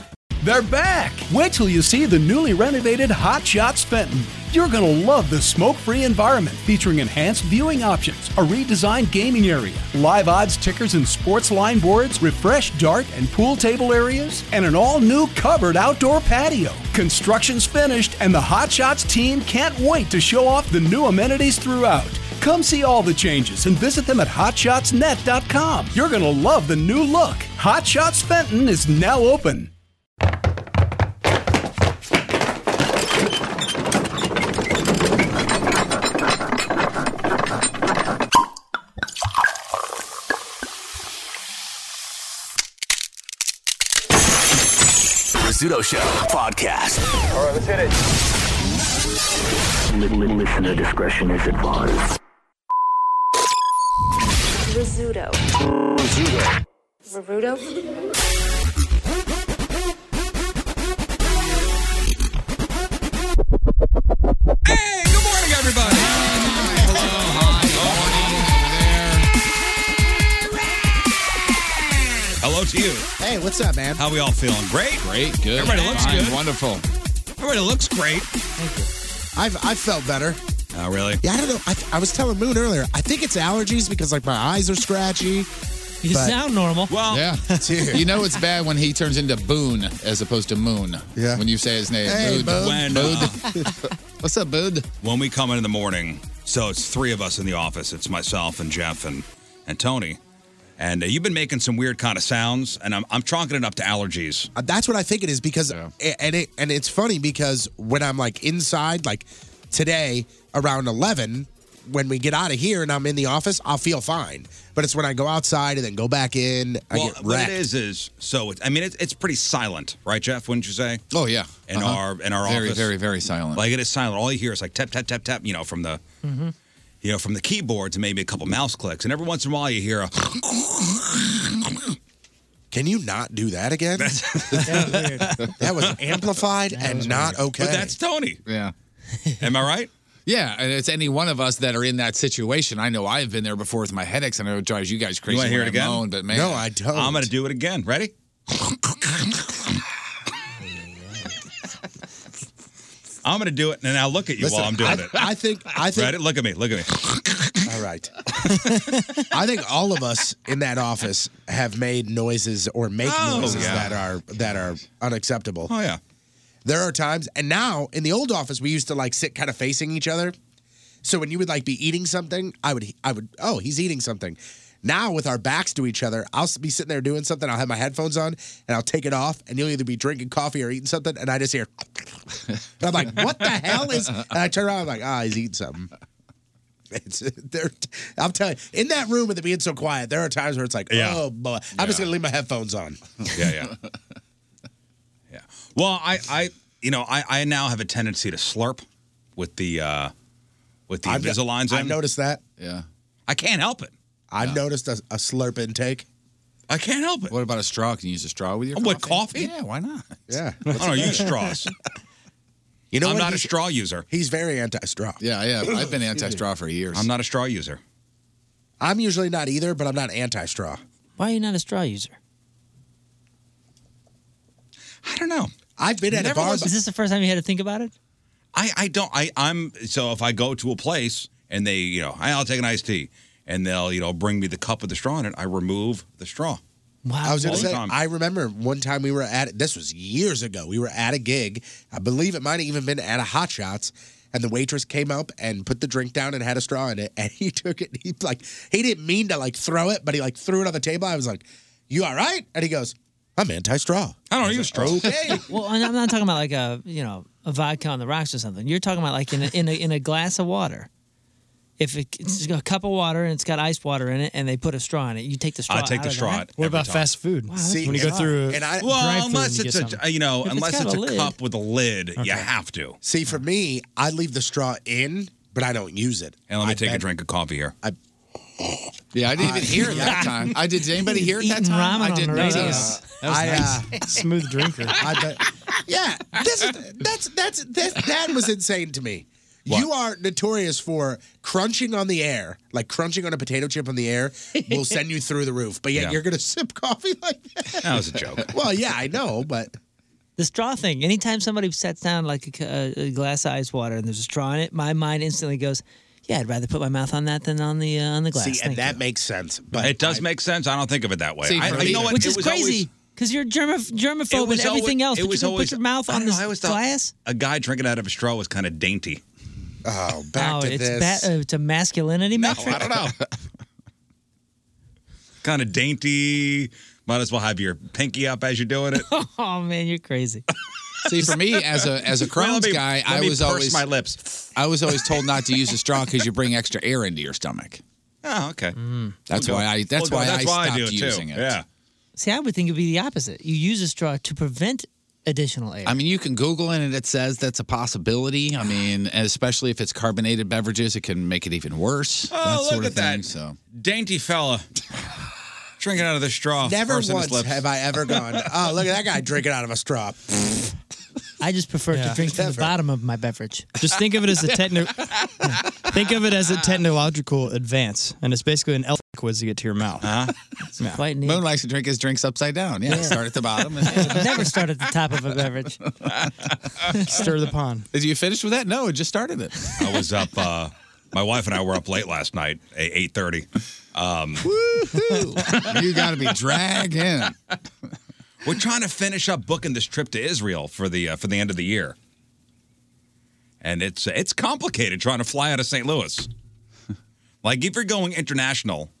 They're back! Wait till you see the newly renovated Hot Shots Fenton. You're going to love the smoke free environment featuring enhanced viewing options, a redesigned gaming area, live odds tickers and sports line boards, refreshed dart and pool table areas, and an all new covered outdoor patio. Construction's finished, and the Hot Shots team can't wait to show off the new amenities throughout. Come see all the changes and visit them at hotshotsnet.com. You're going to love the new look. Hot Shots Fenton is now open. Rizzuto Show podcast. All right, let's hit it. Listener discretion is advised. Rizzuto. Rizzuto. Hey, good morning, everybody. Hello, hi, good morning. Hello to you. Hey, what's up, man? How we all feeling? Great. Great, good. Everybody looks Fine, good. Wonderful. Everybody looks great. I've I felt better. Oh, really? Yeah, I don't know. I, I was telling Moon earlier. I think it's allergies because like my eyes are scratchy. You but- sound normal. Well, yeah. Dude. you know it's bad when he turns into Boone as opposed to Moon. Yeah. When you say his name. Hey, Boone. When, uh, What's up, Bud? when we come in in the morning, so it's three of us in the office. It's myself and Jeff and, and Tony. And uh, you've been making some weird kind of sounds, and I'm, I'm chalking it up to allergies. Uh, That's what I think it is because and it and it's funny because when I'm like inside, like today around eleven, when we get out of here and I'm in the office, I'll feel fine. But it's when I go outside and then go back in, I well, get what wrecked. it is is so. It, I mean, it's it's pretty silent, right, Jeff? Wouldn't you say? Oh, yeah. In Uh-huh. our in our Very, office, very, very silent. Like it is silent. All you hear is like tap tap tap tap. You know, from the you know from the keyboard to maybe a couple mouse clicks, and every once in a while you hear a. Can you not do that again? that was amplified and not okay. But that's Tony. Yeah. Am I right? Yeah, and it's any one of us that are in that situation. I know I've been there before with my headaches, and I know it drives you guys You crazy. want to hear when it I again? moan, but man, I'm gonna do it again. Ready? I'm gonna do it, and I'll look at you Listen, while I'm doing I, it. I think I think Ready? Look at me. Look at me. All right. I think all of us in that office have made noises or make Oh, noises yeah. that are that are unacceptable. Oh yeah. There are times, and now in the old office, we used to like sit kind of facing each other. So when you would like be eating something, I would I would oh he's eating something. Now with our backs to each other, I'll be sitting there doing something. I'll have my headphones on and I'll take it off, and you'll either be drinking coffee or eating something, and I just hear. and I'm like, what the hell is? And I turn around, I'm like, ah, he's eating something. It's there. I'm telling you, in that room with it being so quiet, there are times where it's like, Yeah. oh boy, I'm just gonna leave my headphones on. Yeah, yeah. yeah. Well, I, I, you know, I, I now have a tendency to slurp with the, uh with the I've- Invisaligns. I've in. noticed that. Yeah. I can't help it. I've noticed a, a slurp intake. I can't help it. What about a straw? Can you use a straw with your Oh, coffee? what, coffee? Yeah, why not? Yeah. I don't know. Use straws. You know I'm what? not a He's- straw user. He's very anti-straw. Yeah, yeah. I've been anti-straw for years. I'm not a straw user. I'm usually not either, but I'm not anti-straw. Why are you not a straw user? I don't know. I've been at a bar. Is this the first time you had to think about it? I, I don't I I'm so if I go to a place and they you know I'll take an iced tea and they'll you know bring me the cup with the straw in it I remove the straw. Wow. I was going All to the say, time. I remember one time we were at, this was years ago, we were at a gig. I believe it might have even been at a Hot Shots. And the waitress came up and put the drink down and had a straw in it. And he took it. And he like, he didn't mean to like throw it, but he like threw it on the table. I was like, you all right? And he goes, I'm anti-straw. I don't use straw. Okay. Well, and I'm not talking about like a you know a vodka on the rocks or something. You're talking about like in a, in a, in a glass of water. If it- it's a cup of water and it's got ice water in it, and they put a straw in it, you take the straw. I take out the of straw that. out. What about fast food? Wow, that's See, really and- odd. And I, Well, unless it's a you know If it's unless got it's a a, lid. cup with a lid, you have to. see, for me, I leave the straw in, but I don't use it. And let me I take a bet- drink of coffee here. Yeah, I didn't even hear it that time. I did. Did anybody hear it that Eating time? ramen I on did the not. radio. I, uh, Smooth drinker. I bet. Yeah, this is, that's that's that, that was insane to me. You are notorious for crunching on the air, like crunching on a potato chip on the air will send you through the roof. But yet Yeah. you're gonna sip coffee like that. That was a joke. Well, yeah, I know, but The straw thing. Anytime somebody sets down like a, c- a- a glass of ice water and there's a straw in it, my mind instantly goes, "Yeah, I'd rather put my mouth on that than on the uh, on the glass." see, and Thank that you. makes sense. But It does I- make sense. I don't think of it that way. See, I, for I- you me- know what? which It is was always- crazy because you're germaph- germaphobe and everything else. it But you was can always- put your mouth I on don't know, I this always thought glass. A guy drinking out of a straw was kind of dainty. Oh, back oh, to it's this. ba- uh, it's a masculinity metric. know. kind of dainty. Might as well have your pinky up as you're doing it. Oh man, you're crazy. See, for me as a as a Well, Crohn's let me- guy, let I me was purse always my lips. I was always told not to use a straw because you bring extra air into your stomach. Oh, okay. That's Well, why I that's well, why that's I why stopped do it using too. it. Yeah. See, I would think it'd be the opposite. You use a straw to prevent additional air. I mean, you can Google it and it says that's a possibility. I mean, and especially if it's carbonated beverages, it can make it even worse. that Oh, sort look of at thing. that. So Dainty fella. Drinking out of the straw. Never pursing his once lips. have I ever gone. Oh, look at that guy drinking out of a straw. I just prefer to drink from the Never. bottom of my beverage. Just think of it as a techno. think of it as a technological advance, and it's basically an L quiz to get to your mouth. Quite neat. Uh-huh. Moon likes to drink his drinks upside down. Yeah, start at the bottom. And, Never start at the top of a beverage. Stir the pond. Did you finish with that? No, it just started it. I was up. Uh, my wife and I were up late last night, eight thirty. Um, you got to be dragged in. We're trying to finish up booking this trip to Israel for the uh, for the end of the year, and it's uh, it's complicated trying to fly out of St. Louis. Like if you're going international,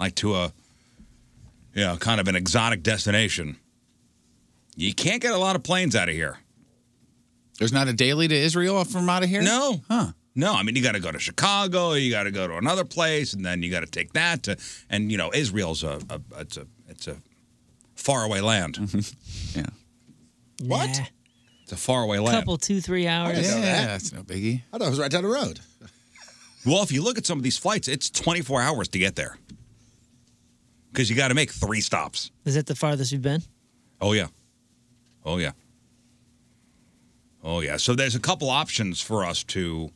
like to a you know kind of an exotic destination, you can't get a lot of planes out of here. There's not a daily to Israel from out of here. No. Huh. No, I mean you got to go to Chicago, you got to go to another place, and then you got to take that to, and you know Israel's a, a it's a it's a faraway land. Mm-hmm. Yeah. What? Nah. It's a faraway land. Couple, two, three hours. Yeah, know that. that's no biggie. I thought it was right down the road. Well, if you look at some of these flights, it's 24 hours to get there because you got to make three stops. Is that the farthest you've been? Oh yeah, oh yeah, oh yeah. So there's a couple options for us to,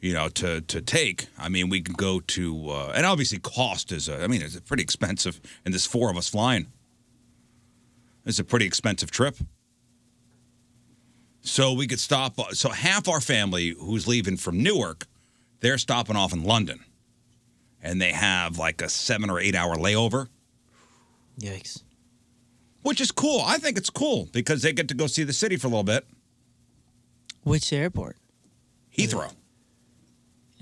you know, to to take. I mean, we can go to, uh, and obviously cost is. A, I mean, it's pretty expensive, and there's four of us flying. It's a pretty expensive trip. So we could stop. uh, So half our family who's leaving from Newark, they're stopping off in London, and they have like a seven or eight hour layover Yikes. which is cool. I think it's cool because they get to go see the city for a little bit. Which airport? Heathrow.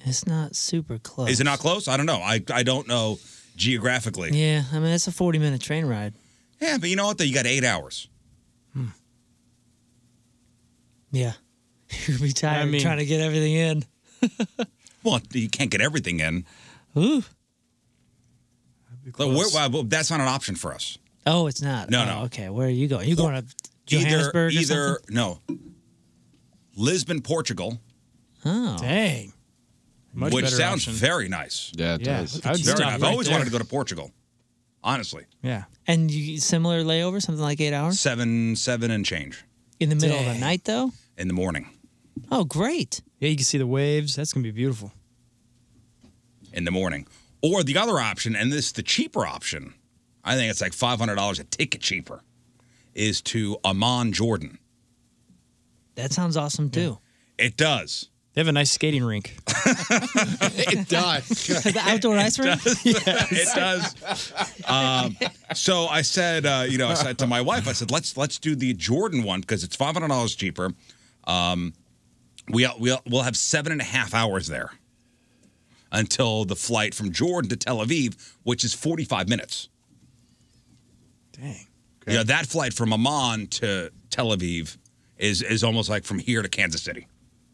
It's not super close. Is it not close? I don't know. I, I don't know geographically. Yeah. Yeah, I mean that's a forty-minute train ride. but you know what? Though you got eight hours. Yeah, you're gonna be tired mean- trying to get everything in. Well, you can't get everything in. Ooh. But we're- well, well, that's not an option for us. Oh, it's not. No, Oh, no. Okay, where are you going? You going to Either Johannesburg? or either something? no. Lisbon, Portugal, Oh. Dang. Much which better sounds option. very nice. Yeah, it Yeah, does. I would Very stop nice. I've right always there. wanted to go to Portugal. Honestly, Yeah. And you similar layover, something like eight hours seven, seven and change in the middle of the night, though. in the morning. Oh, great! Yeah, you can see the waves. That's gonna be beautiful. in the morning. Or the other option, and this is the cheaper option, I think it's like $500 a ticket cheaper, is to Amman, Jordan. That sounds awesome too. It does. They have a nice skating rink. It does. the outdoor ice rink. It does. Um, so I said, uh, you know, I said to my wife, I said, let's let's do the Jordan one because it's five hundred dollars cheaper. Um, we we'll, we'll have seven and a half hours there until the flight from Jordan to Tel Aviv, which is forty five minutes. Dang. Yeah, that flight from Amman to Tel Aviv is is almost like from here to Kansas City.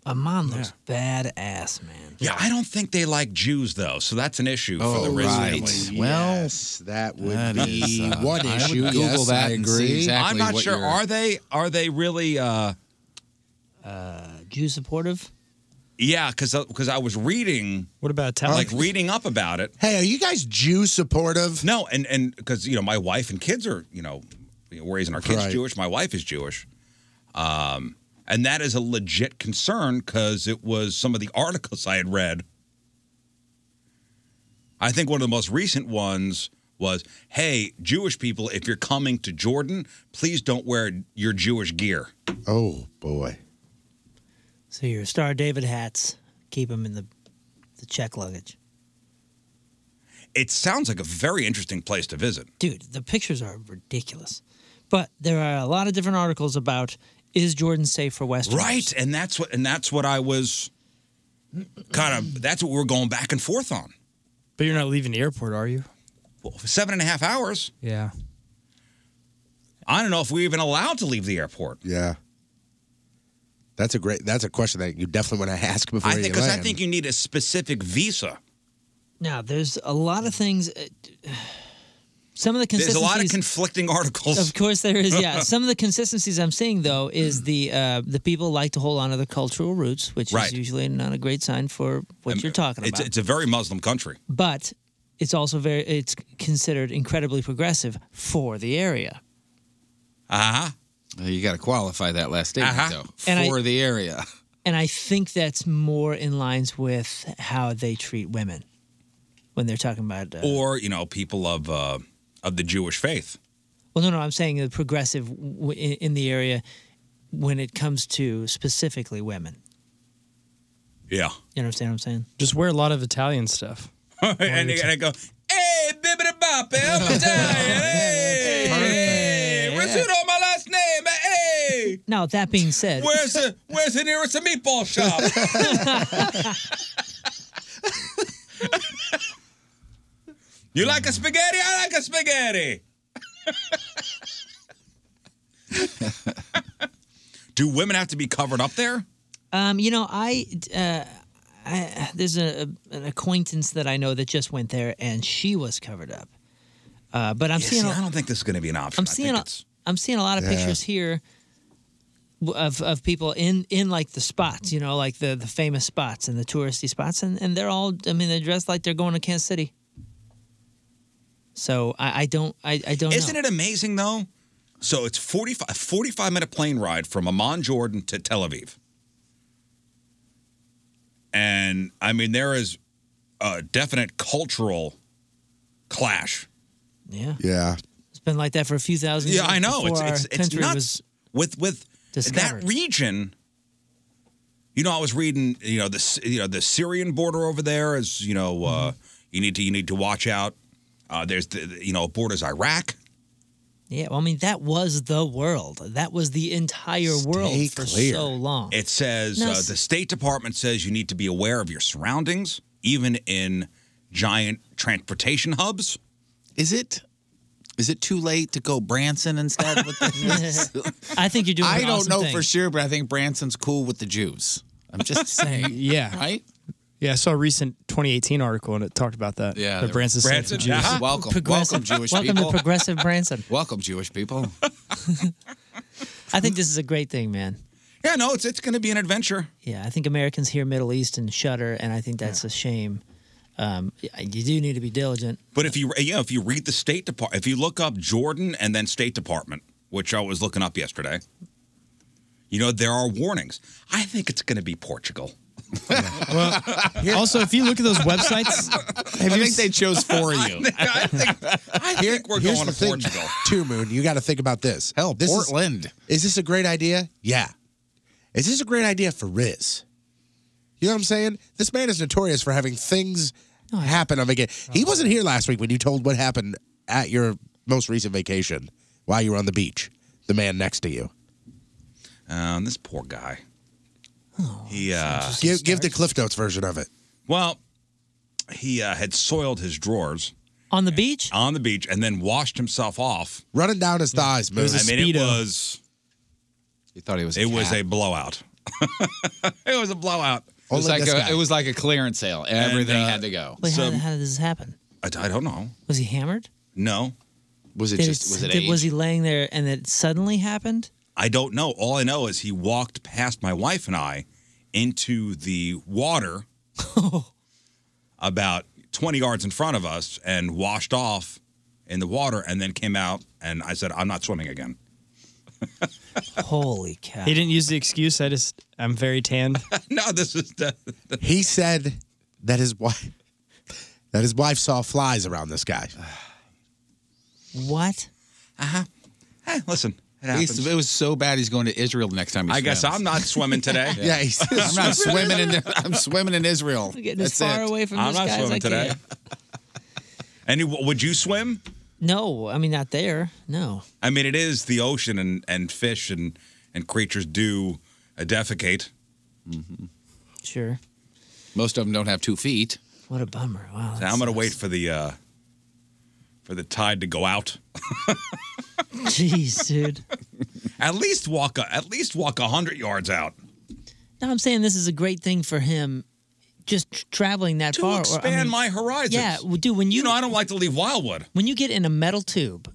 Amon looks badass, man. Yeah, I don't think they like Jews though, so that's an issue for the Oh, Riz right. family. Well, that would That be is, uh, one I would issue. Google yes, that I and see agree. exactly I'm not what sure. you're- Are they are they really uh, Uh, Jew supportive? Yeah, because because I was reading. What about Like reading up about it. Hey, are you guys Jew supportive? No, and and because you know my wife and kids are you know you know, we're raising our kids Right. Jewish. My wife is Jewish, um, and that is a legit concern because it was some of the articles I had read. I think one of the most recent ones was, "Hey, Jewish people, if you're coming to Jordan, please don't wear your Jewish gear." Oh boy. So your Star David hats, keep them in the the check luggage. It sounds like a very interesting place to visit. Dude, the pictures are ridiculous. But there are a lot of different articles about is Jordan safe for Westerners? Right, and that's what and that's what I was kind of that's what we we're going back and forth on. But you're not leaving the airport, are you? Well, for seven and a half hours. Yeah. I don't know if we're even allowed to leave the airport. Yeah. That's a great. That's a question that you definitely want to ask before I you think because I land. think you need a specific visa. Now, there's a lot of things. uh, Some of the There's a lot of consistencies- conflicting articles. Of course, there is. Yeah, some of the consistencies I'm seeing though is the uh, the people like to hold on to their cultural roots, which Right. is usually not a great sign for what Um, you're talking it's, about. it's a very Muslim country. but it's also very it's considered incredibly progressive for the area. Uh huh. You got to qualify that last statement Uh-huh. though And I- for the area. And I think that's more in lines with how they treat women when they're talking about. Uh, or you know, people of uh, of the Jewish faith. well, no, no, I'm saying the progressive w- in, in the area when it comes to specifically women. Yeah. You understand what I'm saying? Just wear a lot of Italian stuff. and, and I go, hey, bibbidi bop, I'm Italian. Hey, hey, where's it on my last name? Hey, Now that being said, where's the where's the nearest meatball shop? you like a spaghetti? I like a spaghetti. Do women have to be covered up there? Um, you know, I, uh, I there's a, an acquaintance that I know that just went there, and she was covered up. Uh, but I'm Yeah, seeing. see, a- I don't think this is going to be an option. I'm I seeing. think A, it's- I'm seeing a lot of Yeah. pictures here w- of of people in in like the spots, you know, like the the famous spots and the touristy spots, and and they're all. I mean, they're dressed like they're going to Kansas City. So I, I don't. I, I don't. Isn't it amazing though? So it's 45, 45 minute plane ride from Amman, Jordan to Tel Aviv. And I mean, there is a definite cultural clash. Yeah. Yeah. It's been like that for a few thousand years. Yeah, I know. It's before it's our it's country nuts was- with with discovered. that region. You know, I was reading. You know, the S- you know the Syrian border over there is. You know, Mm-hmm. uh, you need to you need to watch out. Uh, there's the the- you know borders Iraq. Yeah, well, I mean, that was the world. That was the entire world Oh, for so long. It says No, uh, s- the State Department says you need to be aware of your surroundings, even in giant transportation hubs. Is it? Is it too late to go Branson instead? With the, I think you're doing. I an don't awesome know thing. for sure, but I think Branson's cool with the Jews. I'm just saying. yeah. Right. Yeah, I saw a recent 2018 article and it talked about that. Yeah, the Branson Saint for Jews. Welcome, welcome, Jewish welcome people. to progressive Branson. Welcome, Jewish people. I think this is a great thing, man. Yeah, no, it's it's going to be an adventure. Yeah, I think Americans hear Middle East and shudder, and I think that's a shame. um, y- you do need to be diligent. But if you you know if you read the State Department, if you look up Jordan and then State Department, which I was looking up yesterday, you know there are warnings. I think it's going to be Portugal. Well, also, if you look at those websites, have I you think they chose for you. Here- think we're here's going the to thing, Portugal. Too, Moon. You got to think about this. Hell, this Portland. Is, is this a great idea? Yeah. Is this a great idea for Riz? You know what I'm saying? This man is notorious for having things Oh, happen on vacation. He wasn't here last week when you told what happened at your most recent vacation while you were on the beach. The man next to you. Um, this poor guy. he uh, Give, give the Cliff Notes version of it. well, he uh, had soiled his drawers on the beach. On the beach, and then washed himself off, running down his thighs. I Moon. mean, it was. You thought he was. it was cat. a blowout. it was a blowout. It was, like a, it was like a clearance sale. And, Everything uh, had to go. Wait, how, how did this happen? I, I don't know. Was he hammered? No. Was Did did- Was he laying there and it suddenly happened? I don't know. All I know is he walked past my wife and I into the water about 20 yards in front of us and washed off in the water and then came out and I said, I'm not swimming again. Holy cow! He didn't use the excuse. I just, I'm very tanned. no, this is the. He said that his wife that his wife saw flies around this guy. What? Uh huh. Hey, listen. It He's- happens. it was so bad. He's going to Israel the next time. He I guess swims. I'm not swimming today. yeah, he's, I'm not swimming in. I'm swimming in Israel. I'm getting as far away from I'm this not guy as swimming I today. can. And you- would you swim? No, I mean not there. No. I mean, it is the ocean, and, and fish and, and creatures do uh, defecate. Sure. Mm-hmm. Most of them don't have two feet. What a bummer! Wow. Now I'm going to wait for the uh, for the tide to go out. Jeez, dude. At least walk a, at least walk hundred yards out. No, I'm saying this is a great thing for him, just tr- traveling that To far. expand my horizons. Yeah, well, dude. When you, You know, I don't like to leave Wildwood. when you get in a metal tube,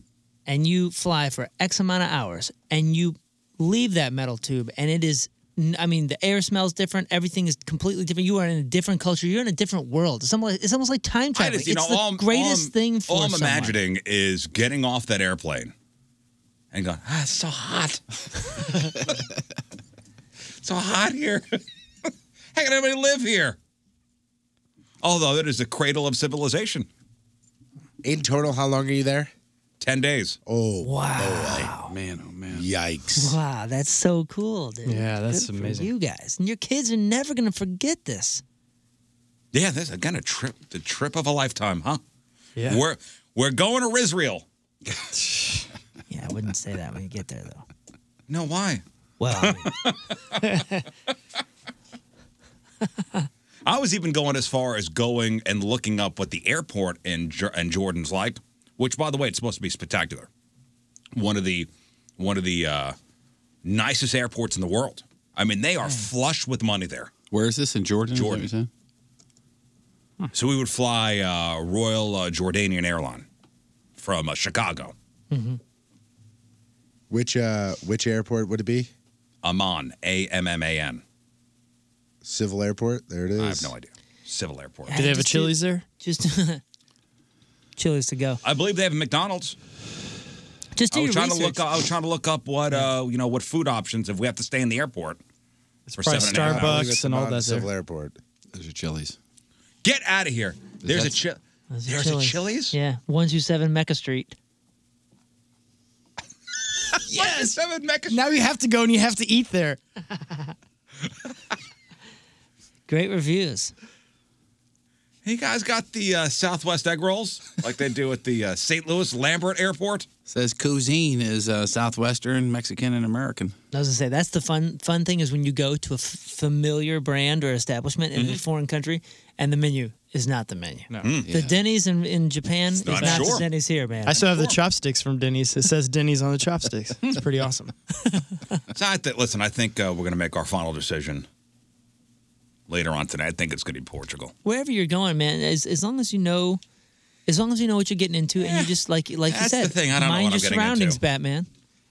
and you fly for X amount of hours, and you leave that metal tube, and it is. n- I mean, the air smells different. Everything is completely different. You are in a different culture. You're in a different world. It's almost, it's almost like time I travel. just, you it's know, the all, I'm- all greatest I'm- thing for All I'm someone. imagining is getting off that airplane and going, ah, it's so hot. so hot here. How can anybody live here? Although it is the cradle of civilization. In total, how long are you there? Ten days. Oh wow, man, oh man, yikes! Wow, that's so cool, dude. Yeah, that's Good for amazing. you guys and your kids are never gonna forget this. Yeah, this is again a trip, the trip of a lifetime, huh? Yeah. We're we're going to Israel. yeah, I wouldn't say that when you get there though. No, why? Well, I I was even going as far as going and looking up what the airport in Jor- in Jordan's like, which, by the way, it's supposed to be spectacular. One of the one of the uh, nicest airports in the world. I mean, Hmm. they are flush with money there. Where is this in Jordan? Is that what Jordan. you said? So we would fly uh, Royal uh, Jordanian Airline from uh, Chicago, Which uh which airport would it be? Amman, A M M A N. Civil Airport. There it is. I have no idea. Civil Airport. Yeah, just there? Just Chili's to go. I believe they have a McDonald's. Just do I was your trying research. to look. Up, I was trying to look up what uh, you know what food options if we have to stay in the airport. It's probably Starbucks and all that Civil there. Airport. Those are chilies. Get out of here. There's a that- chip. There's There's a Chili's? Yeah, one two seven Mecca Street. yes, seven Mecca. Now you have to go and you have to eat there. Great reviews. You guys got the uh, Southwest egg rolls like they do at the uh, St. Louis Lambert Airport. Says cuisine is uh, southwestern Mexican and American. I was gonna say that's the fun fun thing is when you go to a f- familiar brand or establishment in a Mm-hmm. Mhm. foreign country and the menu is not the menu. No. Mm. The Denny's in, in Japan is not not sure. the Denny's here, man. I still have the chopsticks from Denny's. It says Denny's on the chopsticks. It's pretty awesome. So I th- listen, I think uh, we're gonna make our final decision later on today. I think it's gonna be Portugal. wherever you're going, man, as as long as you know, as long as you know what you're getting into, and you just like like Eh. That's you the said, thing, I don't know mind what I'm your getting surroundings, into. Batman.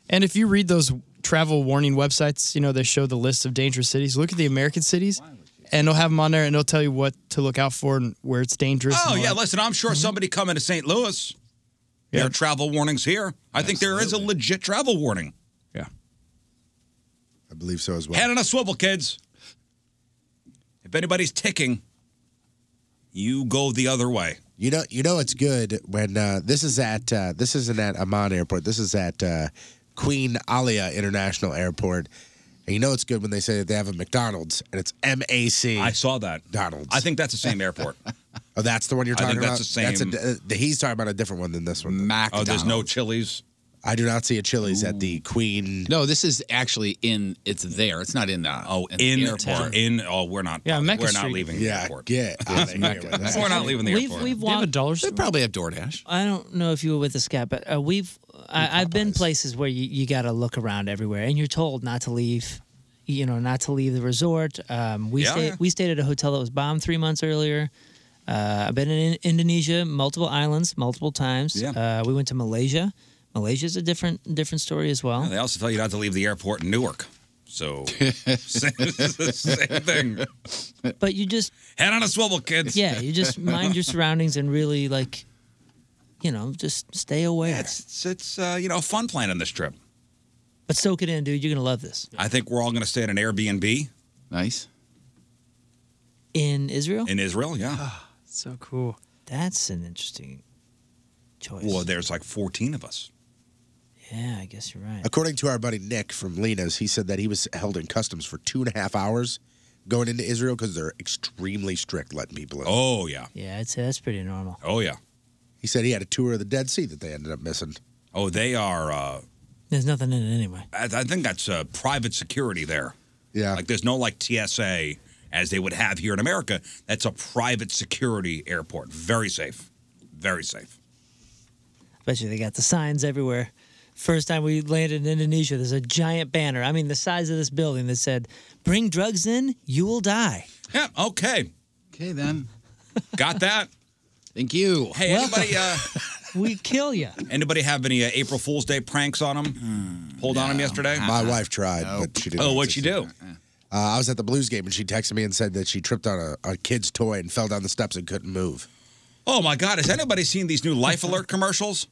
And if you read those travel warning websites, you know, they show the list of dangerous cities. Look at the American cities. and they'll have them on there, and they'll tell you what to look out for and where it's dangerous. and Oh all yeah, that. listen, I'm sure somebody coming to St. Louis. There are travel warnings here. I think there is a legit travel warning. I believe so as well. Head on a swivel, kids. If anybody's ticking, you go the other way. You know, you know it's good when uh, this is at uh, this isn't at Amman Airport. This is at uh, Queen Alia International Airport. And you know it's good when they say that they have a McDonald's and it's M A C. I saw that McDonald's. I think that's the same airport. Oh, that's the one you're I think talking about. that's the a- uh, the- he's talking about a different one than this one. Oh, there's no Chili's. I do not see a Chili's at the Queen. No, this is actually in. It's there. It's not in the. Oh, in town. In. Oh, we're not. Yeah, Mecca we're not Street. leaving the Yeah, airport. Get out of here with that. We're not leaving the We've- airport. we've They have walked- a dollar They probably have DoorDash. I don't know if you were with us, Scott, but uh, we've I, I've been places where you, you got to look around everywhere, and you're told not to leave. You know, not to leave the resort. Um, we Yeah. stayed we stayed at a hotel that was bombed three months earlier. Uh, I've been in Indonesia, multiple islands, multiple times. Yeah. Uh, we went to Malaysia. Malaysia's a different different story as well. Yeah, they also tell you not to leave the airport in Newark. So same, same thing. But you just head on a swivel, kids. Yeah, you just mind your surroundings and really like, you know, just stay aware. It's it's uh, you know a fun plan on this trip. but soak it in, dude. You're gonna love this I think we're all going to stay at an Airbnb. Nice in Israel. in Israel. Yeah. So cool. That's an interesting. Well, there's like 14 of us. Yeah, I guess you're right. According to our buddy Nick from Lena's, he said that he was held in customs for two and a half hours going into Israel because they're extremely strict letting people in. Oh yeah. Yeah, I'd say that's pretty normal. Oh yeah. He said he had a tour of the Dead Sea that they ended up missing. Oh, they are. Uh, There's nothing in it anyway. I, I think that's uh, private security there. Yeah. Like there's no like TSA as they would have here in America. That's a private security airport. Very safe. Very safe. Bet you they got the signs everywhere. First time we landed in Indonesia, there's a giant banner. I mean, the size of this building that said, "Bring drugs in, you will die." Yeah. Okay. Okay then. Got that. Thank you. Hey, anybody? Uh, we kill you. Anybody have any uh, April Fool's Day pranks on them? Pulled on them yesterday. My wife tried, but she didn't. Uh-huh. Oh, what'd she do? Uh, I was at the Blues game and she texted me and said that she tripped on a, a kid's toy and fell down the steps and couldn't move. Oh my God! Has anybody seen these new Life Alert commercials?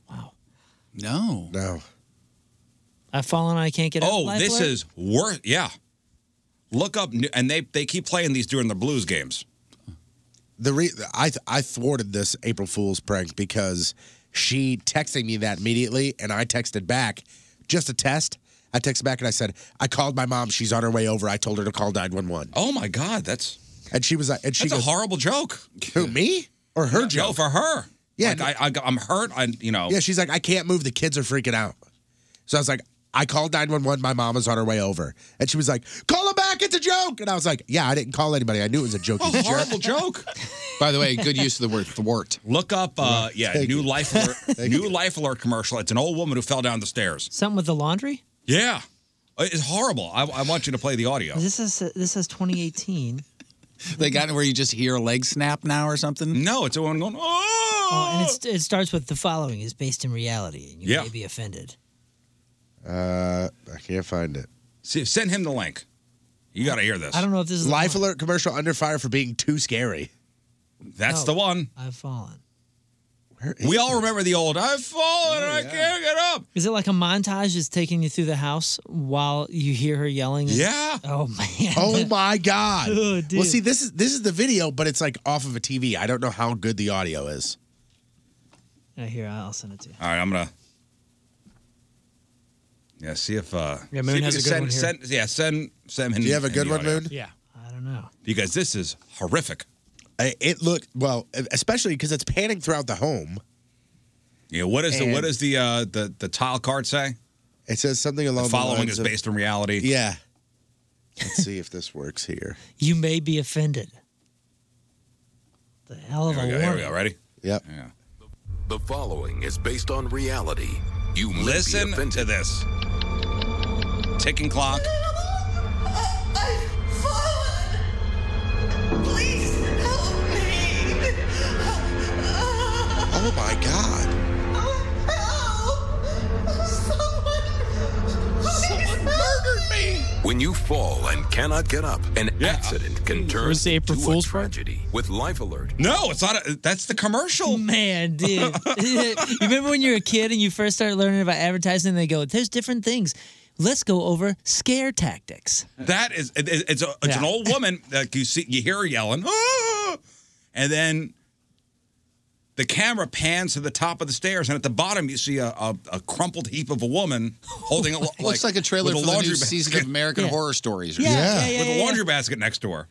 No. No. I've fallen. I can't get up. oh, Life this alert? is worth. Yeah. Look up, new- and they they keep playing these during the Blues games. The re- I th- I thwarted this April Fool's prank because she texted me that immediately and I texted back just a test. I texted back and I said I called my mom. She's on her way over. I told her to call nine one one. Oh my God, that's and she was like, and she That's goes, a horrible joke. Who me or her joke? No, for her. Yeah, Like, I, I I'm hurt. I you know. Yeah, she's like, I can't move. The kids are freaking out. So I was like, I called 911. My mom is on her way over. And she was like, call her back. It's a joke. And I was like, yeah, I didn't call anybody. I knew it was a joke. you Oh, jerk." horrible joke. By the way, good use of the word thwart. Look up, uh, yeah, Thank new you. life alert, new life alert commercial. It's an old woman who fell down the stairs. something with the laundry. Yeah, it's horrible. I, I want you to play the audio. This is this is 2018. They got it where you just hear a leg snap now or something. No, it's a one going. Oh, Oh, and it's, it starts with the following is based in reality, and you Yeah. may be offended. Uh, I can't find it. See, send him the link. You got to hear this. know if this is Life Alert commercial under fire for being too scary. Oh. That's the one. I've fallen. We all Oh, remember the old "I've fallen, Oh, I can't get up." Is it like a montage that's taking you through the house while you hear her yelling? Yeah. Oh man. Oh my god. Oh, dear. well, see, this is this is the video, but it's like off of a TV. I don't know how good the audio is. Right here, I'll send it to you. All right, I'm gonna. Yeah, see if. uh Yeah, see Moon if has you a can good send, one here. Send, yeah, send send him. Do you have a good the one, audio. Moon? Yeah. I don't know. Because this is horrific. I- It looked well, especially because it's panning throughout the home. Yeah, what is the what And- does the uh the the tile card say? It says something along The the following lines is of- based on reality. Yeah. Let's see if this works here. You may be offended. The hell of Here a we go. warning. Here we go. Ready? Yep. The following is based on reality. You may Listen be to offended. this. Ticking clock. Oh my God. We When you fall and cannot get up, an accident can turn Was it April to a Fool's tragedy. With Life Alert, No, it's not. A, that's the commercial. Man, dude. you remember when you were a kid and you first started learning about advertising and they go, there's different things. Let's go over scare tactics. That is, it, it- it's a, it's an Yeah. old woman that you see, you hear her yelling, "Ah!" and then the camera pans to the top of the stairs, and at the bottom you see a, a, a crumpled heap of a woman holding a lo- like, Looks like a trailer for with the new laundry season basket. of American Yeah. Horror Stories or Yeah, something. yeah, yeah, with yeah, a laundry basket next to her.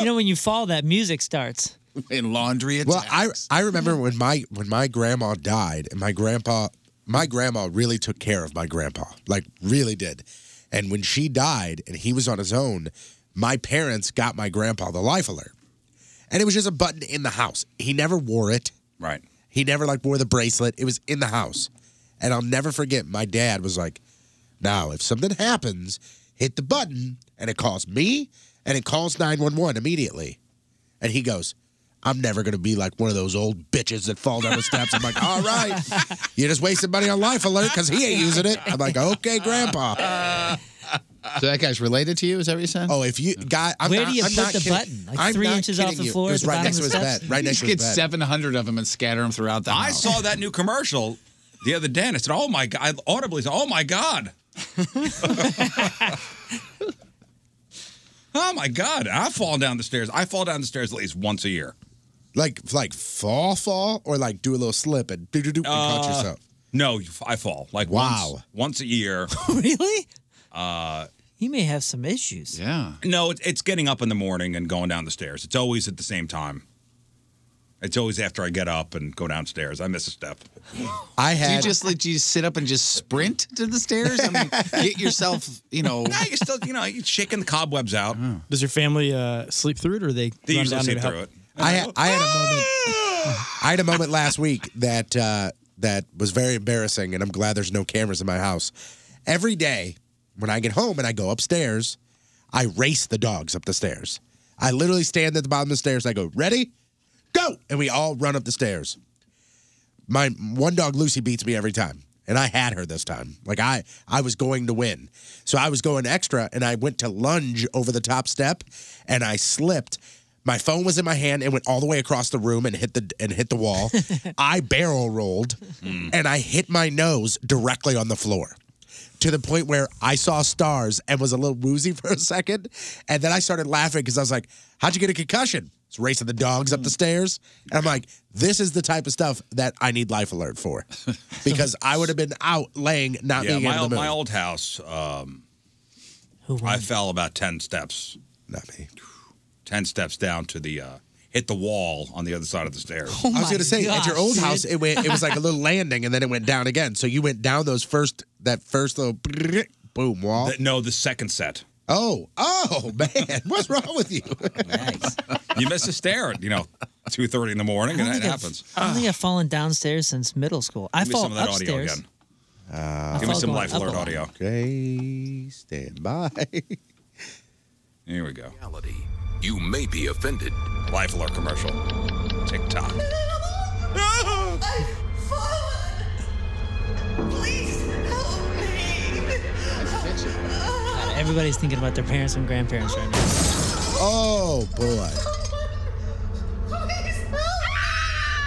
You know, when you fall, that music starts. In laundry, Well, I I remember when my when my grandma died and my grandpa my grandma really took care of my grandpa. Like really did. And when she died and he was on his own, my parents got my grandpa the life alert. And it was just a button in the house. He never wore it. Right. He never like wore the bracelet. It was in the house. And I'll never forget my dad was like, "Now, if something happens, hit the button and it calls me and it calls 911 immediately." And he goes, I'm never going to be like one of those old bitches that fall down the steps. I'm like, all right, you just wasted money on life alert because he ain't using it. I'm like, okay, grandpa. So that guy's related to you? Is that what you said? Oh, if you guy, I'm Where not, do you I'm put not the kidding. button? Like I'm three not inches off kidding the you. floor It at was the right bottom next to of his the bed. steps? Right You next just to his get bed. 700 of them and scatter them throughout the I house. saw that new commercial the other day, and I said, "Oh my god!" I audibly said, "Oh my god." oh my god! I fall down the stairs. I fall down the stairs at least once a year. Like, like fall, fall, or like do a little slip and do do do and catch Uh, yourself. No, you- I fall like Wow. once, once a year. really? Uh, You may have some issues. Yeah. no, it's, it's getting up in the morning and going down the stairs. It's always at the same time. It's always after I get up and go downstairs. I miss a step. I Do you had- just like do you sit up and just sprint to the stairs? I mean, get yourself, you know. Uh-huh. No, you're still, you know, you're shaking the cobwebs out. Does your family uh, sleep through it, or they? They run usually down sleep and help? through it. I had, I had a moment. I had a moment last week that uh, that was very embarrassing, and I'm glad there's no cameras in my house. Every day when I get home and I go upstairs, I race the dogs up the stairs. I literally stand at the bottom of the stairs. I go, "Ready, go!" And we all run up the stairs. My one dog, Lucy, beats me every time, and I had her this time. Like I, I was going to win, so I was going extra, and I went to lunge over the top step, and I slipped. My phone was in my hand and went all the way across the room and hit the and hit the wall. I barrel rolled and I hit my nose directly on the floor to the point where I saw stars and was a little woozy for a second. And then I started laughing because I was like, How'd you get a concussion? It's racing the dogs Hmm. up the stairs. And I'm like, This is the type of stuff that I need life alert for because I would have been out laying, not yeah, being my, able to old, move. my old house. Um, I fell about ten steps. Not me. Ten steps down to the uh, hit the wall on the other side of the stairs. Oh I was gonna say at your old house it went it was like a little landing and then it went down again. So you went down those first that first little boom wall. The- no, the second set. Oh, oh man, what's wrong with you? You miss a stair at you know two thirty in the morning, and that happens. I don't think I've fallen downstairs since middle school. I Give me fall some of that upstairs. audio again. Give me fall some going life up a alert lot. audio. Okay, stand by. Here we go. you may be offended. Life alert commercial. TikTok. God, everybody's thinking about their parents and grandparents right now. Oh boy.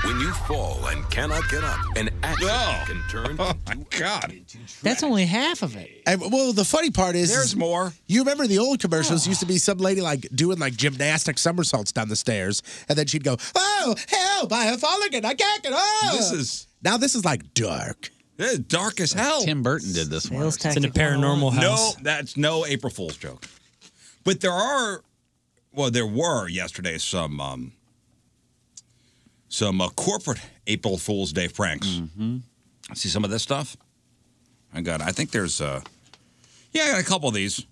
When you fall and cannot get up, an accident can turn. Oh my god! That's only half of it. And, well, the funny part is There's more. You remember the old commercials Oh. used to be some lady like doing like gymnastic somersaults down the stairs, and then she'd go, "Oh help! I have fallen and I can't get up." This is now this is like dark. This is dark as hell. Tim Burton did this one. It's in a paranormal No, house. that's no April Fool's joke. But there are, well, there were yesterday some um, some uh, corporate April Fool's Day pranks. Mm-hmm. See some of this stuff. I got. I think there's. Uh, yeah, I got a couple of these.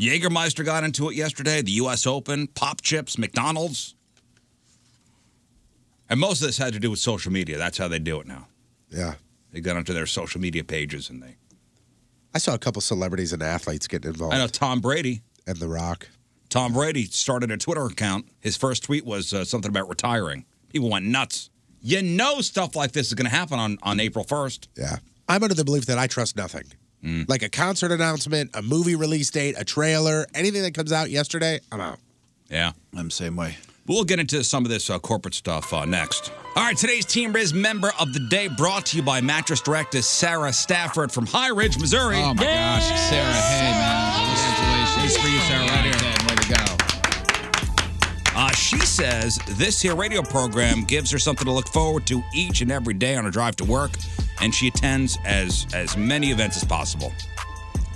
Jägermeister got into it yesterday. The U.S. Open, Pop Chips, McDonald's, and most of this had to do with social media. That's how they do it now. Yeah. They got onto their social media pages and they. I saw a couple celebrities and athletes getting involved. I know Tom Brady and The Rock. Tom Brady started a Twitter account. His first tweet was uh, something about retiring. People went nuts. You know, stuff like this is going to happen on, on April 1st. Yeah. I'm under the belief that I trust nothing. Mm. Like a concert announcement, a movie release date, a trailer, anything that comes out yesterday, I'm out. Yeah. I'm the same way. We'll get into some of this uh, corporate stuff uh, next. All right, today's Team Riz member of the day brought to you by mattress director Sarah Stafford from High Ridge, Missouri. Oh my gosh, Sarah! Hey man, congratulations! for you, Sarah, right here. Way to go. Uh, she says this here radio program gives her something to look forward to each and every day on her drive to work, and she attends as as many events as possible.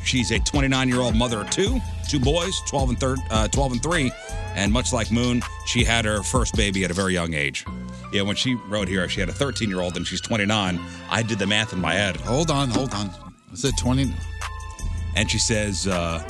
She's a 29 year old mother of two, two boys, 12 and, thir- uh, 12 and 3. And much like Moon, she had her first baby at a very young age. Yeah, when she wrote here, she had a 13 year old and she's 29. I did the math in my head. Hold on, hold on. Is it 20? And she says, uh,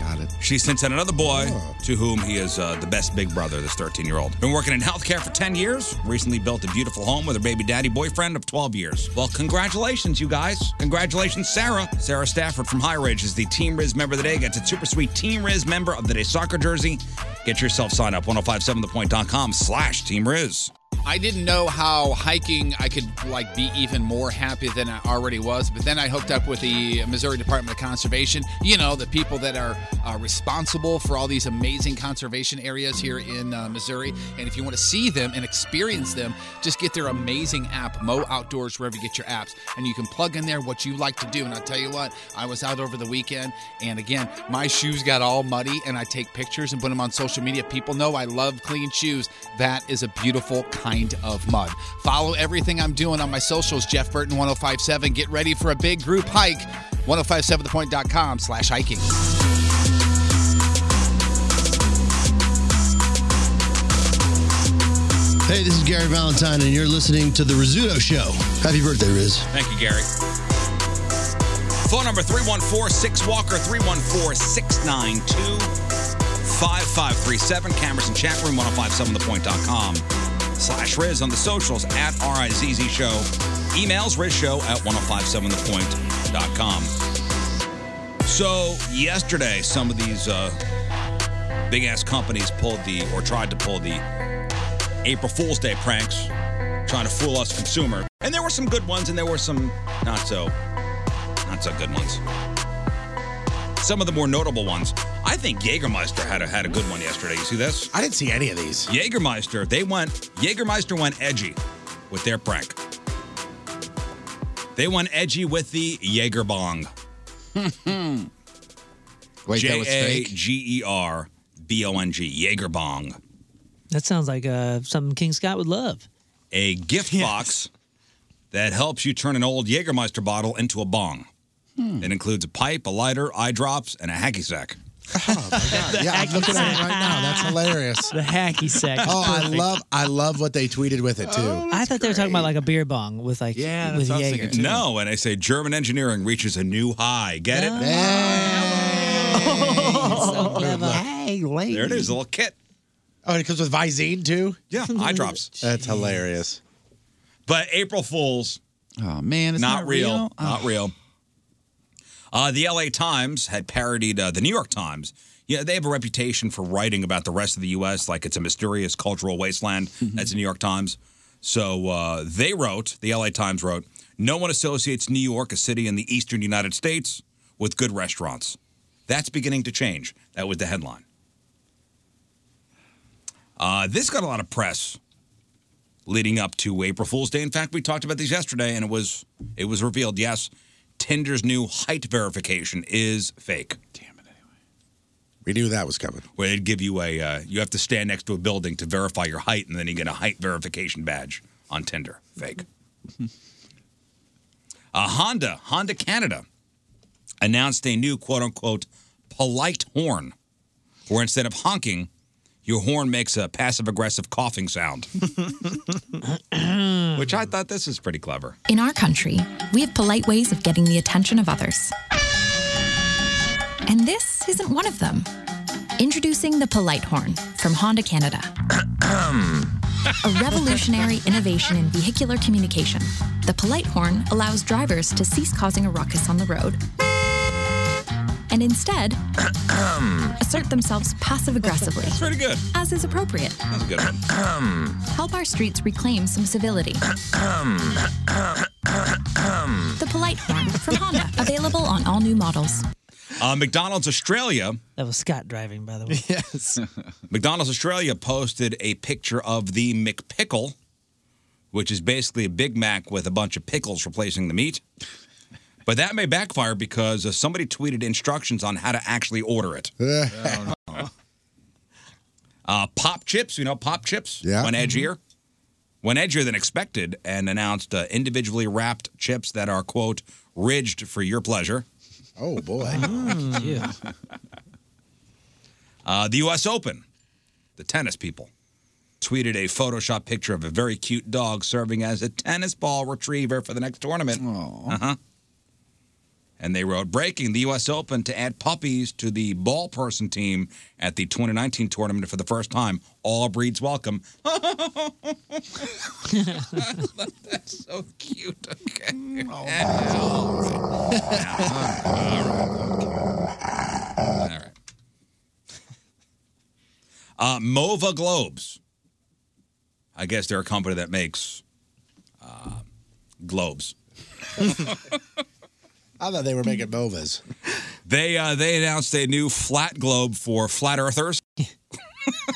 Got it. Oh. She's since had another boy to whom he is uh, the best big brother, this 13 year old. Been working in healthcare for 10 years, recently built a beautiful home with her baby daddy boyfriend of 12 years. Well, congratulations, you guys. Congratulations, Sarah. Sarah Stafford from High Ridge is the Team Riz member of the day. Gets a super sweet Team Riz member of the day soccer jersey. Get yourself signed up 1057thepoint.com slash Team Riz. I didn't know how hiking I could like be even more happy than I already was, but then I hooked up with the Missouri Department of Conservation. You know, the people that are uh, responsible for all these amazing conservation areas here in uh, Missouri. And if you want to see them and experience them, just get their amazing app, Mo Outdoors, wherever you get your apps, and you can plug in there what you like to do. And I'll tell you what, I was out over the weekend, and again, my shoes got all muddy, and I take pictures and put them on social media. People know I love clean shoes. That is a beautiful kind of mud. Follow everything I'm doing on my socials, Jeff Burton 1057. Get ready for a big group hike, 1057thepoint.com slash hiking. Hey, this is Gary Valentine, and you're listening to The Rizzuto Show. Happy birthday, Riz. Thank you, Gary. Phone number 3146 Walker 314 692 5537. Cameras and chat room 1057thepoint.com slash Riz on the socials at RIZZ Show. Emails Riz Show at 1057thepoint.com. So, yesterday, some of these uh, big ass companies pulled the or tried to pull the April Fool's Day pranks, trying to fool us consumer. And there were some good ones, and there were some not so not so good ones. Some of the more notable ones. I think Jägermeister had a, had a good one yesterday. You see this? I didn't see any of these. Jägermeister, they went Jägermeister went edgy with their prank. They went edgy with the Jaeger bong. Wait, that was J A fake? G E R B O N G. Jaeger bong. That sounds like uh, something King Scott would love. a gift box that helps you turn an old Jägermeister bottle into a bong. Hmm. It includes a pipe, a lighter, eye drops, and a hacky sack. yeah, I'm looking at it right now. That's hilarious. The hacky sack. is Oh, I perfect. love, I love what they tweeted with it too. I thought they were talking about like a beer bong with like with Jaeger. No, and I say German engineering reaches a new high. Get Oh, it? Oh, Hey, wait. There it is, a little kit. Oh, and it comes with Visine too. Yeah, eye drops. That's hilarious. But uh, April Fools. Oh man, it's not real. real? Not real. Uh, the L.A. Times had parodied uh, the New York Times. You know, they have a reputation for writing about the rest of the U.S. like it's a mysterious cultural wasteland. Mm-hmm. That's the New York Times. So uh, they wrote, the L.A. Times wrote, no one associates New York, a city in the eastern United States, with good restaurants. That's beginning to change. That was the headline. Uh, this got a lot of press leading up to April Fool's Day. In fact, we talked about these yesterday, and it was it was revealed. Yes, Tinder's new height verification is fake. Damn it! Anyway, we knew that was coming. Where they'd give you a uh, you have to stand next to a building to verify your height, and then you get a height verification badge on Tinder. Fake. uh, Honda Honda Canada announced a new quote unquote polite horn, where instead of honking, your horn makes a passive aggressive coughing sound. Which I thought this is pretty clever. In our country, we have polite ways of getting the attention of others. And this isn't one of them. Introducing the Polite Horn from Honda Canada, a revolutionary innovation in vehicular communication. The Polite Horn allows drivers to cease causing a ruckus on the road and instead assert themselves passive aggressively. That's pretty good. As is appropriate. That's a good one. Help our streets reclaim some civility. Hmm. The Polite Horn from Honda, available on all new models. Uh, McDonald's Australia. That was Scott driving, by the way. Yes. McDonald's Australia posted a picture of the McPickle, which is basically a Big Mac with a bunch of pickles replacing the meat. But that may backfire because uh, somebody tweeted instructions on how to actually order it. Uh, pop chips, you know, pop chips. Yeah. Mm-hmm. Went edgier. Went edgier than expected and announced uh, individually wrapped chips that are, quote, ridged for your pleasure. Oh boy. Uh, the U.S. Open, the tennis people, tweeted a Photoshop picture of a very cute dog serving as a tennis ball retriever for the next tournament. Uh huh. And they wrote, breaking the U.S. Open to add puppies to the ball person team at the 2019 tournament for the first time. All breeds welcome. That's so cute. Okay. Uh, Mova Globes. I guess they're a company that makes uh, globes. I thought they were making Movas. They uh, they announced a new flat globe for flat earthers.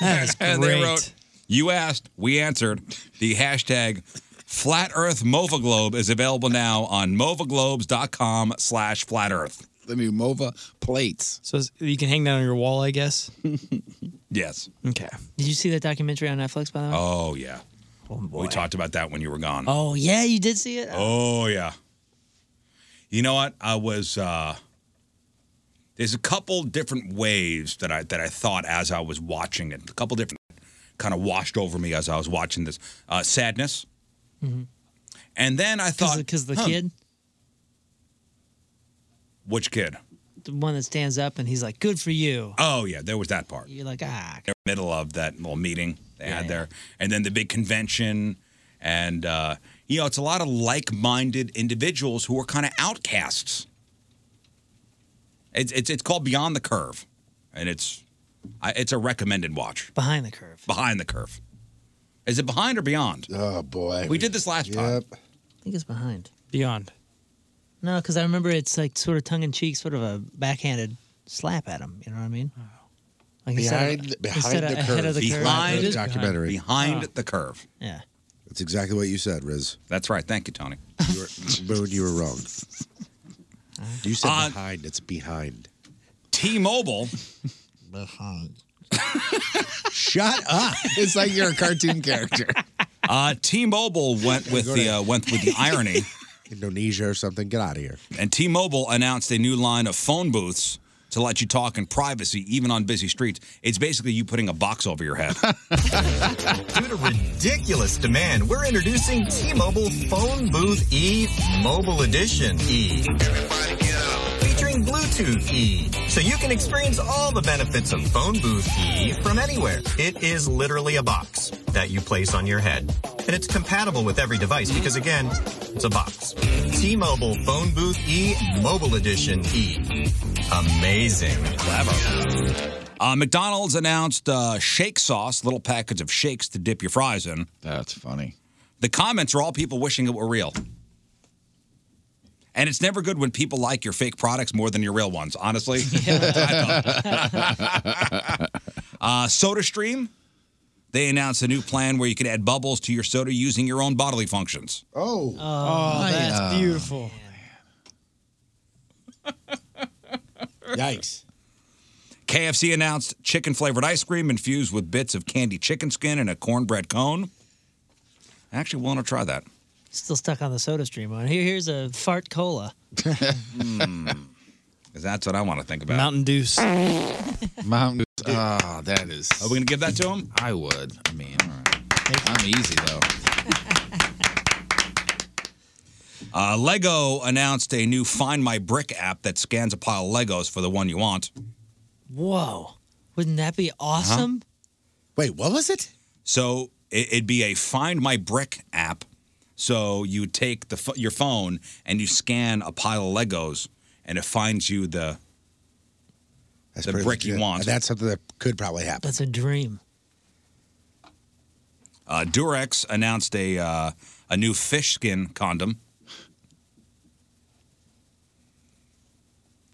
that is and they great. wrote, "You asked, we answered." The hashtag Flat Earth Mova Globe is available now on movaglobes.com slash flat earth. The new Mova plates. So it's- you can hang that on your wall, I guess. Yes. okay. Did you see that documentary on Netflix, by the way? Oh yeah. we talked about that when you were gone. Oh, yeah, you did see it? Oh yeah. You know what? I was uh there's a couple different waves that I that I thought as I was watching it. A couple different kind of washed over me as I was watching this. Uh sadness. Mhm. And then I thought hmm. Because the huh, kid, Which kid? the one that stands up and he's like, good for you. Oh yeah, there was that part. You're like, ah. In the middle of that little meeting they Yeah, had yeah. there. And then the big convention and uh you know, it's a lot of like-minded individuals who are kind of outcasts. It's, it's it's called Beyond the Curve, and it's I, it's a recommended watch. Behind the curve. Behind the curve. Is it behind or beyond? Oh boy, we did this last time. I think it's behind. Beyond. No, because I remember it's like sort of tongue in cheek, sort of a backhanded slap at him. You know what I mean? Like instead of- instead of ahead of the curve. Behind It is documentary. Behind the curve. Yeah. That's exactly what you said, Riz. That's right. Thank you, Tony. You were, Boone, you were wrong. Uh, You said behind. It's behind. T-Mobile. behind. Shut up! It's like you're a cartoon character. Uh, T-Mobile went with Go the to- uh, went with the irony. Indonesia or something. Get out of here. And T-Mobile announced a new line of phone booths to let you talk in privacy, even on busy streets. It's basically you putting a box over your head. Due to ridiculous demand, we're introducing T-Mobile Phone Booth E Mobile Edition E. Featuring Bluetooth E, so you can experience all the benefits of Phone Booth E from anywhere. It is literally a box that you place on your head. And it's compatible with every device because, again, it's a box. T Mobile Phone Booth E Mobile Edition E. Amazing. Clever. Uh, McDonald's announced uh, shake sauce, little packets of shakes to dip your fries in. That's funny. The comments are all people wishing it were real. And it's never good when people like your fake products more than your real ones, honestly. I know. uh, SodaStream, they announced a new plan where you can add bubbles to your soda using your own bodily functions. Oh. Oh, that's beautiful. Yikes. KFC announced chicken flavored ice cream infused with bits of candy chicken skin and a cornbread cone. I actually want to try that. Still stuck on the soda stream one. Here, here's a fart cola. Mm. 'Cause that's what I want to think about. Mountain Dew. Mountain Dew. Ah, that is. Are we gonna give that to him? I would. I mean, I'm easy though. Uh, Lego announced a new Find My Brick app that scans a pile of Legos for the one you want. Whoa. Wouldn't that Uh-huh. be awesome? Wait, what was it? So it, it'd be a Find My Brick app. So you take the pho- your phone and you scan a pile of Legos, and it finds you the the pretty brick you legit. want. And that's something that could probably happen. That's a dream. Uh, Durex announced a uh, a new fish skin condom.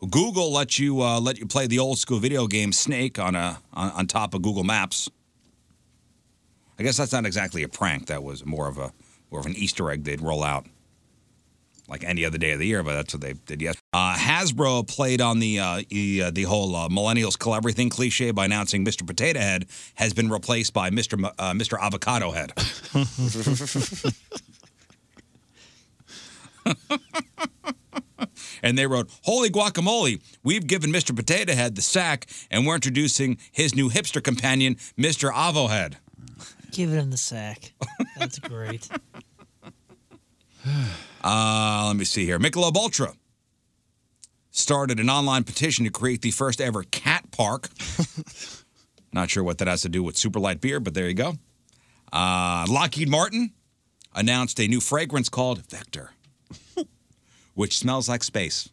Google let you uh, let you play the old school video game Snake on a on, on top of Google Maps. I guess that's not exactly a prank. That was more of a more of an Easter egg they'd roll out, like any other day of the year. But that's what they did. Yes, uh, Hasbro played on the uh, e, uh, the whole uh, millennials kill everything cliche by announcing Mr. Potato Head has been replaced by Mr. M- uh, Mr. Avocado Head. and they wrote, "Holy guacamole! We've given Mr. Potato Head the sack, and we're introducing his new hipster companion, Mr. Avo Head." Give him the sack. That's great. Uh, let me see here. Michelob Ultra started an online petition to create the first ever cat park. Not sure what that has to do with super light beer, but there you go. Uh, Lockheed Martin announced a new fragrance called Vector, which smells like space.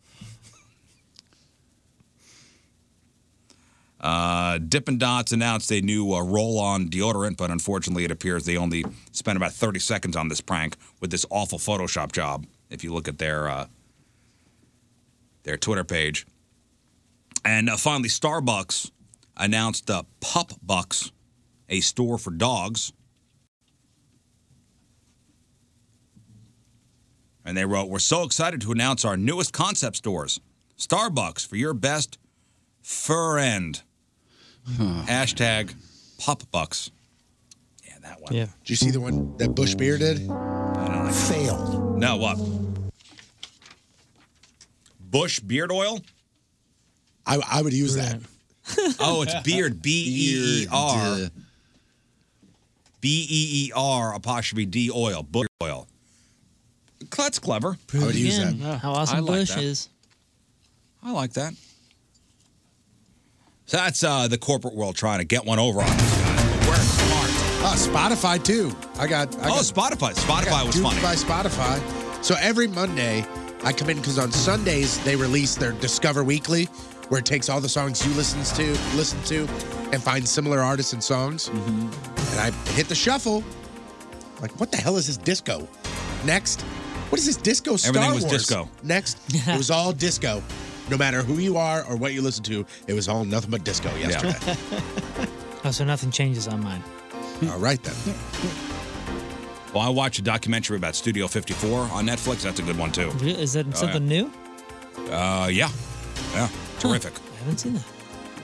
Uh, Dippin' Dots announced a new uh, roll-on deodorant, but unfortunately, it appears they only spent about 30 seconds on this prank with this awful Photoshop job. If you look at their uh, their Twitter page, and uh, finally, Starbucks announced uh, Pup Bucks, a store for dogs, and they wrote, "We're so excited to announce our newest concept stores, Starbucks for your best fur end." Hmm. Hashtag pup bucks. Yeah. Did you see the one that Bush Beer did? Failed. No, what? Bush beard oil? I, I would use that. oh, it's beard. B E E R. B E E R apostrophe D oil. Bush oil. That's clever. I would use that. How awesome I like Bush that. is. I like that. So that's uh, the corporate world trying to get one over on us. Oh, Spotify too. I got. I oh, got, Spotify. Spotify I got was duped funny. By Spotify. So every Monday, I come in because on Sundays they release their Discover Weekly, where it takes all the songs you listens to, listen to, and find similar artists and songs. Mm-hmm. And I hit the shuffle. Like, what the hell is this disco? Next, what is this disco? Star Everything was Wars? disco. Next, it was all disco. No matter who you are or what you listen to, it was all nothing but disco yesterday. Oh, so nothing changes on mine. all right then. Well, I watched a documentary about Studio 54 on Netflix. That's a good one too. Re- Is that Oh, something new? yeah. Uh, yeah, yeah, terrific. I haven't seen that.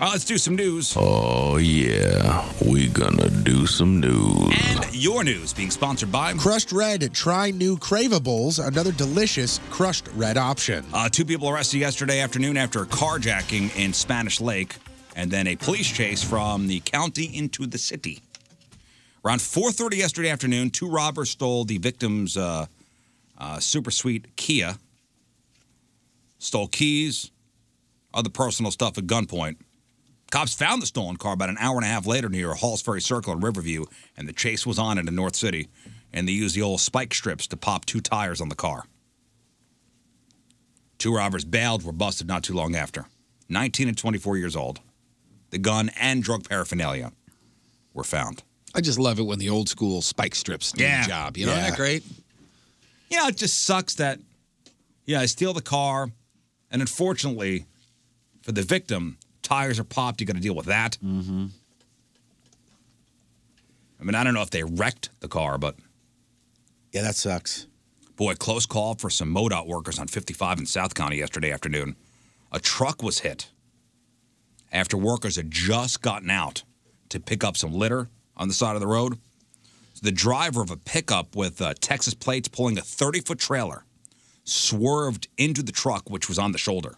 Uh, let's do some news. Oh, yeah. we gonna do some news. Your news being sponsored by Crushed Red, try new Craveables, another delicious crushed red option. Uh, two people arrested yesterday afternoon after a carjacking in Spanish Lake, and then a police chase from the county into the city. Around 4:30 yesterday afternoon, two robbers stole the victim's uh, uh, super sweet Kia, stole keys, other personal stuff at gunpoint. Cops found the stolen car about an hour and a half later near Halls Ferry Circle in Riverview, and the chase was on in the North City. And they used the old spike strips to pop two tires on the car. Two robbers bailed were busted not too long after. 19 and 24 years old. The gun and drug paraphernalia were found. I just love it when the old school spike strips do Yeah. the job. You know, isn't Yeah. that great? You know, it just sucks that, yeah, I steal the car, and unfortunately for the victim, tires are popped. You got to deal with that. Mm-hmm. I mean, I don't know if they wrecked the car, but. Yeah, that sucks. Boy, close call for some MoDOT workers on 55 in South County yesterday afternoon. A truck was hit after workers had just gotten out to pick up some litter on the side of the road. The driver of a pickup with uh, Texas plates pulling a 30 foot trailer swerved into the truck, which was on the shoulder.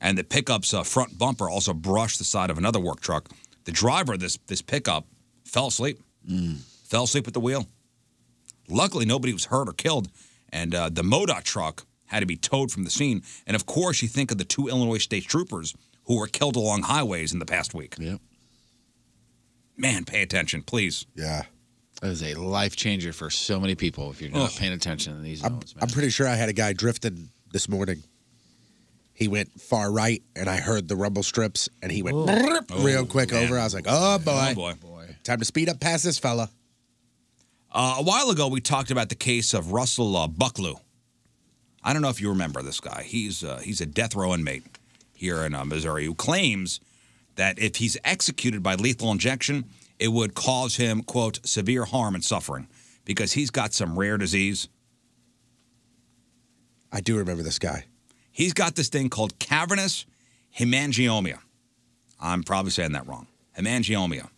And the pickup's uh, front bumper also brushed the side of another work truck. The driver of this, this pickup fell asleep, fell asleep at the wheel. Luckily, nobody was hurt or killed, and uh, the MoDOT truck had to be towed from the scene. And of course, you think of the two Illinois state troopers who were killed along highways in the past week. Yep. Man, pay attention, please. Yeah. That is a life changer for so many people if you're Ugh. not paying attention to these. I'm, I'm pretty sure I had a guy drifting this morning. He went far right, and I heard the rumble strips, and he went Oh. brrrp Oh, real quick man. over. I was like, oh boy. Oh, boy. Time to speed up past this fella. Uh, a while ago, we talked about the case of Russell uh, Bucklew I don't know if you remember this guy. He's uh, he's a death row inmate here in uh, Missouri who claims that if he's executed by lethal injection, it would cause him quote severe harm and suffering because he's got some rare disease. I do remember this guy. He's got this thing called cavernous hemangioma. I'm probably saying that wrong. Hemangioma.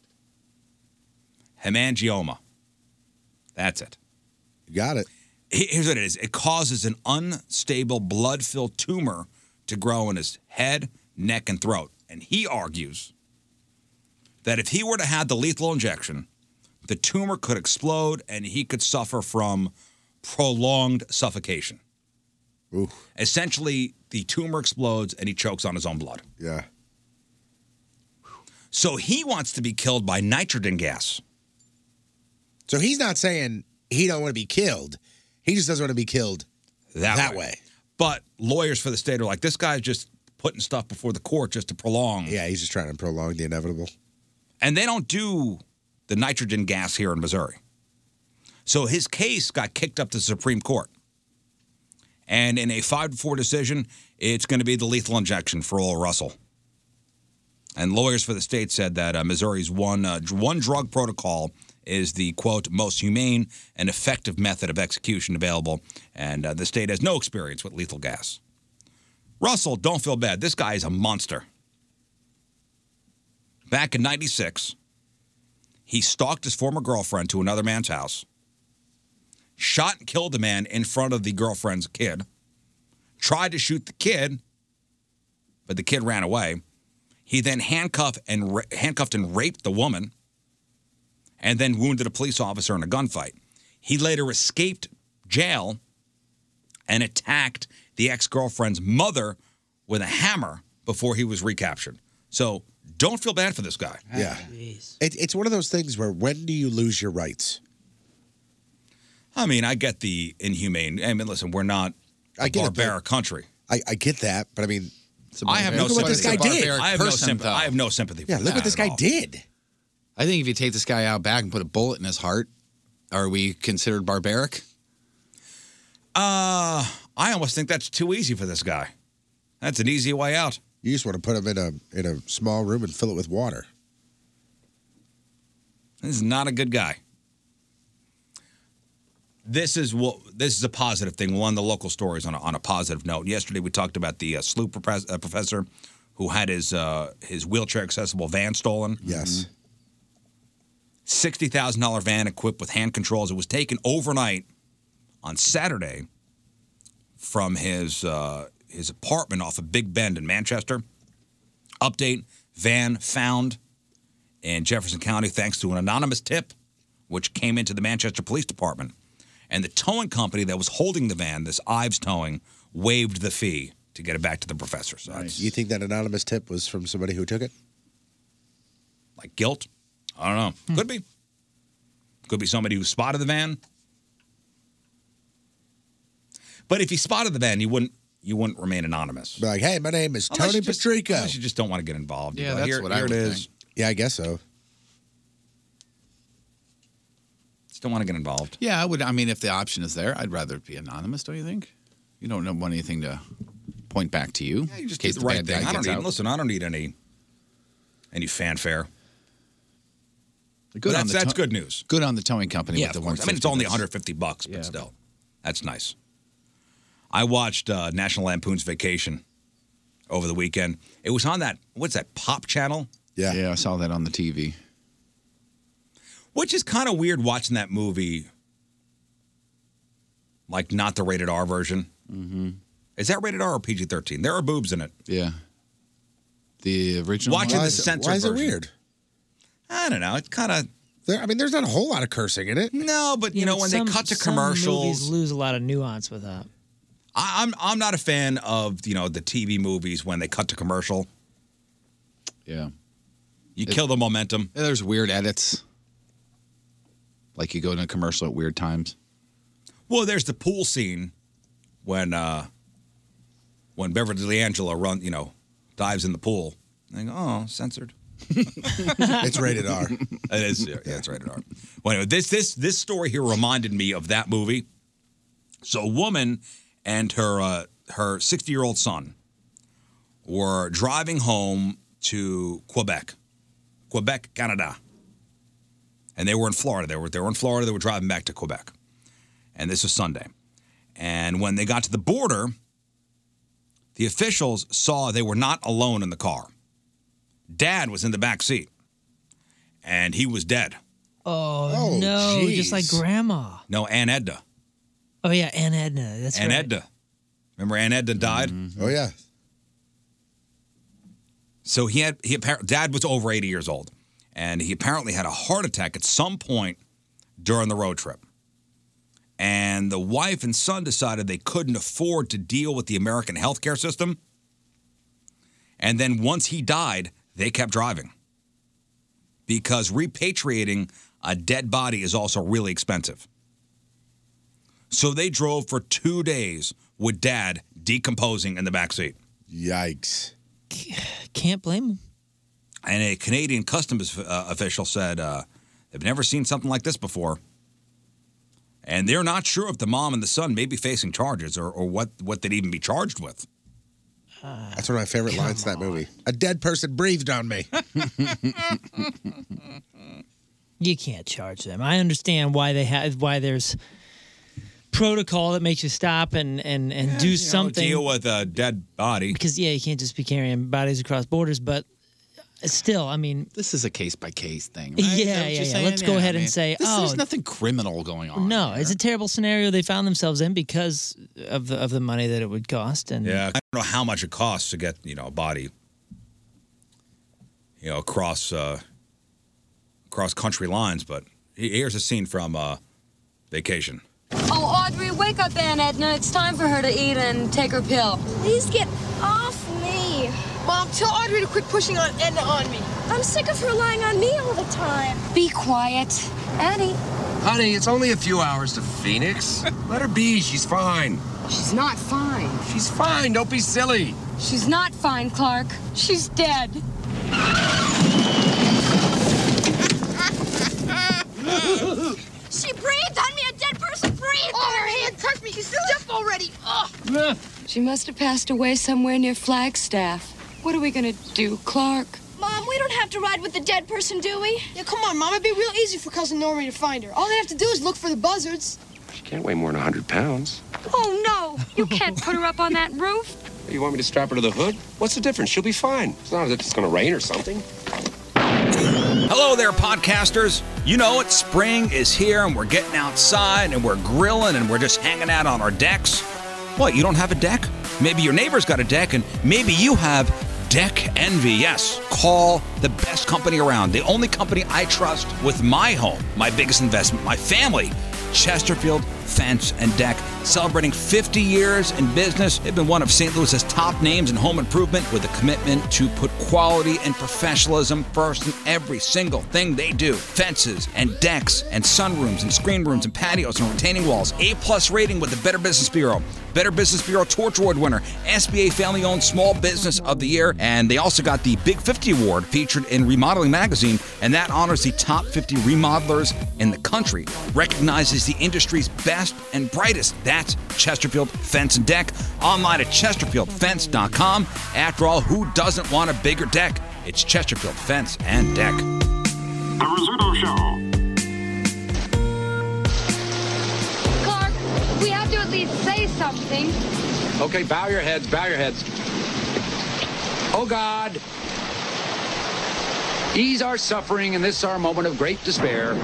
Hemangioma. That's it. You got it. Here's what it is it causes an unstable blood filled tumor to grow in his head, neck, and throat. And he argues that if he were to have the lethal injection, the tumor could explode and he could suffer from prolonged suffocation. Essentially, the tumor explodes and he chokes on his own blood. Yeah. So he wants to be killed by nitrogen gas. So he's not saying he don't want to be killed. He just doesn't want to be killed that, that way. way. But lawyers for the state are like, this guy's just putting stuff before the court just to prolong. Yeah, he's just trying to prolong the inevitable. And they don't do the nitrogen gas here in Missouri. So his case got kicked up to the Supreme Court. And in a 5 to 4 decision, it's going to be the lethal injection for Earl Russell. And lawyers for the state said that uh, Missouri's one, uh, dr- one drug protocol is the quote most humane and effective method of execution available, and uh, the state has no experience with lethal gas. Russell, don't feel bad. This guy is a monster. Back in 96, he stalked his former girlfriend to another man's house, shot and killed the man in front of the girlfriend's kid, tried to shoot the kid, but the kid ran away. He then handcuffed and ra- handcuffed and raped the woman, and then wounded a police officer in a gunfight. He later escaped jail and attacked the ex-girlfriend's mother with a hammer before he was recaptured. So don't feel bad for this guy. Yeah. It, it's one of those things where when do you lose your rights? I mean, I get the inhumane. I mean, listen, we're not a I get it, but- barbaric country. I, I get that, but I mean, I have no look at what sympathy. this guy did. I have no sympathy. I have no sympathy. For Yeah, that look what this at guy all. did. I think if you take this guy out back and put a bullet in his heart, are we considered barbaric? Uh, I almost think that's too easy for this guy. That's an easy way out. You just want to put him in a in a small room and fill it with water. This is not a good guy. This is what this is a positive thing. We'll end the local stories on a, on a positive note. Yesterday we talked about the uh, SLU profes- uh, professor who had his uh, his wheelchair accessible van stolen. Yes. Sixty thousand dollar van equipped with hand controls. It was taken overnight on Saturday from his uh, his apartment off of Big Bend in Manchester. Update: Van found in Jefferson County thanks to an anonymous tip, which came into the Manchester Police Department. And the towing company that was holding the van, this Ives Towing, waived the fee to get it back to the professor. So that's You think that anonymous tip was from somebody who took it? like guilt. I don't know. Could be. Could be somebody who spotted the van. But if he spotted the van, you wouldn't you wouldn't remain anonymous. Like, hey, my name is Unless Tony you just- Patrico. unless you just don't want to get involved. You're like, here, here it is. Yeah, I guess so. Just don't want to get involved. Yeah, I would. I mean, if the option is there, I'd rather be anonymous. Don't you think? You don't want anything to point back to you. Yeah, You just did the right thing. I don't need, listen, I don't need any any fanfare. Good But on the that's- that's tow- good news. Good on the towing company. Yeah, with of the course. I mean, it's 150 only that's- 150 bucks, but still, that's nice. I watched uh, National Lampoon's Vacation over the weekend. It was on that what's that Pop Channel, Yeah, yeah, I saw that on the TV. which is kind of weird watching that movie, like not the rated R version. Mm-hmm. Is that rated R or PG thirteen? There are boobs in it. Yeah. The original. Watching one? the censored version. I don't know. It kind of. There, I mean, there's not a whole lot of cursing in it. No, but you know when they cut to movies commercials, lose a lot of nuance with that. I, I'm I'm not a fan of you know the TV movies when they cut to commercial. Yeah. You kill the momentum. There's weird edits. Like you go to a commercial at weird times. Well, there's the pool scene when uh when Beverly D'Angelo run, you know, dives in the pool. I go, oh, censored. it's rated R. It is. Yeah, it's rated R. Well, anyway, this this this story here reminded me of that movie. So, a woman and her uh, her 60 year old son were driving home to Quebec, Quebec, Canada, and they were in Florida. They were they were in Florida. They were driving back to Quebec, and this was Sunday. And when they got to the border, the officials saw they were not alone in the car. Dad was in the back seat, and he was dead. Oh, Oh, no, just like jeez. grandma. No, Aunt Edna. Oh yeah, Aunt Edna. That's Aunt right. Edna. Remember Aunt Edna died? Oh yeah. So he had he appar- dad was over 80 years old and he apparently had a heart attack at some point during the road trip. And the wife and son decided they couldn't afford to deal with the American healthcare system. And then once he died, they kept driving. Because repatriating a dead body is also really expensive. So they drove for 2 days with dad decomposing in the backseat. Yikes. Can't blame him. And a Canadian customs uh, official said uh, they've never seen something like this before. And they're not sure if the mom and the son may be facing charges or, or what, what they'd even be charged with. That's one of my favorite lines in that movie. A dead person breathed on me. You can't charge them. I understand why they have why there's protocol that makes you stop and and and do You know, something. deal with a dead body. because yeah, you can't just be carrying bodies across borders, but still, I mean, This is a case by case thing. Right? Yeah, Is yeah, yeah. that what you're saying? Let's go I ahead and mean, say, this- oh. there's nothing criminal going on. no, it's a terrible scenario they found themselves in because of the of the money that it would cost and Yeah, I don't know how much it costs to get you know a body, you know, across uh, across country lines. But he- here's a scene from uh, Vacation. Oh, Audrey, wake up Aunt Edna. It's time for her to eat and take her pill. Please get off me. Mom, tell Audrey to quit pushing on Edna on me. I'm sick of her lying on me all the time. Be quiet. Addie. Honey, it's only a few hours to Phoenix. Let her be. She's fine. She's not fine. She's fine. Don't be silly. She's not fine, Clark. She's dead. She breathed on me. A dead person breathed. Oh, her hand touched me. She's stiff already. Oh. She must have passed away somewhere near Flagstaff. What are we gonna do, Clark? Mom, we don't have to ride with the dead person, do we? Yeah, come on, Mom. It'd be real easy for Cousin Norma to find her. All they have to do is look for the buzzards. She can't weigh more than 100 pounds. Oh no! You can't put her up on that roof. You want me to strap her to the hood? What's the difference? She'll be fine. It's not as if it's going to rain or something. Hello there, podcasters. You know it, spring is here and we're getting outside and we're grilling and we're just hanging out on our decks. What, you don't have a deck? Maybe your neighbor's got a deck and maybe you have deck envy. Yes, call the best company around, the only company I trust with my home, my biggest investment, my family. Chesterfield Fence and Deck, celebrating 50 years in business. They've been one of St. Louis's top names in home improvement with a commitment to put quality and professionalism first in every single thing they do. Fences and decks and sunrooms and screen rooms and patios and retaining walls. A plus rating with the Better Business Bureau. Better Business Bureau Torch Award winner, SBA Family Owned Small Business of the Year, and they also got the Big 50 Award featured in Remodeling Magazine, and that honors the top 50 remodelers in the country, recognizes the industry's best and brightest. That's Chesterfield Fence and Deck. Online at chesterfieldfence.com. After all, who doesn't want a bigger deck? It's Chesterfield Fence and Deck. The Rizzuto Show. Clark, we have to at least say something. Okay, bow your heads, bow your heads. Oh God, ease our suffering in this our moment of great despair.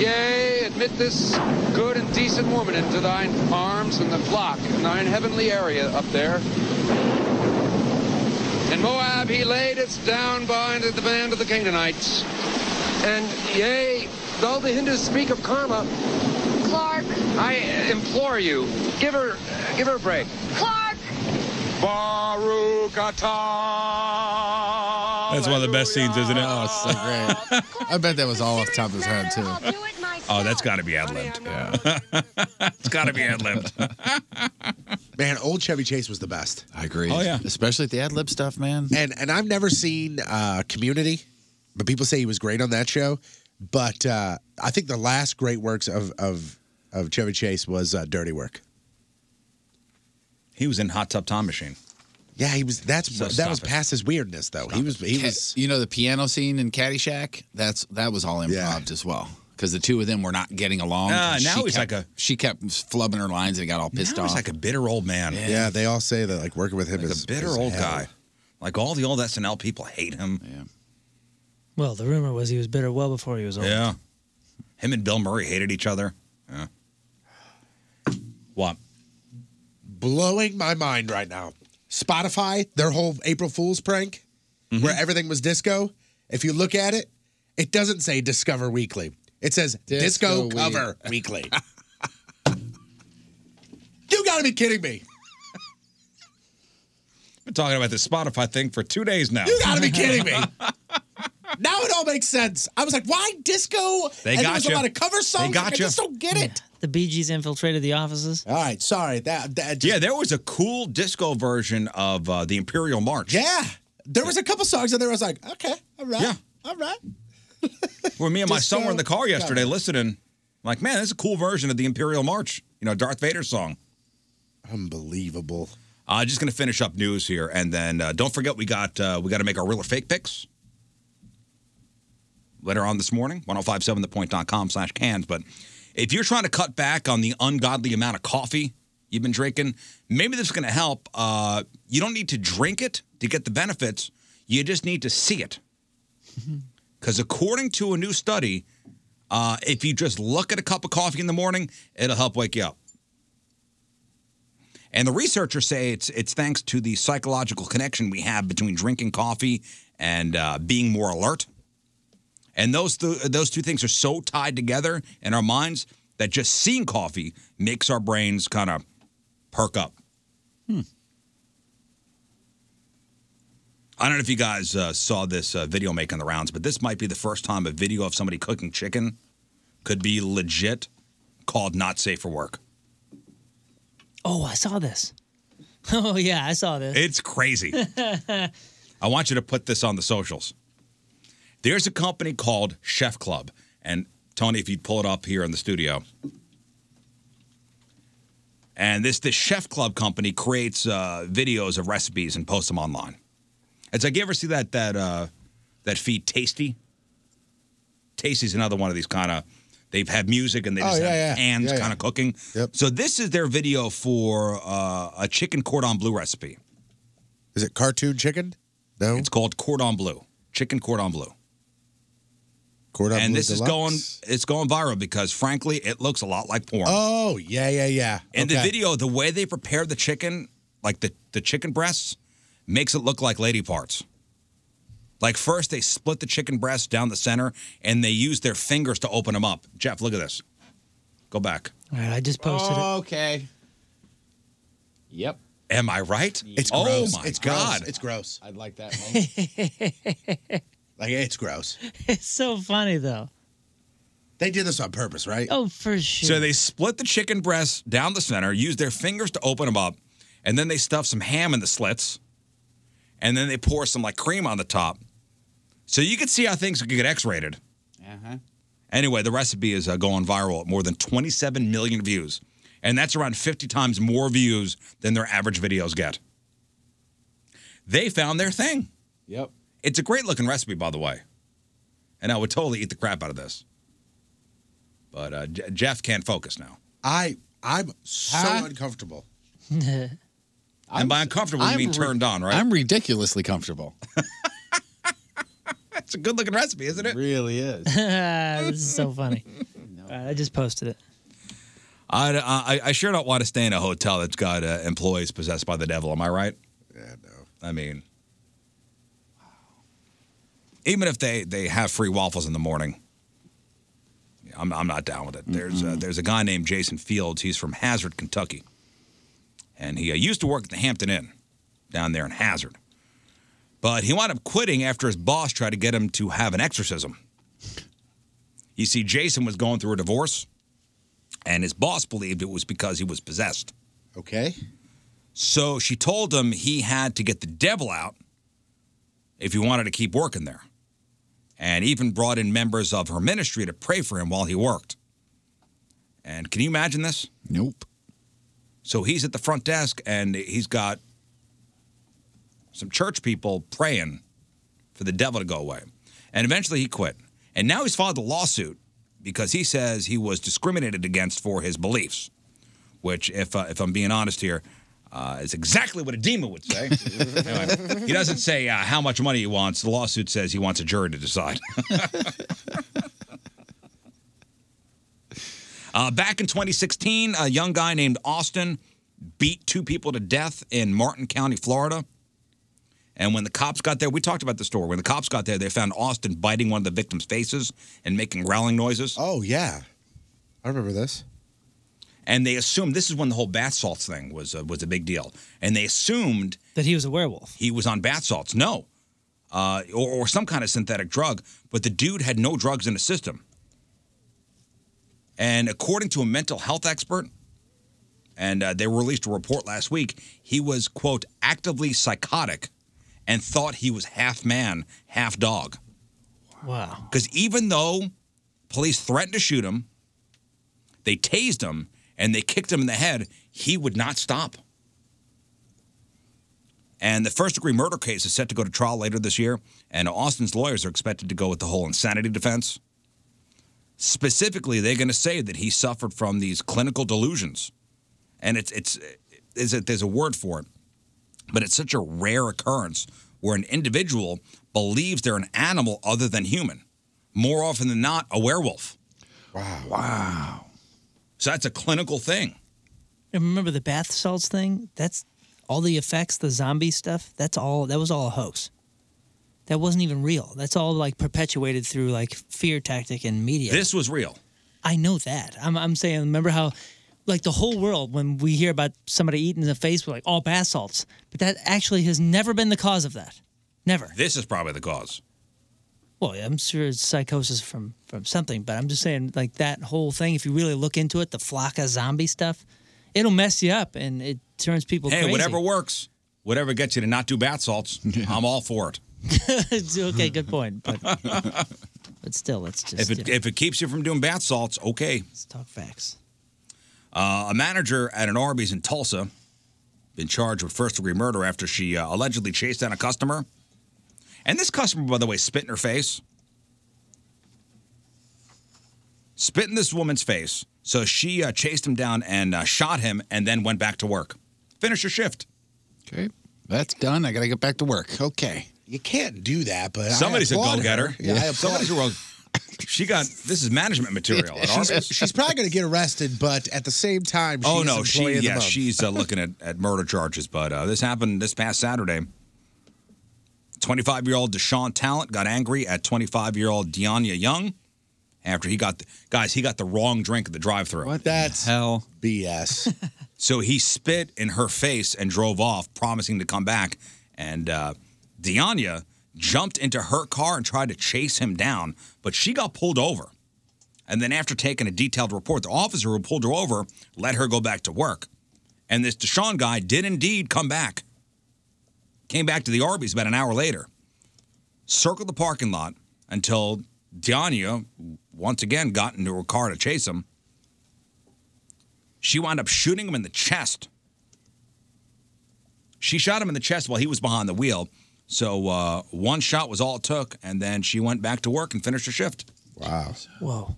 Yea, admit this good and decent woman into thine arms and the flock in thine heavenly area up there. And Moab he laid us down behind the band of the Canaanites. And yea, though the Hindus speak of karma, Clark. I implore you, give her, give her a break. Clark. Baruch That's one of the best scenes, isn't it? Oh, it's so great. I bet that was all off the top of his head, too. Oh, that's got to be ad libbed. it's got to be ad libbed. Man, old Chevy Chase was the best. I agree. Oh, yeah. Especially the ad lib stuff, man. And and I've never seen uh, Community, but people say he was great on that show. But uh, I think the last great works of of of Chevy Chase was uh, Dirty Work. He was in Hot Tub Time Machine. Yeah, he was. That's So that stop was it. past his weirdness though. he was he Ca- was you know the piano scene in Caddyshack. That's that was all improv as well because the two of them were not getting along. Ah, and now she he's kept- like a- she kept flubbing her lines and got all pissed Now off. he's like a bitter old man. Yeah. Yeah, they all say that like working with him Like is a bitter is old hell. guy. Like all the old SNL people hate him. Yeah. Well, the rumor was he was bitter well before he was old. Yeah. Him and Bill Murray hated each other. Yeah. What? blowing my mind right now. Spotify, their whole April Fool's prank, where everything was disco. If you look at it, it doesn't say Discover Weekly. It says Disco, Disco Week. Cover Weekly. you gotta be kidding me. Been talking about this Spotify thing for two days now. You gotta be kidding me. Now it all makes sense. I was like, why disco? They and there got was you. a lot of cover They songs. got I you. just don't get it. The Bee Gees infiltrated the offices. All right, sorry. That, that Yeah, there was a cool disco version of uh, the Imperial March. Yeah. There was a couple songs in there. I was like, okay, all right. Yeah. All right. Where me and my Disco son were in the car yesterday cover. listening. I'm like, man, this is a cool version of the Imperial March. You know, Darth Vader song. Unbelievable. Uh, just gonna finish up news here, and then uh, don't forget we got uh, we got to make our real or fake picks later on this morning. 1057thepoint.com slash cans. But if you're trying to cut back on the ungodly amount of coffee you've been drinking, maybe this is gonna help. Uh, you don't need to drink it to get the benefits. You just need to see it. Because according to a new study, uh, if you just look at a cup of coffee in the morning, it'll help wake you up. And the researchers say it's it's thanks to the psychological connection we have between drinking coffee and uh, being more alert. And those th- those two things are so tied together in our minds that just seeing coffee makes our brains kind of perk up. Hmm. I don't know if you guys uh, saw this uh, video making the rounds, but this might be the first time a video of somebody cooking chicken could be legit called not safe for work. Oh, I saw this. Oh yeah, I saw this. It's crazy. I want you to put this on the socials. There's a company called Chef Club. And Tony, if you'd pull it up here in the studio. And this, this Chef Club company creates uh, videos of recipes and posts them online. It's like, you ever see that, that, uh, that feed Tasty? Tasty's another one of these kind of, they've had music and they Oh, just yeah, have yeah. hands Yeah, yeah. kind of cooking. So this is their video for uh, a chicken cordon bleu recipe. Is it cartoon chicken? No. It's called cordon bleu. Chicken cordon bleu. Cordon and Bleu this Deluxe? is going it's going viral because frankly it looks a lot like porn. Oh, yeah, yeah, yeah. and the Okay. video, the way they prepare the chicken, like the, the chicken breasts, makes it look like lady parts. Like first they split the chicken breasts down the center and they use their fingers to open them up. Jeff, look at this. Go back. All right, I just posted it. Okay. Yep. Am I right? It's oh gross. my it's god. Gross. It's gross. I'd like that like it's gross. it's so funny though. They did this on purpose, right? Oh, for sure. So they split the chicken breasts down the center, use their fingers to open them up, and then they stuff some ham in the slits, and then they pour some like cream on the top. So you can see how things could get X-rated. Uh-huh. Anyway, the recipe is uh, going viral at more than 27 million views, and that's around 50 times more views than their average videos get. They found their thing. Yep. It's a great looking recipe, by the way, and I would totally eat the crap out of this. But uh, J- Jeff can't focus now. I I'm so Huh? uncomfortable. and by uncomfortable, you I'm mean re- turned on, right? I'm ridiculously comfortable. That's a good looking recipe, isn't it? really is. this is so funny. All right, I just posted it. I, I, I sure don't want to stay in a hotel that's got uh, employees possessed by the devil. Am I right? Yeah, no. I mean, even if they, they have free waffles in the morning, yeah, I'm, I'm not down with it. There's uh, there's a guy named Jason Fields. He's from Hazard, Kentucky, and he uh, used to work at the Hampton Inn down there in Hazard, but he wound up quitting after his boss tried to get him to have an exorcism. You see, Jason was going through a divorce and his boss believed it was because he was possessed. Okay. So she told him he had to get the devil out if he wanted to keep working there, and even brought in members of her ministry to pray for him while he worked. And can you imagine this? Nope. So he's at the front desk and he's got some church people praying for the devil to go away. And eventually he quit. And now he's filed a lawsuit because he says he was discriminated against for his beliefs, which, if, uh, if I'm being honest here, uh, is exactly what a demon would say. Anyway, he doesn't say uh, how much money he wants. The lawsuit says he wants a jury to decide. Uh, back in 2016, a young guy named Austin beat two people to death in Martin County, Florida. And when the cops got there, we talked about the story. When the cops got there, they found Austin biting one of the victim's faces and making growling noises. Oh, yeah. I remember this. And they assumed this is when the whole bath salts thing was uh, was a big deal. And they assumed that he was a werewolf. He was on bath salts. No. Uh, or, or some kind of synthetic drug, but the dude had no drugs in his system. And according to a mental health expert, and uh, they released a report last week, he was, quote, actively psychotic and thought he was half man, half dog. Wow. Because even though police threatened to shoot him, they tased him, and they kicked him in the head, he would not stop. And the first degree murder case is set to go to trial later this year, and Austin's lawyers are expected to go with the whole insanity defense. Specifically, they're going to say that he suffered from these clinical delusions. And it's, it's, is it, there's a word for it, but it's such a rare occurrence where an individual believes they're an animal other than human. More often than not, a werewolf. Wow. Wow. So that's a clinical thing. And remember the bath salts thing? That's all the effects, the zombie stuff. That's all. That was all a hoax. That wasn't even real. That's all like perpetuated through like fear tactic and media. This was real. I know that. I'm, I'm saying, remember how, like, the whole world, when we hear about somebody eating in the face, we're like, all bath salts. But that actually has never been the cause of that. Never. This is probably the cause. Well, I'm sure it's psychosis from, from something, but I'm just saying, like, that whole thing, if you really look into it, the flock of zombie stuff, it'll mess you up and it turns people hey, crazy. whatever works, whatever gets you to not do bath salts, I'm all for it. okay, good point. But, but still, it's just. If it, if it keeps you from doing bath salts, okay. Let's talk facts. Uh, a manager at an Arby's in Tulsa been charged with first degree murder after she uh, allegedly chased down a customer. And this customer, by the way, spit in her face. Spit in this woman's face. So she uh, chased him down and uh, shot him and then went back to work. Finish your shift. Okay. That's done. I got to get back to work. Okay. You can't do that, but Somebody said go get her. Yeah, I applaud Somebody said, well, she got this is management material at she's, Arby's. she's probably going to get arrested, but at the same time, she's oh no, she employee of the yeah, month. she's uh, looking at, at murder charges. But uh, this happened this past Saturday. Twenty-five-year-old Deshaun Talent got angry at twenty-five-year-old Deanya Young after he got the, guys he got the wrong drink at the drive-through. What that's hell BS. so he spit in her face and drove off, promising to come back. And uh, Deanya jumped into her car and tried to chase him down, but she got pulled over. And then, after taking a detailed report, the officer who pulled her over let her go back to work. And this Deshaun guy did indeed come back. Came back to the Arby's about an hour later, circled the parking lot until Deanya once again got into her car to chase him. She wound up shooting him in the chest. She shot him in the chest while he was behind the wheel. So uh, one shot was all it took, and then she went back to work and finished her shift. Wow. Whoa.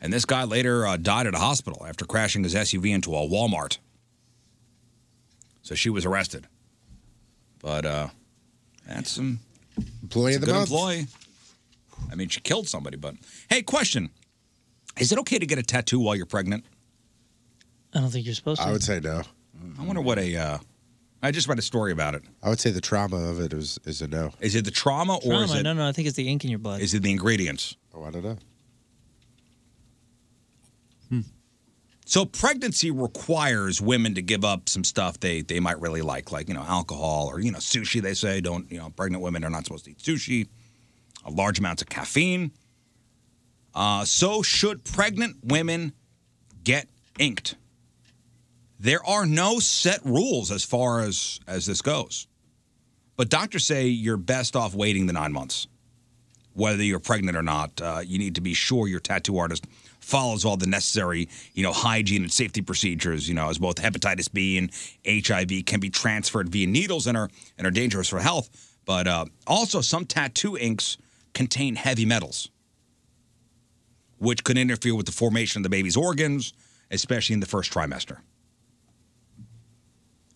And this guy later uh, died at a hospital after crashing his SUV into a Walmart. So she was arrested. But uh, that's some employee of the good month. employee. I mean, she killed somebody, but hey, question: Is it okay to get a tattoo while you're pregnant? I don't think you're supposed to. say no. I wonder what a. Uh, I just read a story about it. I would say the trauma of it is is a no. Is it the trauma, or is Trauma. it No, no, I think it's the ink in your blood. is it the ingredients? Oh, I don't know. So pregnancy requires women to give up some stuff they they might really like, like you know alcohol or you know sushi. They say don't you know pregnant women are not supposed to eat sushi. Uh, large amounts of caffeine. Uh, so should pregnant women get inked? There are no set rules as far as as this goes, but doctors say you're best off waiting the nine months, whether you're pregnant or not. Uh, you need to be sure your tattoo artist follows all the necessary, you know, hygiene and safety procedures, you know, as both hepatitis B and HIV can be transferred via needles and are and are dangerous for health. But uh, also, some tattoo inks contain heavy metals, which could interfere with the formation of the baby's organs, especially in the first trimester.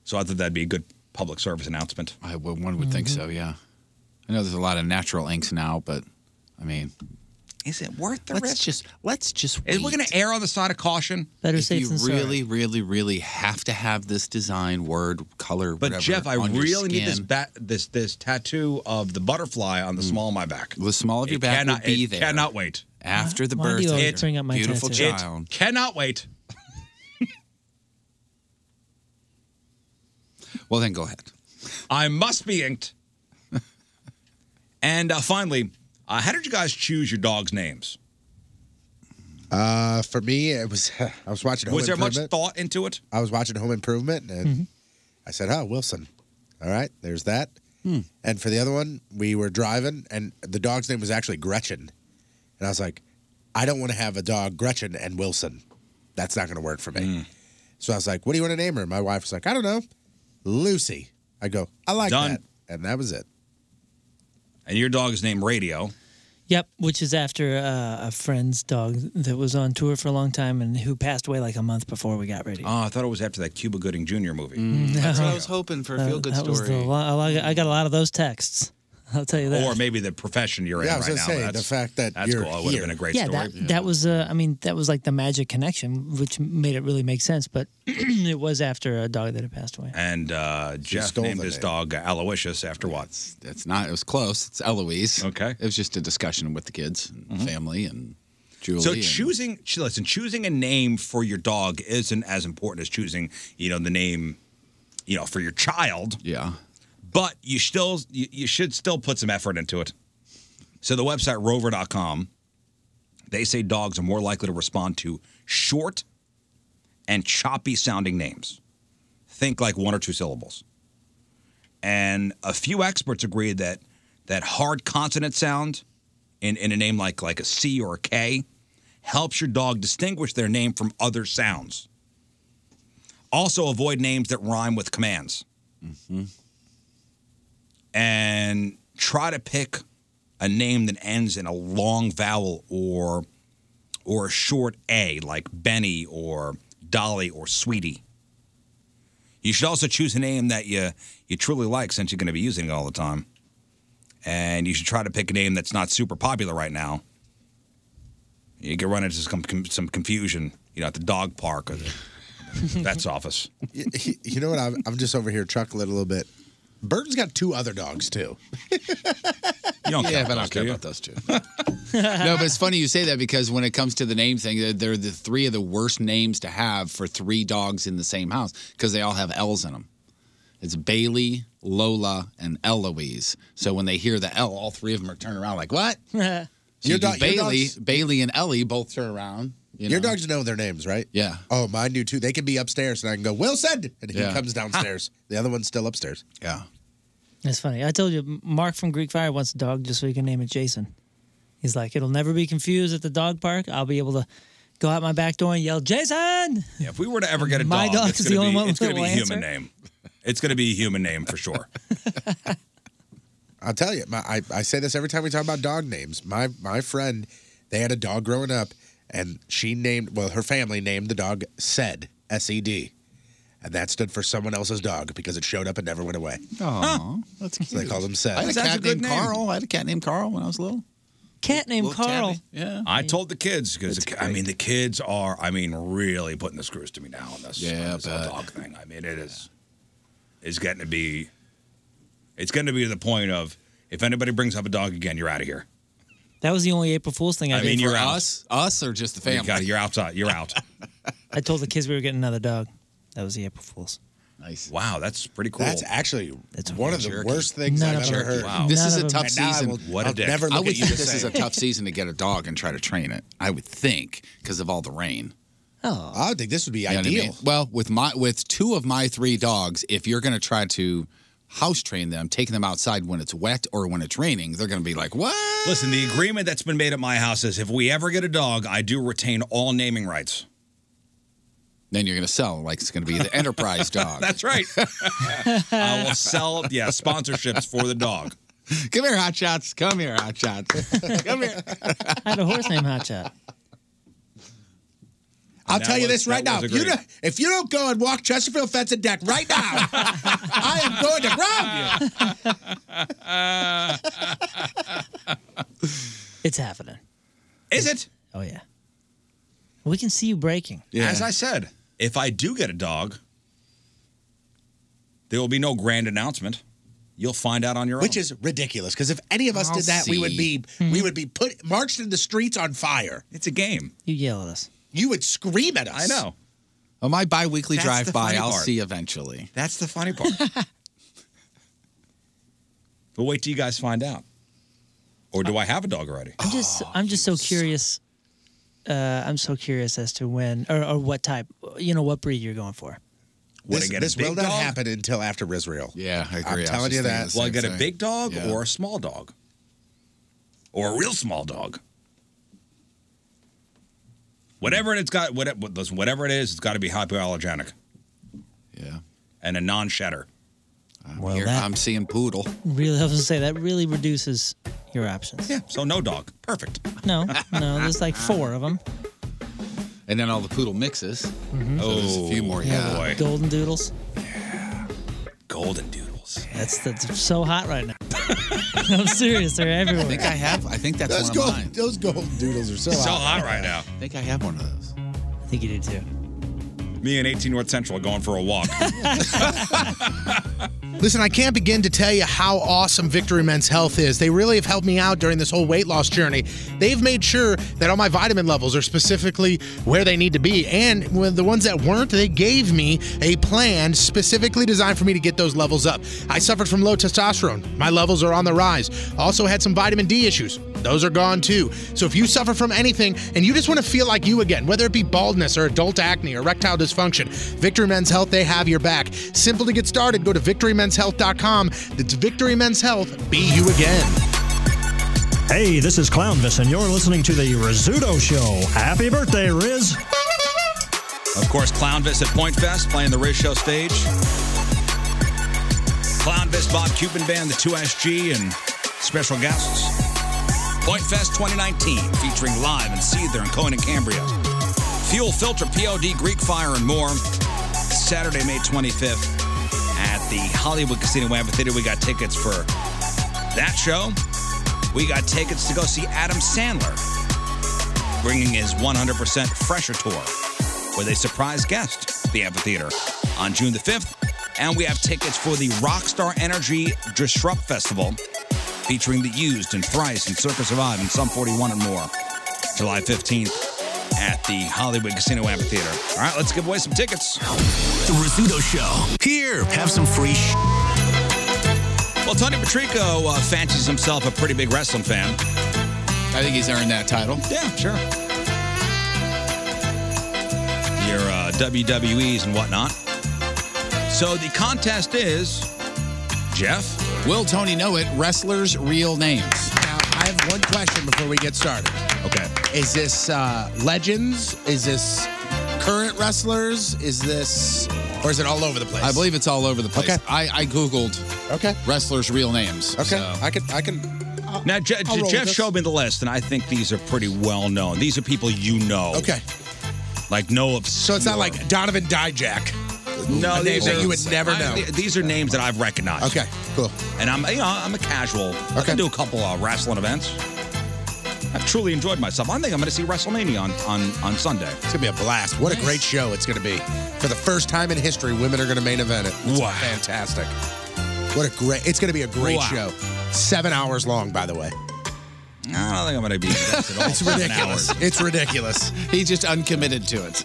So I thought that'd be a good public service announcement. I would, one would think so. Yeah. I know there's a lot of natural inks now, but I mean, Is it worth the let's risk? just let's just. Is- we're wait. going to err on the side of caution. if you really, really, really have to have this design, word, color, But whatever, Jeff, I on your really need this skin. Mm. bat, this this tattoo of the butterfly on the small of my back. The small of your back will cannot, be it there Cannot wait after the birth of your beautiful It child. cannot wait. well, then go ahead. I must be inked. and uh, finally, uh, how did you guys choose your dog's names? Uh, for me, it was I was watching. Home Was there much Improvement. thought into it? I was watching Home Improvement, and Mm-hmm. I said, "Oh, Wilson." All right, there's that. Hmm. And for the other one, we were driving, and the dog's name was actually Gretchen, and I was like, "I don't want to have a dog Gretchen and Wilson. That's not going to work for me." Hmm. So I was like, "What do you want to name her?" My wife was like, "I don't know, Lucy." I go, "I like Done. that," and that was it. And your dog is named Radio. Yep, which is after uh, a friend's dog that was on tour for a long time and who passed away like a month before we got ready. Oh, I thought it was after that Cuba Gooding Jr. movie. Mm. That's what I was hoping for Uh, that was the lo- I like- I got a lot of those texts. I'll tell you that. Or maybe the profession you're Yeah, I in was right now. gonna say, That's- the fact that that's you're cool. It would have here. been a great yeah, story. that that was. Uh, I mean, that was like the magic connection, which made it really make sense. But it was after a dog that had passed away. And uh, Jeff stole named the his name. dog Aloysius after what? That's not. It was close. It's Eloise. Okay. Mm-hmm. It was just a discussion with the kids, and family, and Julie. So and- choosing, ch- listen, choosing a name for your dog isn't as important as choosing, you know, the name, you know, for your child. Yeah. But you still, you, you should still put some effort into it. So the website Rover.com, they say dogs are more likely to respond to short and choppy sounding names. Think like one or two syllables. And a few experts agree that that hard consonant sound in, in a name like like a C or a K helps your dog distinguish their name from other sounds. Also, avoid names that rhyme with commands. And try to pick a name that ends in a long vowel or or a short A, like Benny or Dolly or Sweetie. You should also choose a name that you you truly like since you're going to be using it all the time. And you should try to pick a name that's not super popular right now. You can run into some com- some confusion, you know, at the dog park or the vet's office. Y- y- you know what? I'm, I'm just over here chuckling a little bit. Burton's got two other dogs too. You don't yeah, count but I those, do don't care you? about those two. no, but it's funny you say that because when it comes to the name thing, they're, they're the three of the worst names to have for three dogs in the same house because they all have L's in them. It's Bailey, Lola, and Eloise. So when they hear the L, all three of them are turned around like, what? Yeah. So you do Bailey, Bailey and Ellie both turn around. you Your know? dogs know their names, right? Yeah. Oh, mine do too. They can be upstairs, and I can go Wilson, and he Yeah. comes downstairs. the other one's still upstairs. Yeah. That's funny. I told you, Mark from Greek Fire wants a dog just so he can name it Jason. He's like, it'll never be confused at the dog park. I'll be able to go out my back door and yell, Jason. Yeah, if we were to ever get a My dog, dog's it's the going to only be, one it's gonna that be a will human answer. name. It's going to be a human name for sure. I'll tell you, my, I, I say this every time we talk about dog names. My my friend, they had a dog growing up, and she named well, her family named the dog Sed S E D, and that stood for someone else's dog because it showed up and never went away. Aw, that's cute. So they called him Sed. I had a cat named Carl. I had a cat named Carl when I was little. Cat named Little Carl. tabby. Yeah. I told the kids because I mean the kids are I mean really putting the screws to me now on this, yeah, this whole dog thing. I mean it is it's getting to be it's going to be to the point of if anybody brings up a dog again, you're out of here. That was the only April Fool's thing I, I did. mean you're out. us us or just the You got, you're outside. You're out. I told the kids we were getting another dog. That was the April Fool's. Nice. Wow, that's pretty cool. That's actually one of the worst things None I've of ever them. heard. Wow. This None is of a them. tough And now I season. will- What a I'll dick. never I look would at you think the this same. is a tough season to get a dog and try to train it. I would think because of all the rain. Oh, I would think this would be You know what I ideal. mean? Well, with my with two of my three dogs, if you're going to try to house train them, taking them outside when it's wet or when it's raining, they're going to be like, what? Listen, the agreement that's been made at my house is if we ever get a dog, I do retain all naming rights. Then you're going to sell like it's going to be the enterprise dog. That's right. I will sell, yeah, sponsorships for the dog. Come here, Hot Shots. Come here, Hot Shots. Come here. I had a horse named Hotshot. I'll That tell you was- this right that now. was If you, agreed. don't, if you don't go and walk Chesterfield Fence and Deck right now, I am going to rob you. It's happening. Is it? Oh yeah. We can see you breaking. As I said, if I do get a dog, there will be no grand announcement. You'll find out on your own. Which is ridiculous because if any of us I'll did that, we would see. be we would be put marched in the streets on fire. It's a game. You yell at us. You would scream at us. I know. Well, my bi weekly That's the drive by, funny I'll part. see eventually. That's the funny part. but wait till you guys find out. Or do I have a dog already? I'm just Oh, I'm just so curious. Uh, I'm so curious as to when or, or what type, you know, what breed you're going for. Would this I get a this will big not dog? happen until after Israel. Yeah, I agree. I was telling you just thinking that. the Well, same I get a thing. big dog Yeah. or a small dog, or a real small dog. Whatever it's got, whatever, listen, whatever it is, it's got to be hypoallergenic. Yeah. And a non-shedder. Well, here- that- I'm seeing poodle. Really, I was gonna say that really reduces your options. Yeah. So no dog. Perfect. No, no. There's like four of them. And then all the poodle mixes. Mm-hmm. So Oh, there's a few more. Yeah, Mm-hmm. Yeah. golden doodles. Golden doodles. That's that's so hot right now. I'm serious. They're everywhere. I think I have. I think that's Those one of gold, mine. those gold doodles are so, now. I think I have one of those. I think you did too. Me and 18 North Central are going for a walk. Listen, I can't begin to tell you how awesome Victory Men's Health is. They really have helped me out during this whole weight loss journey. They've made sure that all my vitamin levels are specifically where they need to be. And when the ones that weren't, they gave me a plan specifically designed for me to get those levels up. I suffered from low testosterone. My levels are on the rise. Also had some vitamin D issues. Those are gone too. So if you suffer from anything and you just want to feel like you again, whether it be baldness or adult acne or erectile dysfunction, Victory Men's Health, they have your back. Simple to get started, go to victorymenshealth.com. That's Victory Men's Health. Be you again. Hey, this is Clownvis, and you're listening to the Rizzuto Show. Happy birthday, Riz! Of course, Clownvis at Point Fest playing the Riz Show stage. Clownvis, Bob Cuban Band, the 2SG, and special guests. Point Fest 2019, featuring Live and Seether and Cohen and Cambria. Fuel Filter, POD, Greek Fire, and more. Saturday, May 25th at the Hollywood Casino Amphitheater. We got tickets for that show. We got tickets to go see Adam Sandler bringing his 100% Fresher Tour with a surprise guest, the Amphitheater, on June the 5th. And we have tickets for the Rockstar Energy Disrupt Festival, featuring The Used and Thrice and Circus Survive and Sum 41 and more, July 15th at the Hollywood Casino Amphitheater. All right, let's give away some tickets. The Rizzuto Show. Here, have some free sh- Well, Tony Patrico uh, fancies himself a pretty big wrestling fan. I think he's earned that title. Yeah, sure. your uh, WWEs and whatnot. So the contest is Jeff. Will Tony know it? Wrestlers' real names. Now, I have one question before we get started. Okay. Is this uh, legends? Is this current wrestlers? Is this, or is it all over the place? I believe it's all over the place. Okay. I, I Googled okay. wrestlers' real names. Okay. I can, I can. Now, Je- I'll roll with Jeff this. showed me the list, and I think these are pretty well known. These are people you know. Okay. Like no. So it's not like Donovan Dijak. No, A name these that are, you would never I- know. th- these are names that I've recognized. Okay, cool. And I'm, you know, I'm a casual. I can do a couple uh, wrestling events. I've truly enjoyed myself. I think I'm going to see WrestleMania on, on, on Sunday. It's gonna be a blast. What a great show it's gonna be. For the first time in history, women are gonna main event it. It's Wow. fantastic. What a great it's gonna be a great Wow. show. Seven hours long, by the way. I don't think I'm going to be invested all It's seven ridiculous. hours. It's ridiculous. He's just uncommitted to it.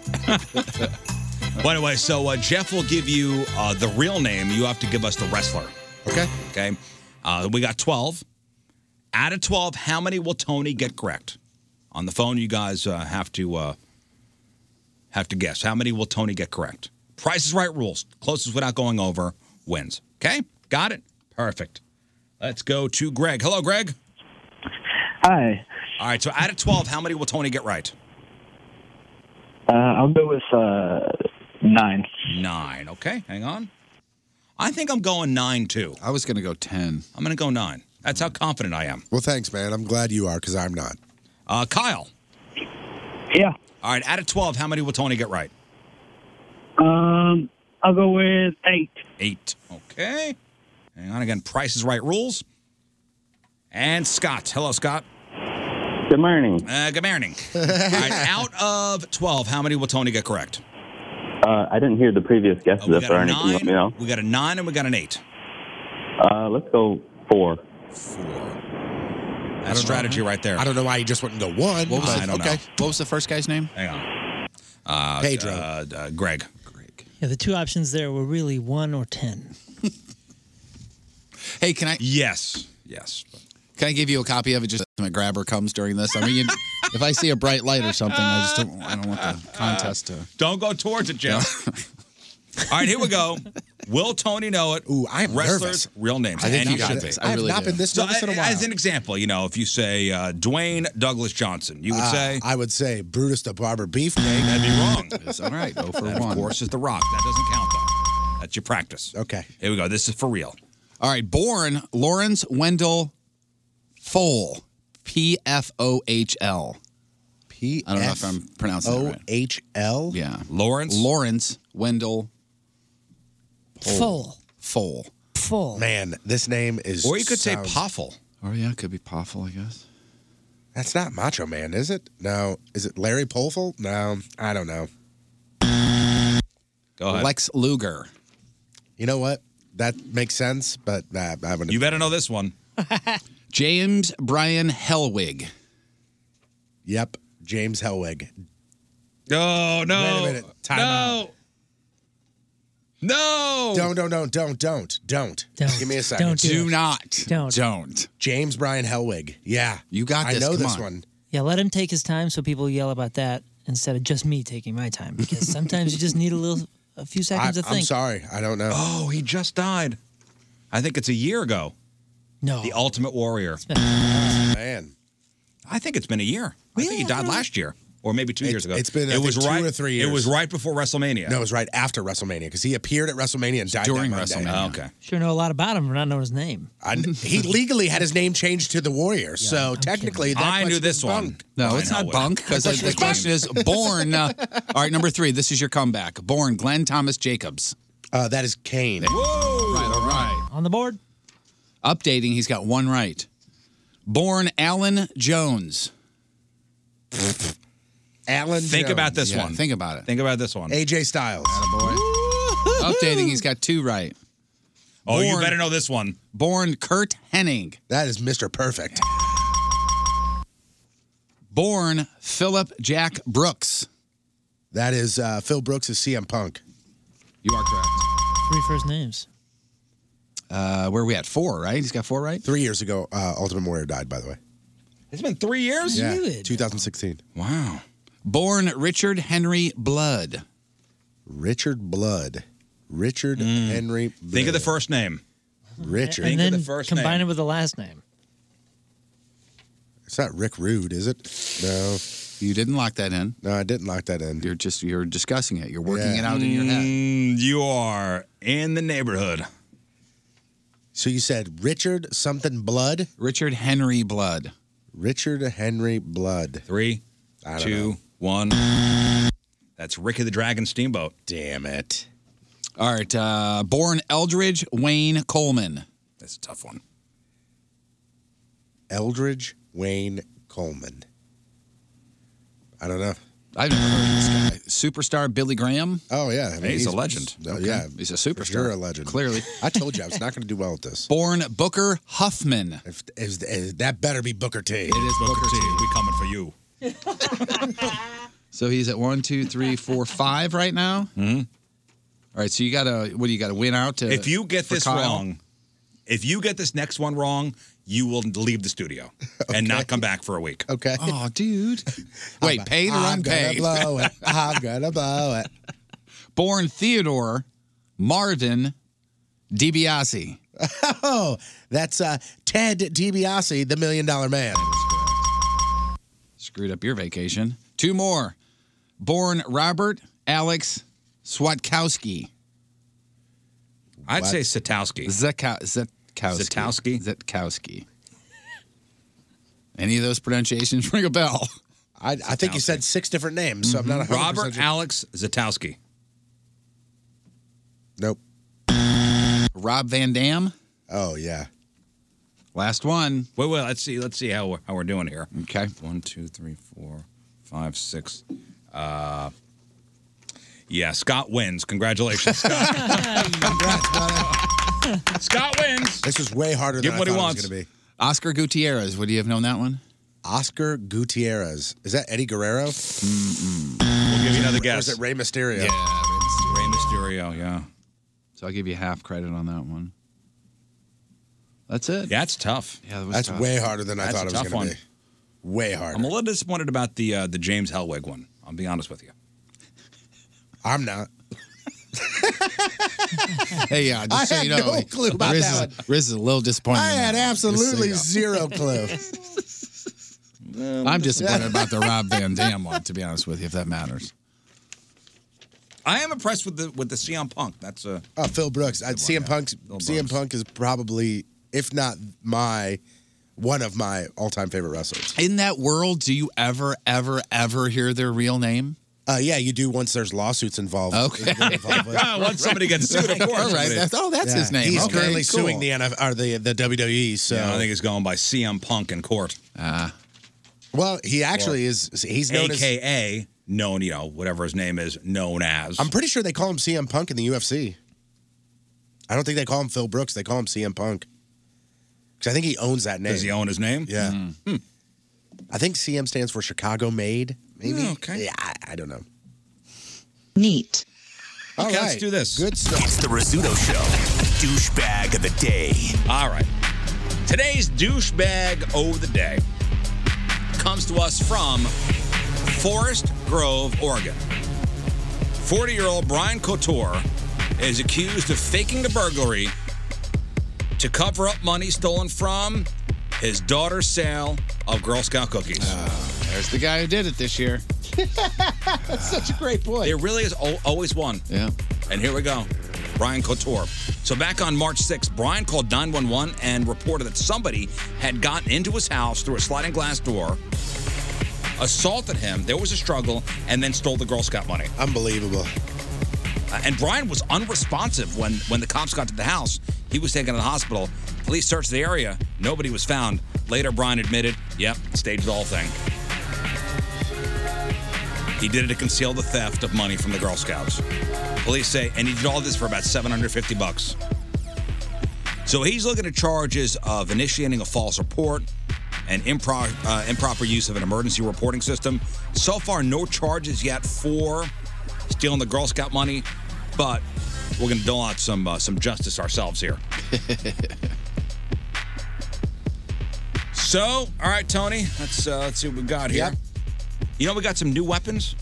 By the way, so uh, Jeff will give you uh, the real name. You have to give us the wrestler. Okay. Okay. Uh, we got 12. Out of 12, how many will Tony get correct? On the phone, you guys uh, have to uh, have to guess. How many will Tony get correct? Price is right rules. Closest without going over wins. Okay? Got it? Perfect. Let's go to Greg. Hello, Greg. Hi. All right, so out of 12, how many will Tony get right? Uh, I'll go with uh, nine. Nine. Okay, hang on. I think I'm going nine, too. I was going to go 10. I'm going to go nine. That's how confident I am. Well, thanks, man. I'm glad you are because I'm not. Uh, Kyle. Yeah. All right, out of 12, how many will Tony get right? Um, I'll go with eight. Eight. Okay. Hang on again. Price is right rules. And Scott. Hello, Scott. Good morning. Uh, good morning. All right, out of 12, how many will Tony get correct? Uh, I didn't hear the previous guesses. Uh, Oh, we if got there a are anything, let me know. We got a nine and we got an eight. Uh, let's go four. That's strategy right there. I don't know why you just wouldn't go one. What was but the- okay. okay. What was the first guy's name? Hang on. Uh, Pedro. Uh, uh, Greg. Yeah, the two options there were really one or ten. Hey, can I? Yes. Yes. Can I give you a copy of it just so my grabber comes during this? I mean, you- if I see a bright light or something, I just don't, I don't want the contest to. Don't go towards it, Jim. All right, here we go. Will Tony know it? Ooh, I am Wrestlers, nervous. real names. I think and you he got should this. be. I I have really not do. been this So, nervous in a As an example, you know, if you say uh, Dwayne Douglas Johnson, you would Uh, say I would say Brutus the Barber Beefcake. That'd be wrong. It's all right. oh Go that, Of course, is The Rock. That doesn't count though. That's your practice. Okay. Here we go. This is for real. All right, born Lawrence Wendell Fohl, P F O H L. P I don't know if I'm pronouncing it right. H L. Yeah. Lawrence. Lawrence Wendell Fohl. Fohl. Fohl. Man, this name is. Or you could say sounds- Poffel. Or Oh, yeah, it could be Poffel, I guess. That's not Macho Man, is it? No. Is it Larry Polfel? No. I don't know. Go ahead. Lex Luger. You know what? That makes sense, but uh, I wouldn't. You better know this one. James Brian Helwig. Yep. James Helwig. Oh, no. Wait a minute. Time no. No. Don't, don't, don't, don't, don't, don't. Don't. Give me a second. Don't do Do it. not. Don't. Don't. James Brian Helwig. Yeah. You got I this. know Come this on. one. Yeah, let him take his time so people yell about that instead of just me taking my time because sometimes you just need a little, a few seconds to think. I don't know. Oh, he just died. I think it's a year ago. No. The Ultimate Warrior. Man. I think it's been a year. I think he died last year. Or maybe two years ago. It's been. I it was think, two right, or three years. It was right before WrestleMania. No, it was right after WrestleMania because he appeared at WrestleMania and died during that Monday. WrestleMania. Okay. Sure know a lot about him, but not know his name. I, he legally had his name changed to the Warrior, so technically that I knew must be this one. bunk. No, it's not bunk because That the was question is bunk. born. Uh, all right, number three. This is your comeback. Born Glenn Thomas Jacobs. Uh, that is Kane. Whoa! Right, all right. On the board. Updating. He's got one right. Born Alan Jones. Alan. Think about this one. Think about it. Think about this one. AJ Styles. Updating. He's got two right. Oh, you better know this one. Born Kurt Hennig. That is Mr. Perfect. Born Philip Jack Brooks. That is uh, Phil Brooks' CM Punk. You are correct. Three first names. Uh, where are we at? Four, right? He's got four right? Three years ago, uh, Ultimate Warrior died, by the way. It's been three years? yeah, 2016. Wow. Born Richard Henry Blood. Richard Blood. Richard Hmm. Henry. Blood. Think of the first name. Richard. And then combine it with the last name. It's not Rick Rude, is it? No. You didn't lock that in. No, I didn't lock that in. You're just you're discussing it. You're working Yeah. it out in your head. Mm, you are in the neighborhood. So you said Richard something Blood? Richard Henry Blood. Richard Henry Blood. Three, I don't Two, one. That's Ricky the Dragon Steamboat. Damn it. All right. Uh, born Eldridge Wayne Coleman. That's a tough one. Eldridge Wayne Coleman. I don't know. I've never heard of this guy. Superstar Billy Graham. Oh yeah, I mean, he's, a legend. Oh, Yeah, he's a superstar. You're a legend. Clearly, I told you I was not going to do well at this. Born Booker Huffman. If, if, if- that better be Booker T. It is Booker, T. We coming for you. So he's at one, two, three, four, five right now. Mm-hmm. All right. So you got to what do you got to win out to? if you get for this Kyle? wrong, if you get this next one wrong, you will leave the studio and not come back for a week. Okay. Oh, dude. Wait, paid or I'm unpaid? gonna blow it. I'm gonna blow it. Born Theodore Marvin DiBiase. Oh, that's uh, Ted DiBiase, the Million Dollar Man. Screwed up your vacation. Two more. Born Robert Alex Swatkowski. I'd say Satowski. Zatka- Zatkowski. Zatkowski. Zatkowski. Any of those pronunciations ring a bell? Mm-hmm. I, I think you said six different names, so I'm not 100% Robert Alex Zatowski. Nope. Rob Van Dam. Oh yeah. Last one. Wait, wait. Let's see. Let's see how we're, how we're doing here. Okay. One, two, three, four, five, six. Uh, yeah. Scott wins. Congratulations, Scott. Congrats, brother. Scott wins. This was way harder Give than him what I he thought wants. it was going to be. Oscar Gutierrez. Would you have known that one? Oscar Gutierrez. Is that Eddie Guerrero? We'll give you another Or guess. is it Rey Mysterio? Yeah, Rey Mysterio. Rey Mysterio. Yeah. So I'll give you half credit on that one. That's it. Yeah, that's tough. Yeah, that was That's tough. way harder than I That's thought a it was tough gonna one. be. Way harder. I'm a little disappointed about the uh, the James Helwig one. I'll be honest with you. I'm not. Hey, yeah, just I so you had know, no clue about Riz that is, one. Riz is a little disappointed. I in had that. Just so absolutely you know. zero clue. I'm disappointed about the Rob Van Dam one, to be honest with you, if that matters. I am impressed with the with the CM Punk. That's a Oh, Phil Brooks. I, CM Punk's CM Punk is probably, if not my, one of my all-time favorite wrestlers. In that world, do you ever, ever, ever hear their real name? Uh, yeah, you do once there's lawsuits involved. Okay. Once somebody gets sued, of course. All right. That's, oh, that's Yeah. his name. He's Okay, currently cool. suing the NF, or the the WWE. So Yeah, I think it's going by CM Punk in court. Ah. well, he actually is. He's known as. AKA known, you know, E whatever his name is, known as. I'm pretty sure they call him CM Punk in the UFC. I don't think they call him Phil Brooks. They call him CM Punk because I think he owns that name. Does he own his name? Hmm. Yeah. I think CM stands for Chicago Made. Maybe. Yeah, Oh, okay. Yeah, I, I don't know. Neat. All Okay, let's right. do this. Good stuff. It's the Rizzuto Show, douchebag of the day. All right. Today's douchebag of the day comes to us from Forest Grove, Oregon. 40 year old Brian Couture is accused of faking a burglary to cover up money stolen from his daughter's sale of Girl Scout cookies. Uh, there's the guy who did it this year. That's such a great point. There really is al- always one. Yeah. And here we go. Brian Couture. So back on March 6th, Brian called 911 and reported that somebody had gotten into his house through a sliding glass door, assaulted him, there was a struggle, and then stole the Girl Scout money. Uh, Unbelievable. And Brian was unresponsive when, when the cops got to the house. He was taken to the hospital. Police searched the area. Nobody was found. Later, Brian admitted, yep, staged the whole thing. He did it to conceal the theft of money from the Girl Scouts. Police say, and he did all this for about 750 bucks. So he's looking at charges of initiating a false report and impro- uh, improper use of an emergency reporting system. So far, no charges yet for stealing the Girl Scout money, but we're going to dole out some uh, some justice ourselves here. so, all right, Tony, let's uh, let's see what we got here. You know, we got some new weapons.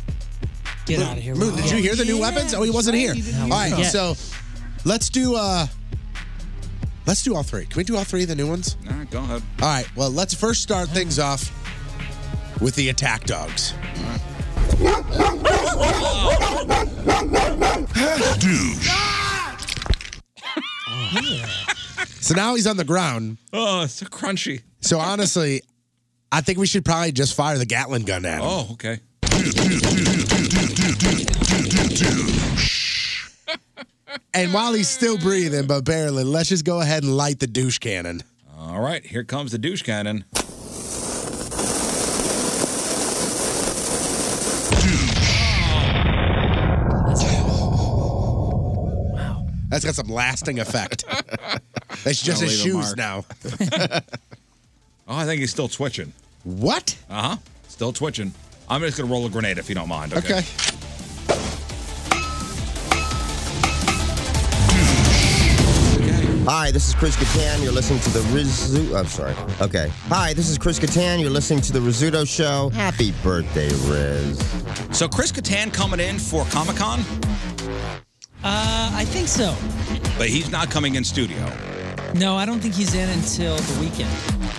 Get out of here. Moon, did you hear the new weapons? Oh, he wasn't here. All right, Yeah. so let's do uh let's do all three. Can we do all three of the new ones? All right, go ahead. All right, well, let's first start things off with the attack dogs. Oh. Douche. So now he's on the ground. Oh, it's so crunchy. So honestly, I think we should probably just fire the Gatlin gun at him. Oh, okay. And while he's still breathing, but barely, let's just go ahead and light the douche cannon. All right, here comes the douche cannon. That's got some lasting effect. That's just I'll his leave a shoes mark. now. Oh, I think he's still twitching. What? Uh huh. Still twitching. I'm just gonna roll a grenade if you don't mind. Okay. Okay. Hi, this is Chris Kattan. You're listening to the Rizzuto. I'm sorry. Okay. Hi, this is Chris Kattan. You're listening to the Rizzuto Show. Happy birthday, Riz. So Chris Kattan coming in for Comic Con, Uh, I think so. but he's not coming in studio. No, I don't think he's in until the weekend.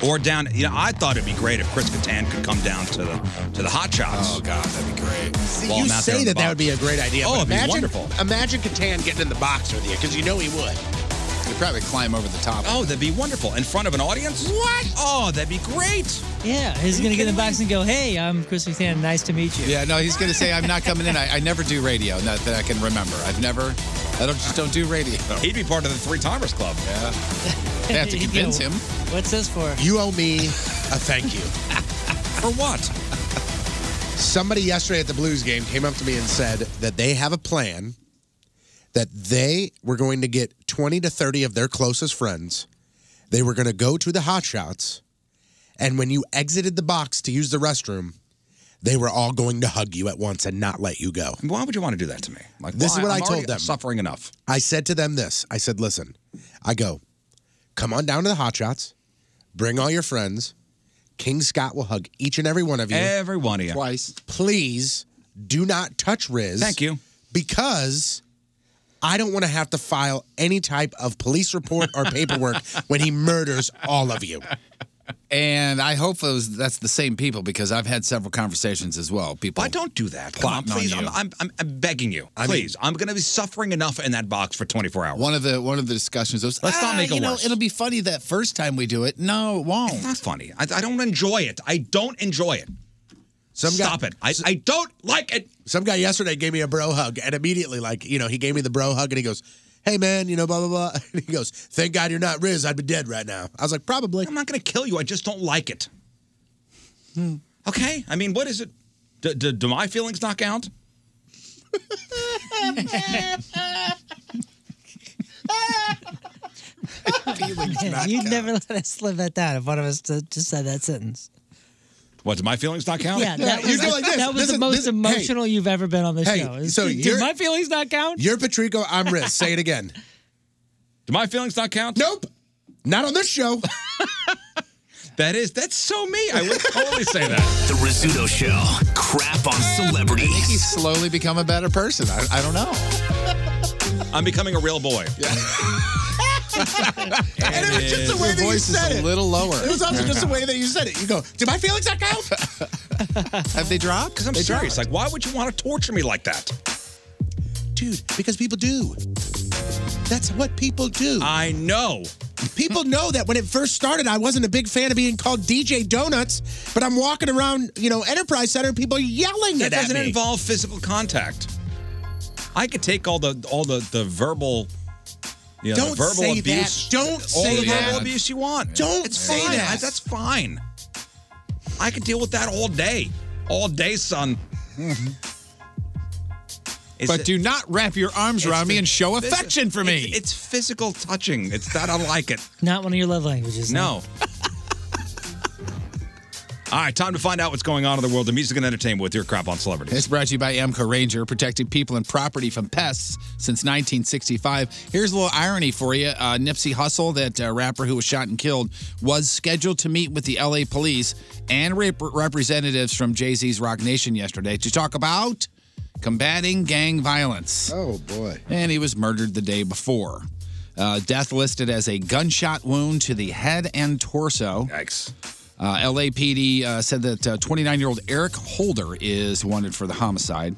Or down, you know, I thought it'd be great if Chris Kattan could come down to the to the hot shots. Oh god, that'd be great. See, you say that that would be a great idea. Oh, but it'd be imagine, wonderful. Imagine Catan getting in the box with you because you know he would. He'd probably climb over the top. Oh, that'd be wonderful in front of an audience. What? Oh, that'd be great. Yeah, he's gonna get in the box and go, "Hey, I'm Chris McTan. Nice to meet you." Yeah, no, he's going to say, I'm not coming in. I, I never do radio, not that I can remember. I've never, I don't just don't do radio. He'd be part of the Three Timers Club. Yeah. They have to convince him. What's this for? You owe me a thank you. for what? Somebody yesterday at the Blues game came up to me and said that they have a plan that they were going to get 20 to 30 of their closest friends. They were going to go to the hot shots. And when you exited the box to use the restroom, they were all going to hug you at once and not let you go. Why would you want to do that to me? Like, this why? is what I'm I told already them. Suffering enough. I said to them this. I said, listen, I go, come on down to the hot shots, bring all your friends. King Scott will hug each and every one of you. Every one of you. Twice. Please do not touch Riz. Thank you. Because I don't want to have to file any type of police report or paperwork when he murders all of you. And I hope it was, that's the same people because I've had several conversations as well. People, I don't do that. Come on, please. I'm, I'm, I'm, I'm begging you. I mean- please. I'm going to be suffering enough in that box for 24 hours. One of the one of the discussions was let's not "Ah, make it you know, worse. It'll be funny that first time we do it. No, it won't. It's not funny. I, I don't enjoy it. I don't enjoy it. Stop it. I, I don't like it. Some guy yesterday gave me a bro hug, and immediately, like, you know, he gave me the bro hug, and he goes, Hey, man, you know, blah, blah, blah. And he goes, Thank God you're not Riz. I'd be dead right now. I was like, Probably. I'm not going to kill you. I just don't like it. Hmm. Okay. I mean, what is it? Do, do, do my feelings not count? You'd never let us slip that down if one of us ju- just said that sentence. What, do my feelings not count? Yeah, that was, go like this. that was This the is- most this- hey. emotional you've ever been on this Hey, show. It's- so did you're- my feelings not count? You're Patrico, I'm Riz. Say it again. Do my feelings not count? Nope. Not on this show. that is, that's so me. I would totally say that. The Rizzuto Show. Oh, Crap on celebrities. I think he's slowly become a better person. I, I don't know. I'm becoming a real boy. and it was just the way that Your you voice is said a it. little lower. It was also just the way that you said it. You go, "Do my feelings not count?" Have they dropped? Because I'm They serious. Like, why would you want to torture me like that? Dude, because people do. That's what people do. I know. People know that when it first started, I wasn't a big fan of being called DJ Donuts, but I'm walking around, you know, Enterprise Center, and people are yelling it That at doesn't me. involve physical contact. I could take all the all the the verbal, you know, the Don't verbal say abuse. that. Don't all say the verbal that. abuse you want. Don't it's say fine. that. I- that's fine. I could deal with that all day, all day, son. It's- but do not wrap your arms it's around me phys- and show phys- affection for me. It's, it's physical touching. It's that I like it. Not one of your love languages. No. All right, time to find out what's going on in the world of music and entertainment with your crap on celebrity. It's brought to you by Amco Ranger, protecting people and property from pests since 1965. Here's a little irony for you. Uh, Nipsey Hussle, that uh, rapper who was shot and killed, was scheduled to meet with the LA police and rep- representatives from Jay Z's Rock Nation yesterday to talk about combating gang violence. Oh, boy. And he was murdered the day before. Uh, death listed as a gunshot wound to the head and torso. Yikes. Uh, LAPD uh, said that 29 year old Eric Holder is wanted for the homicide.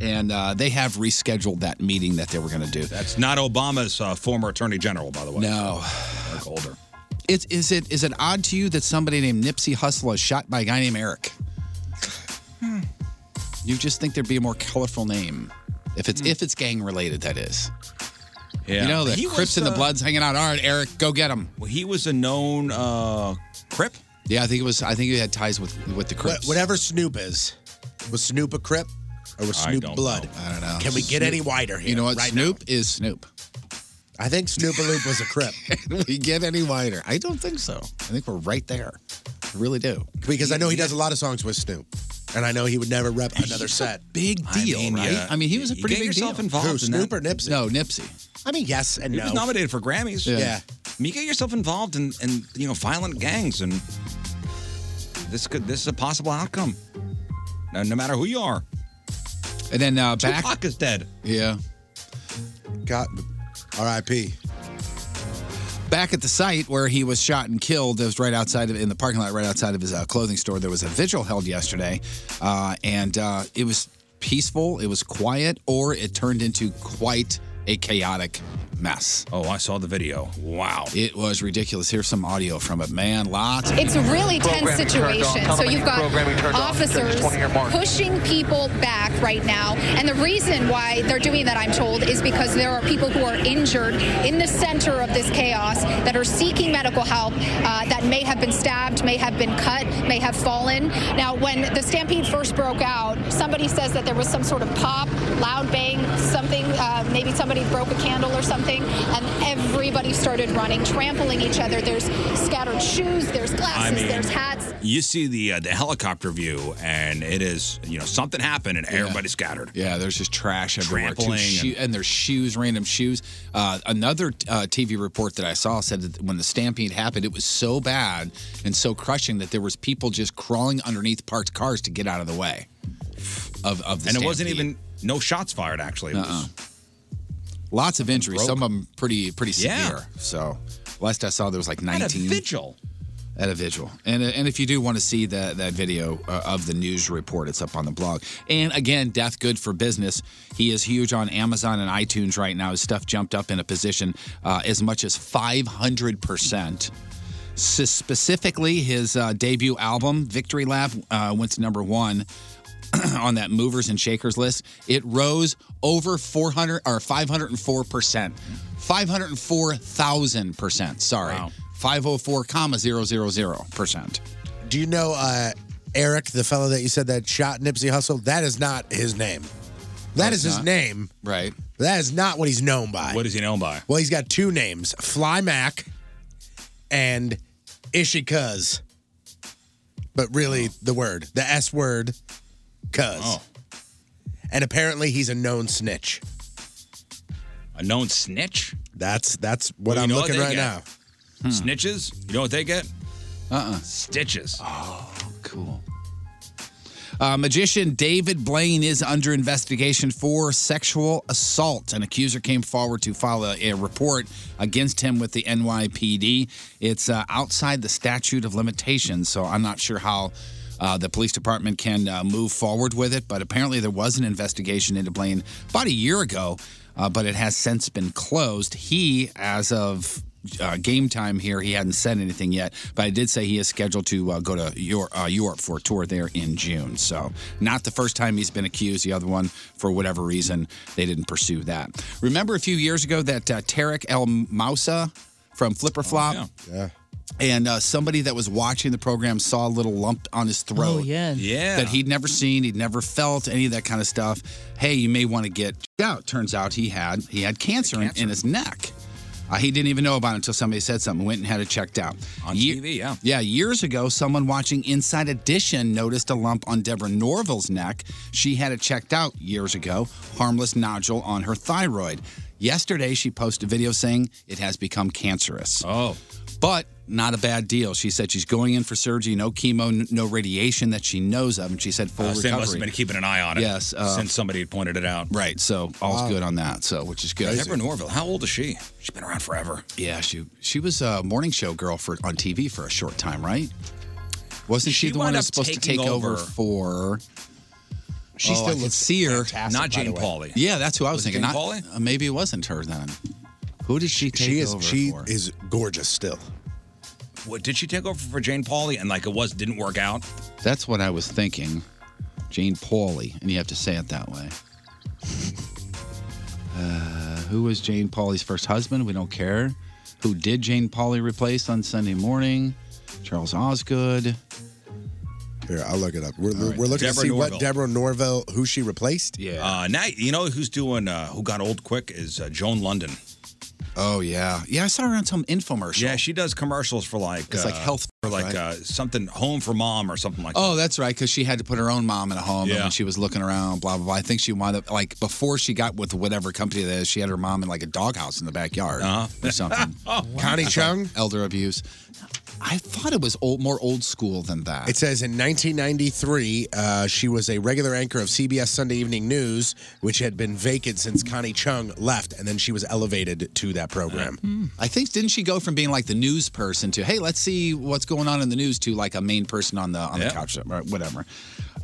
And uh, they have rescheduled that meeting that they were going to do. That's not Obama's uh, former attorney general, by the way. No. Eric Holder. It's, is it is it odd to you that somebody named Nipsey Hussle is shot by a guy named Eric? You just think there'd be a more colorful name, if it's if it's gang related. That is. Hmm. Yeah. You know the He was, Crips and the uh, Bloods hanging out. All right, Eric, go get him. Well, he was a known uh, Crip. Yeah, I think it was. I think he had ties with with the What- Crips. whatever Snoop is, was Snoop a Crip or was I Snoop don't Blood? I don't know. Can we get Snoop- any wider here? You know what? Right Snoop is Snoop. I think Snoopaloop was a Crip. Can we get any wider? I don't think so. I think we're right there. I really do. Because I know he does a lot of songs with Snoop, and I know he would never rep another set. Big deal, right? I mean, he was a pretty big deal. Who, Snoop or Nipsey? No, Nipsey. I mean, yes and He no. was nominated for Grammys. Yeah. Yeah. I mean, you get yourself involved in, in you know violent gangs, and this could this is a possible outcome. No, no matter who you are. And then uh, back Tupac is dead. Yeah. Got R.I.P. Back at the site where he was shot and killed, it was right outside of in the parking lot, right outside of his uh, clothing store. There was a vigil held yesterday, uh, and uh, it was peaceful. It was quiet, or it turned into quite a chaotic mess. Oh, I saw the video. Wow, it was ridiculous. Here's some audio from it, man. Lots. It's a really tense situation. So you've got officers pushing people back right now. And the reason why they're doing that, I'm told, is because there are people who are injured in the center of this chaos that are seeking medical help uh, that may have been stabbed, may have been cut, may have fallen. Now, when the stampede first broke out, somebody says that there was some sort of pop, loud bang, something, uh, maybe somebody broke a candle or something, and everybody started running, trampling each other. There's scattered shoes, there's glasses, mean- there's hats. You see the uh, the helicopter view, and it is you know something happened, and everybody scattered. Yeah, there's just trash everywhere. Trampling Too, shoe- and- and, there's shoes, random shoes. Uh, another uh, TV report that I saw said that when the stampede happened, it was so bad and so crushing that there was people just crawling underneath parked cars to get out of the way of, of the And it wasn't stampede. Uh-uh. even no shots fired. Actually, it was- Lots of injuries. Broke. Some of them pretty pretty severe. Yeah. So last I saw, there was like a 19. vigil. At a vigil. And, uh, and if you do want to see that, that video uh, of the news report, it's up on the blog. And again, Death Good for Business. He is huge on Amazon and iTunes right now. His stuff jumped up in a position uh, as much as 500%. S- specifically, his uh, debut album, Victory Lap, uh, went to number one on that movers and shakers list, it rose over 400 or 504 percent, 504 thousand percent. Sorry, 504 comma zero zero zero percent. Do you know uh, Eric, the fellow that you said that shot Nipsey Hussle? That is not his name. That That's is his not- name. Right. That is not what he's known by. What is he known by? Well, he's got two names Fly Mac and Ishi Cuz. But really, Oh. the word, the S word, Cuz. And apparently, he's a known snitch. A known snitch? That's that's what Well, you I'm know looking they right get? Hmm. now. Snitches. You know what they get? Uh uh Stitches. Oh, cool. Uh, magician David Blaine is under investigation for sexual assault. An accuser came forward to file a, a report against him with the NYPD. It's uh, outside the statute of limitations, so I'm not sure how. Uh, the police department can uh, move forward with it, but apparently there was an investigation into Blaine about a year ago, uh, but it has since been closed. He, as of uh, game time here. He hadn't said anything yet, but I did say he is scheduled to uh, go to Europe, uh, Europe for a tour there in June. So, not the first time he's been accused. The other one, for whatever reason, they didn't pursue that. Remember a few years ago that uh, Tarek El Moussa from Flipper Flop? yeah. And uh, somebody that was watching the program saw a little lump on his throat. yeah. Yeah. That he'd never seen, he'd never felt, any of that kind of stuff. Hey, you may want to get checked out. Turns out he had he had cancer, in- In, his neck. Uh, he didn't even know about it until somebody said something. Went and had it checked out on TV. Yeah, yeah. Years ago, someone watching Inside Edition noticed a lump on Deborah Norville's neck. She had it checked out years ago. Harmless nodule on her thyroid. Yesterday, she posted a video saying it has become cancerous. Oh. But not a bad deal. She said she's going in for surgery, no chemo, n- no radiation that she knows of, and she said full Uh, Sam must recovery. have been keeping an eye on it. Yes, uh, since somebody had pointed it out. Right. So all's Wow. good on that. So which is good. Crazy. Deborah Norville, how old is she? She's been around forever. Yeah, she she was a morning show girl for on TV for a short time, right? Wasn't she, She the one wound that up was supposed to taking take over, over. for? She oh, still I could looks see her. fantastic, Not by Jane the way. Pauley. Yeah, that's who I was, Was it thinking. Jane Not- uh, maybe it wasn't her then. Who did she take she is- over she for? is gorgeous still. What, did she take over for Jane Pauley and like it was didn't work out? That's what I was thinking. Jane Pauley, and you have to say it that way. Uh, who was Jane Pauley's first husband? We don't care. Who did Jane Pauley replace on Sunday morning? Charles Osgood. Here, I'll look it up. We're, All right. we're looking Deborah to see Norville. what Deborah Norville, who she replaced. Yeah. Uh, now you know who's doing uh, who got old quick is uh, Joan London. Oh yeah, yeah. I saw her on some infomercial. Yeah, she does commercials for like It's like health or like right? uh, something home for mom or something like. Oh, that's right, because she had to put her own mom in a home, and Yeah. when she was looking around, blah blah blah. I think she wound up like before she got with whatever company that is, she had Uh-huh. her mom in like a doghouse in the backyard or something. Oh, That's like elder abuse. I thought it was old, more old school than that. It says in 1993, uh, she was a regular anchor of CBS Sunday Evening News, which had been vacant since Connie Chung left, and then she was elevated to that program. I think didn't she go from being like the news person to hey, let's see what's going on in the news to like a main person on the on the couch or whatever.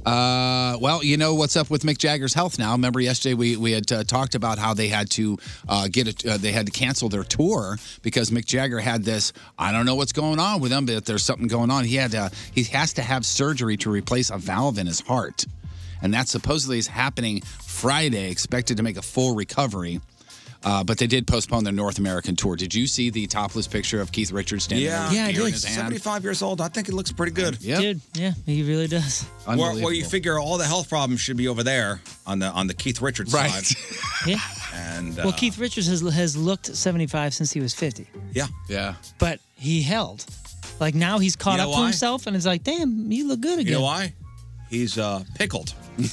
Uh, well, you know what's up with Mick Jagger's health now. Remember yesterday we we had uh, talked about how they had to uh, get a, uh, they had to cancel their tour because Mick Jagger had this. I don't know what's going on with him, but there's something going on. He had uh, he has to have surgery to replace a valve in his heart, and that supposedly is happening Friday. Expected to make a full recovery. Uh, but they did postpone their North American tour. Did you see the topless picture of Keith Richards standing there Yeah, with a beer in his hand? 75 years old. I think it looks pretty good. Yep. Dude, yeah, he really does. Where, where you figure all the health problems should be over there on the on the Keith Richards side. Yeah. And uh, Well, Keith Richards has, has looked 75 since he was 50, uh, yeah, yeah. but he held. Like now he's caught You up know to why? himself and it's like, damn, you look good again. You know why? He's uh, pickled. How He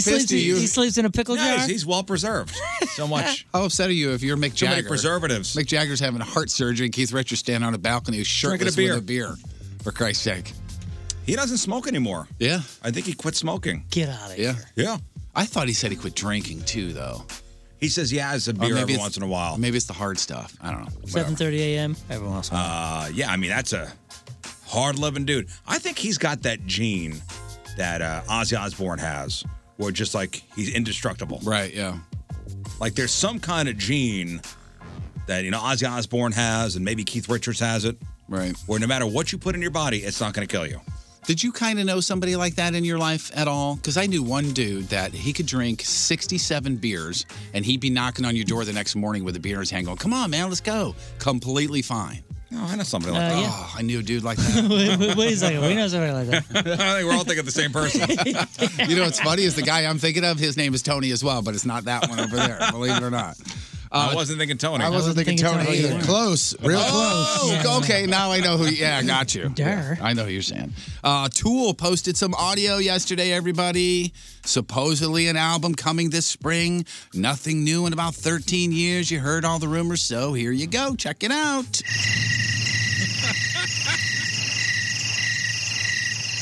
sleeps- pissed are you? he sleeps in a pickle Nice, jar? He's well preserved. So much. How upset are Oh, you if you're Mick Too many Jagger? preservatives. Mick Jagger's having heart surgery. Keith Richards standing on a balcony Drinking a shirtless beer. with a beer. For Christ's sake. He doesn't smoke anymore. Yeah. I think he quit smoking. Get out of yeah. Yeah. I thought he said he quit drinking too, though. He says he has a Or beer maybe every it's- once in a while. Maybe it's the hard stuff. I don't know. Whatever. 7:30 a.m. Everyone else. Uh, yeah, I mean that's a hard living dude. I think he's got that gene that uh, Ozzy Osbourne has, where just like he's indestructible. Right. Yeah. Like there's some kind of gene that you know Ozzy Osbourne has, and maybe Keith Richards has it. Right. Where no matter what you put in your body, it's not going to kill you. Did you kind of know somebody like that in your life at all? Because I knew one dude that he could drink 67 beers and he'd be knocking on your door the next morning with a beer in his hand going, Come on, man, let's go. Completely fine. No, I know somebody like Uh, that. yeah. Oh, I knew a dude like that. wait, wait, wait a second. We know somebody like that. I think we're all thinking the same person. you know what's funny is the guy I'm thinking of, his name is Tony as well, but it's not that one over there, believe it or not. Uh, I wasn't thinking Tony. I wasn't thinking Tony either. Close, real Oh, okay, now I know who. Yeah, I got you. Yeah, I know who you're saying. Uh, Tool posted some audio yesterday, everybody. Supposedly an album coming this spring. Nothing new in about 13 years. You heard all the rumors, so here you go. Check it out.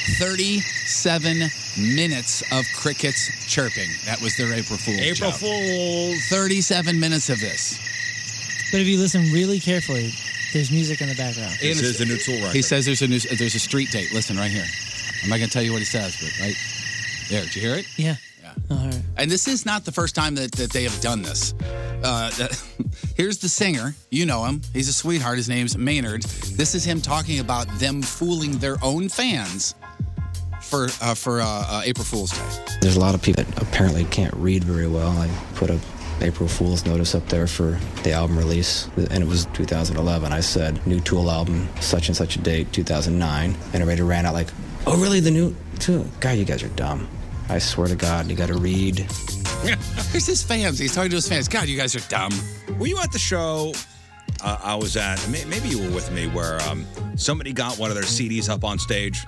37 minutes of crickets chirping. That was their April Fool's April joke. Fool's. 37 minutes of this. But if you listen really carefully, there's music in the background. This is a new Tool record. He says there's a new, there's a street date. Listen right here. I'm not gonna tell you what he says, but right there. Did you hear it? Yeah. All right. And this is not the first time that, that they have done this. Uh, that- here's the singer. You know him. He's a sweetheart. His name's Maynard. This is him talking about them fooling their own fans for uh, for uh, uh, April Fool's Day. There's a lot of people that apparently can't read very well. I put a April Fool's notice up there for the album release, and it was 2011. I said new Tool album, such and such a date, 2009, and everybody ran out like, "Oh, really? The new Tool? God, you guys are dumb." I swear to God, you got to read. Here's his fans. He's talking to his fans. God, you guys are dumb. Were you at the show uh, I was at? may- Maybe you were with me, where um, somebody got one of their CDs up on stage.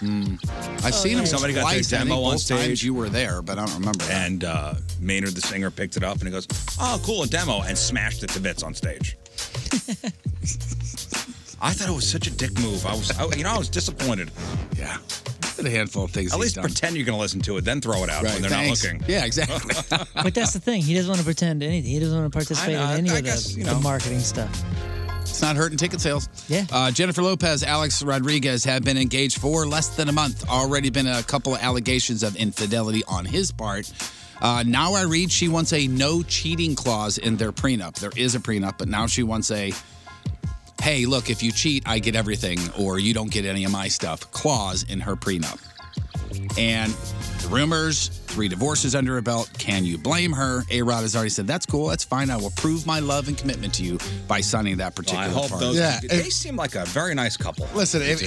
Hmm. I've seen him Somebody got twice, I their think, demo on both times stage. you were there, but I don't remember. And uh, Maynard, the singer, picked it up and he goes, "Oh, cool, a demo," and smashed it to bits on stage. I thought it was such a dick move. I was, I, you know, I was disappointed. Yeah, a handful of things. At he's least done. pretend you're going to listen to it, then throw it out Right, when they're thanks. not looking. Yeah, exactly. But that's the thing. He doesn't want to pretend anything. He doesn't want to participate I know. in any I of the, guess, you the know. marketing stuff. It's not hurting ticket sales. Yeah. Uh, Jennifer Lopez, Alex Rodriguez have been engaged for less than a month. Already been a couple of allegations of infidelity on his part. Uh, now I read she wants a no cheating clause in their prenup. There is a prenup, but now she wants a hey, look, if you cheat, I get everything, or you don't get any of my stuff clause in her prenup. And the rumors, three divorces under her belt. Can you blame her? A Rod has already said, that's cool, that's fine. I will prove my love and commitment to you by signing that particular I hope part. those. they seem like a very nice couple. Listen, if,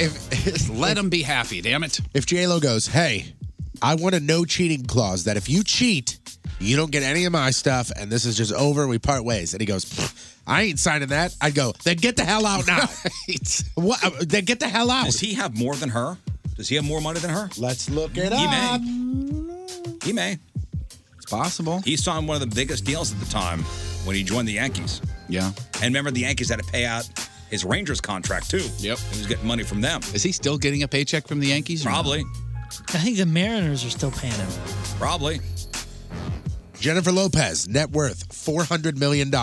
if, let them be happy, damn it. If J-Lo goes, hey, I want a no cheating clause that if you cheat, you don't get any of my stuff and this is just over and we part ways. And he goes, "Pfft, I ain't signing that. I'd go, then get the hell out now. what? uh, Then get the hell out. Does he have more than her? Does he have more money than her? Let's look it he up. May. He may. It's possible. He signed one of the biggest deals at the time when he joined the Yankees. Yeah. And remember, the Yankees had to pay out his Rangers contract too. Yep, and he's getting money from them. Is he still getting a paycheck from the Yankees? Probably, I think the Mariners are still paying him. probably. Jennifer Lopez, net worth $400 million.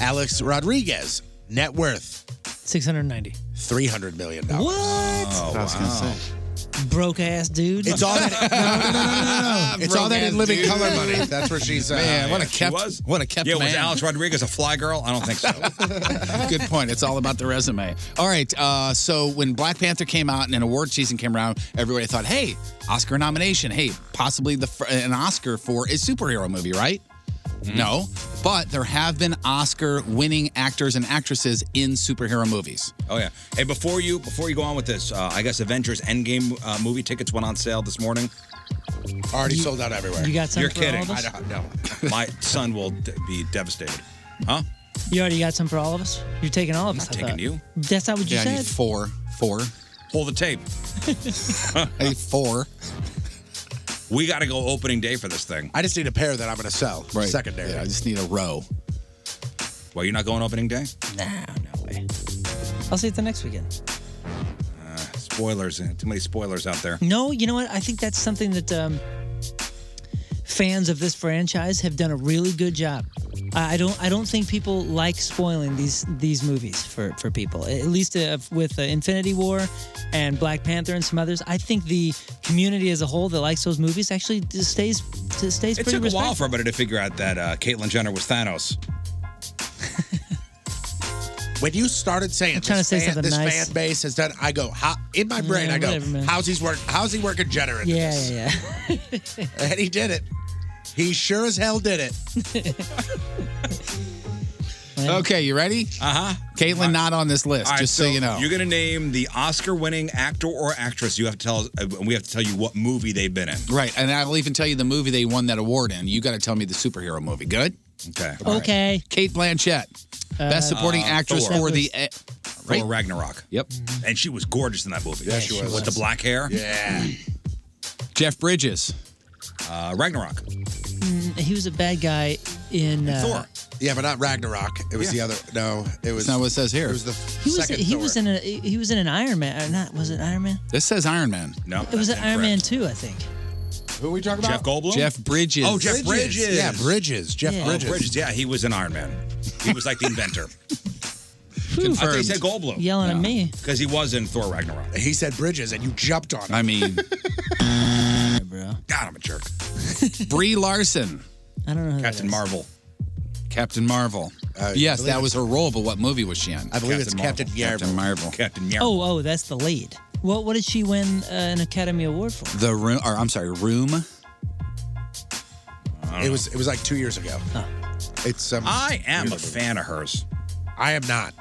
Alex Rodriguez, net worth 690. $300 million. What? Oh, I was going to say. Broke ass dude. It's all that. No, no, no, no, no, no. It's all that in living dude. color money. That's what she's. Uh, Yeah, she was. what a kept Yeah, was man. Alex Rodriguez a fly girl? I don't think so. Good point. It's all about the resume. All right. Uh, so when Black Panther came out and an award season came around, everybody thought, "Hey, Oscar nomination. Hey, possibly the fir- an Oscar for a superhero movie, right?" No, but there have been Oscar-winning actors and actresses in superhero movies. Oh yeah. Hey, before you before you go on with this, uh, I guess Avengers Endgame uh, movie tickets went on sale this morning. Already You- sold out everywhere. you got some You're for kidding. all of us? I don't know. My son will d- be devastated. Huh? You already got some for all of us? You're taking all of us. I taking thought. you. That's not what you Yeah, I said. need Four, four. Pull the tape. hey, four. We got to go opening day for this thing. I just need a pair that I'm going to sell. Right. Secondary. Yeah, I just need a row. Well, you're not going opening day? Nah, no way. I'll see you at the next weekend. Uh, spoilers. uh, Too many spoilers out there. No, you know what? I think that's something that um, fans of this franchise have done a really good job. I I don't. I don't think people like spoiling these these movies for for people. At least uh, with uh, Infinity War and Black Panther and some others. I think the community as a whole that likes those movies actually just stays just stays It pretty took a while respectful. for everybody to figure out that uh, Caitlyn Jenner was Thanos. When you started saying trying this, to say fan, something this nice. fan base has done, I go how, in my brain. Yeah, I go, whatever, man. how's he's work? How's he working Jenner into Yeah, this? yeah, yeah. and he did it. He sure as hell did it. Okay, you ready? Ah. Uh huh. Caitlin, not on this list. All right, just so, you know. You're going to name the Oscar winning actor or actress. You have to tell us, uh, we have to tell you what movie they've been in. Right, and I'll even tell you the movie they won that award in. You got to tell me the superhero movie. Good. Okay. Okay. Kate Blanchett, best supporting Uh, actress Thor. for the. Thor Ragnarok. Yep. And she was gorgeous in that movie. Yeah, she was. With the black hair. Yeah. Jeff Bridges. Uh, Ragnarok. Mm, he was a bad guy in uh, Yeah, but not Ragnarok. It was Yeah. the other. No, it was. That's not what it says here. It was the He was second he Thor. was in a he was in an Iron Man or not? Was it Iron Man? This says Iron Man. No. It was an Iron Man two, I think. Who are we talking Jeff Goldblum? Jeff Bridges. Oh, Jeff Bridges. Yeah, Bridges. Jeff Oh, Bridges. Yeah, he was an Iron Man. He was like the inventor. I thought he Confirmed. said Goldblum. Yelling at me. Because he was in Thor Ragnarok. He said Bridges, and you jumped on him. I mean, God, I'm a jerk. Brie Larson. I don't know. Who Captain Marvel. Uh, Captain Marvel. I yes, believe that was her role, but what movie was she in? I believe it's Captain Marvel. Captain Marvel. Captain Oh, oh, that's the lead. What what did she win uh, an Academy Award for? The room, or I'm sorry, room. It was. It was like two years ago. It's. some um, I am weird a movie. fan of hers. I am not.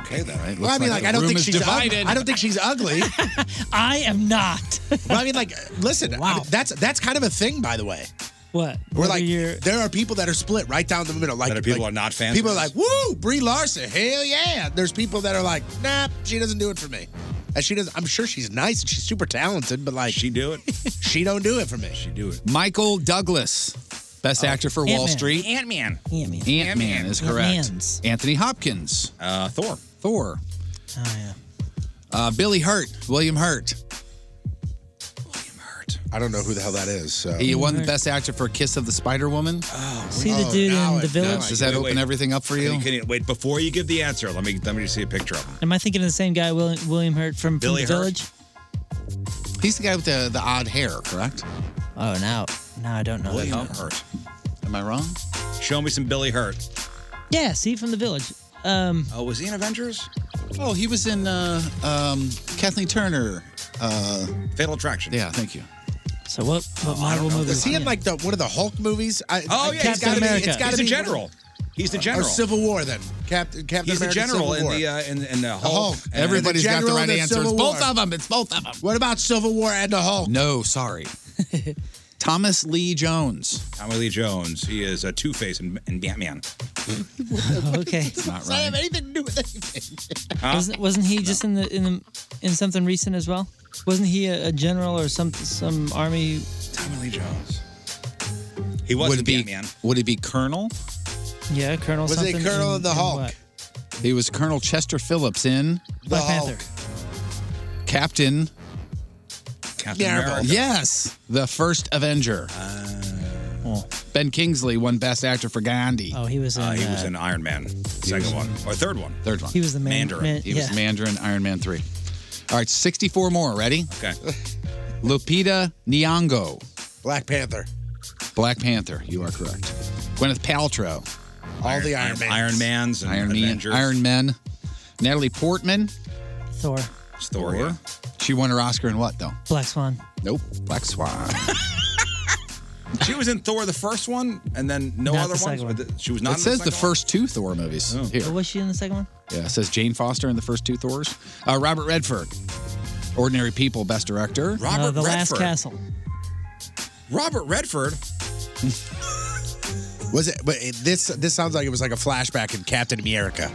Okay, then. Right? Well, I mean, like, I don't think she's Ugly. I don't think she's ugly. I am not. well, I mean, like, listen. I mean, that's that's kind of a thing, by the way. What? We're like, there are people that are split right down the middle. Like, That are people like, are not fans People of are like, this? "Woo, Brie Larson, hell yeah!" There's people that are like, "Nah, she doesn't do it for me." And she does. I'm sure she's nice and she's super talented, but like, she do it. she don't do it for me. She do it. Michael Douglas, best actor for Wall Ant-Man. Street. Ant-Man. Oh. Ant-Man. Ant-Man is correct. Ant-Mans. Anthony Hopkins. Uh, Thor. Thor. Oh yeah. Uh, Billy Hurt. William Hurt. I don't know who the hell that is. So. He won the best actor for Kiss of the Spider Woman. Oh, See the dude in the village. Does that open everything up for you? Can you? Wait, before you give the answer, let me let me see a picture of him. Am I thinking of the same guy, William, William Hurt from, from Billy the Hurt? Village? He's the guy with the, the odd hair, correct? Oh, now now I don't know. that William guy. Hurt. Am I wrong? Show me some Billy Hurt. Yeah, see from the Village. Um, oh, was he in Avengers? Oh, he was in uh, um, Kathleen Turner. Uh, Fatal Attraction. Yeah, thank you. So what? What Marvel movie? Is he in like the one of the Hulk movies? I, Oh, I- yeah, he's it's gotta gotta be- be- it's gotta he's the be- general. He's the Or general. Civil War then. Captain Captain He's the America, general Civil in War. the uh, in, in the Hulk. And- Everybody's and the got the general right in answer. Civil It's War. both of them. It's both of them. What about Civil War and the Hulk? No, sorry. Thomas Lee Jones. Tommy Lee Jones. He is a Two Face in, in Batman. Oh, okay. Not right. have anything to do with anything. Huh? Wasn't, wasn't he just in the in the in something recent as well? Wasn't he a, a general or some some army? Tommy Lee Jones. He was would in it be, Batman. Would it be Colonel? Yeah, Colonel Was it something. Colonel in- of the in Hulk? what? He was Colonel Chester Phillips in Black Panther. Captain. Captain America. Yes, the first Avenger. Ah. Ben Kingsley won Best Actor for Gandhi. Oh, he was in. Uh, he was uh, in Iron Man, second one or third one. Third one. He was the man- Mandarin. man- he was yeah. Mandarin Iron Man three. All right, sixty-four more. Ready? Okay. Lupita Nyong'o, Black Panther. Black Panther. You are correct. Gwyneth Paltrow. All the Iron Mans. Iron Man's and Iron Man. Avengers. Iron Men. Natalie Portman. Thor. Thor. yeah. She won her Oscar in what though? Black Swan. Nope. Black Swan. She was in Thor the first one, and then no Not other the ones. second but th- She was not. It in says the, the, second Oh. first two Thor movies. Here. Oh, Was she in the second one? Yeah, it says Jane Foster in the first two Thors. Uh, Robert Redford, Ordinary People, Best Director. Robert No, The Last Redford. Castle. Robert Redford. Was it? But it, this this sounds like it was like a flashback in Captain America.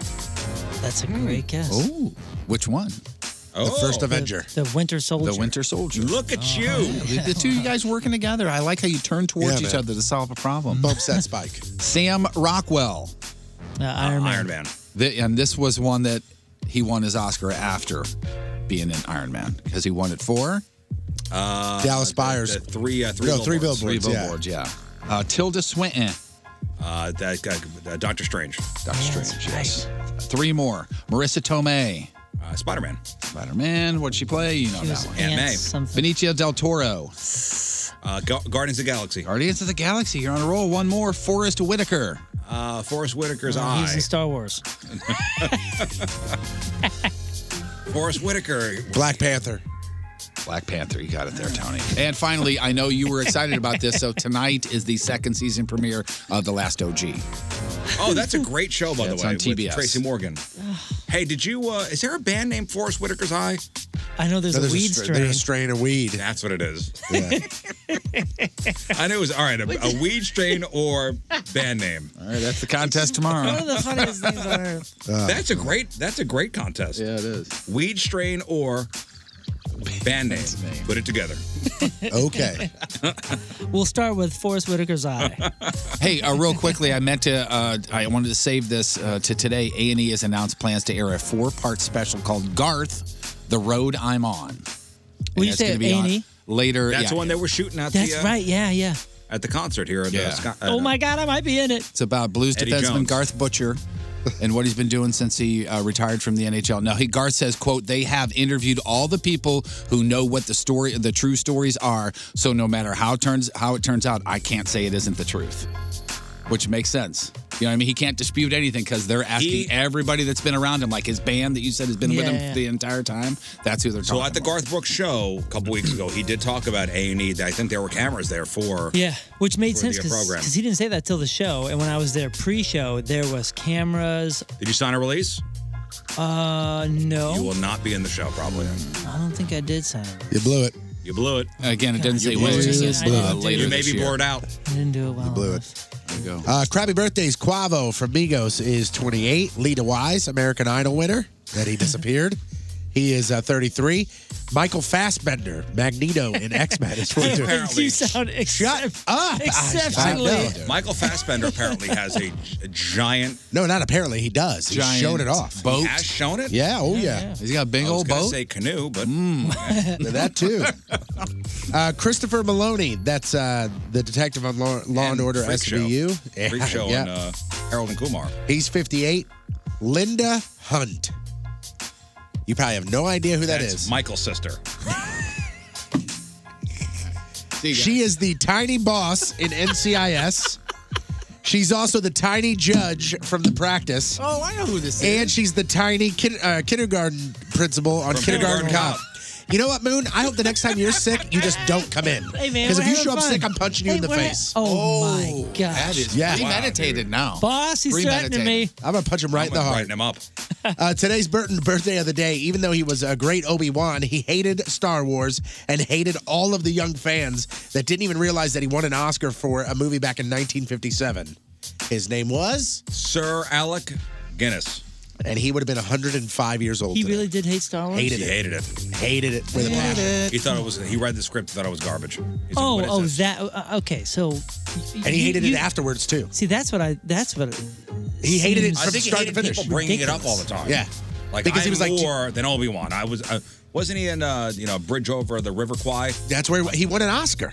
That's a Hmm. great guess. Oh, which one? Oh. The first The- Avenger. The Winter Soldier. Uh-huh. The Winter Soldier. Look at you. The two of you guys working together. I like how you turn towards Yeah, each man. other to solve a problem. Bob said Spike. Sam Rockwell. Uh, Iron Man. The- and this was one that he won his Oscar after being in Iron Man because he won it for Uh, Dallas the- Buyers. the three, uh, three. No, three billboards. billboards, Three yeah. billboards, yeah. Uh, Tilda Swinton. Uh, that guy, uh, Doctor Strange. Doctor Strange. Yes. Three more. Marissa Tomei. Uh, Spider Man. Spider Man. What'd she play? You know She was that one. Aunt Aunt May. something. Benicio del Toro. Uh, Gu- Guardians of the Galaxy. Guardians of the Galaxy. You're on a roll. One more. Forrest Whitaker. Uh, Forrest Whitaker's Oh, eye. he's in Star Wars. Forrest Whitaker. Black Panther. Black Panther. You got it there, Tony. And finally, I know you were excited about this, so tonight is the second season premiere of The Last OG. Oh, that's a great show, by Yeah, the it's way. on with TBS. Tracy Morgan. hey, did you? Uh, is there a band named Forrest Whitaker's Eye? I know there's, No, a there's a weed stra- strain. there's a strain of weed. That's what it is. I knew it was all right. A, a weed strain or band name. All right, that's the contest tomorrow. Uh, One of Oh, the funniest things on earth. that's a great. That's a great contest. Yeah, it is. Weed strain or band name. Put it together. Okay. we'll start with Forrest Whitaker's eye. hey, uh, real quickly, I meant to. Uh, I wanted to save this uh, to today. A and E has announced plans to air a four-part special called Garth: The Road I'm On. Will And you it's say gonna be on A&E? later? That's yeah, the one they were shooting at. That's the, uh, right. Yeah, yeah. At the concert here at uh, Yeah. Scott. oh my God, I might be in it. It's about blues Eddie defenseman Jones. Garth Butcher and what he's been doing since he uh, retired from the NHL. Now, he Garth says, "quote They have interviewed all the people who know what the story, the true stories are. So no matter how turns how it turns out, I can't say it isn't the truth." Which makes sense. You know what I mean? He can't dispute anything because they're asking everybody that's been around him, like his band that you said has been with Yeah, him yeah. the entire time. That's who they're So talking at the Garth Brooks show a couple weeks ago, he did talk about A and E. I think there were cameras there for. Yeah, which made For sense uh, the program. because he didn't say that till the show. And when I was there pre-show, there was cameras. Did you sign a release? Uh, no, You will not be in the show probably. I don't think I did sign. it. You blew it. You blew it. Again, it doesn't say You blew when. It it. just says You uh, blew it. later You may this be year. bored out. I didn't do it well. Blew it. There you go. Uh, Crappy birthdays. Quavo from Migos is 28. Lita Wise, American Idol winner, that he disappeared. he is uh, 33. Michael Fassbender, Magneto in X Men, is 22. You sound except, shut up. Exceptionally. I know. Michael Fassbender apparently has a, a giant. No, not apparently. He does. He Giant showed it off. boat. He has shown it? Yeah. Oh, Yeah, yeah. yeah. He's got a big I was old gonna boat. say canoe, but Mm. that too. Uh, Christopher Maloney, that's uh, the detective on Law, Law and, Order Freak SVU. Show. Freak Show and, uh, Harold and Kumar. He's 58. Linda Hunt. You probably have no idea who that That's is. Michael's sister. She is the tiny boss in NCIS. She's also the tiny judge from the practice. Oh, I know who this is. And she's the tiny kin- uh, kindergarten principal on From Kindergarten, Kindergarten Cop. You know what, Moon? I hope the next time you're sick, you just don't come in. Hey man, because if we're you show up having sick, fun. I'm punching you Hey, in the we're- face. oh, my gosh. That is yeah. premeditated now. Boss, he's threatening me. I'm gonna punch him right in the I'm heart. writing him up. Uh, today's Burton birthday of the day. Even though he was a great Obi Wan, he hated Star Wars and hated all of the young fans that didn't even realize that he won an Oscar for a movie back in 1957. His name was Sir Alec Guinness, and he would have been 105 years old. He today. really did hate Star Wars. hated he it. hated it. Hated it with a Hated passion. it. He thought it was. He read the script, and thought it was garbage. He's like, Oh, "What is oh, this?" that. Uh, okay, so And he hated it afterwards too. See, that's what I. That's what. He hated it I from think he start to hated finish. People bringing it up all the time. Yeah. like Because because he I'm was like- more than Obi Wan. I was. Uh, wasn't he in uh, you know Bridge Over the River Kwai? That's where he won an Oscar.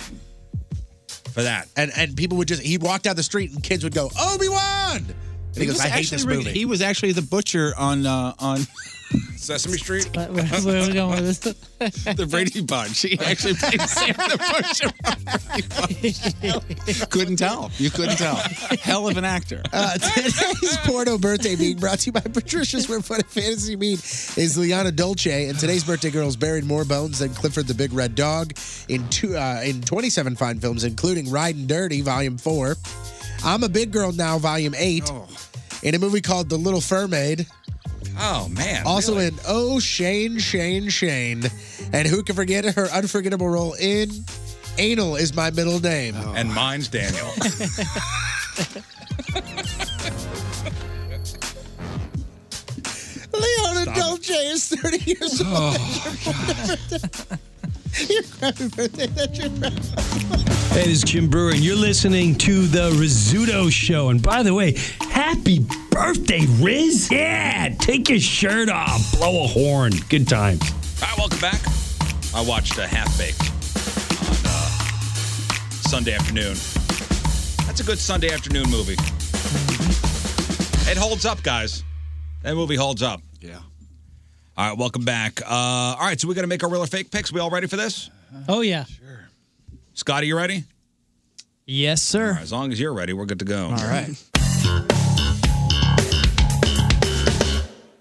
for that. And and people would just he walked down the street and kids would go Obi Wan. And he, goes, I hate this movie. He was actually the butcher on uh, on Sesame Street. Where, where are we going with this? the Brady Bunch. He actually played Sam the Butcher. on Brady Bunch. couldn't tell. You couldn't tell. Hell of an actor. Uh, today's Porno birthday being brought to you by Patricia's Where Fun and Fantasy Meet is Liana Dolce, and today's birthday girls buried more bones than Clifford the Big Red Dog in two, uh, in 27 fine films, including Riding Dirty, Volume 4, I'm a Big Girl Now, Volume 8, in a movie called The Little Mermaid. Oh man. Also in Oh Shane Shane Shane, and who can forget her unforgettable role in Anal is my middle name. And mine's Daniel. Leona Stop it. Dolce is 30 years old. Oh, Your happy birthday, that's your birthday. Hey, this is Jim Brewer, and you're listening to The Rizzuto Show. And by the way, happy birthday, Riz. Yeah, take your shirt off, blow a horn. Good time. All right, welcome back. I watched a half baked on uh, Sunday afternoon. That's a good Sunday afternoon movie. It holds up, guys. That movie holds up. Yeah. All right, welcome back. Uh, all right, so we got to make our real or fake picks. We all ready for this? Oh yeah. Scotty, you ready? Yes, sir. as long as you're ready, we're good to go. All right.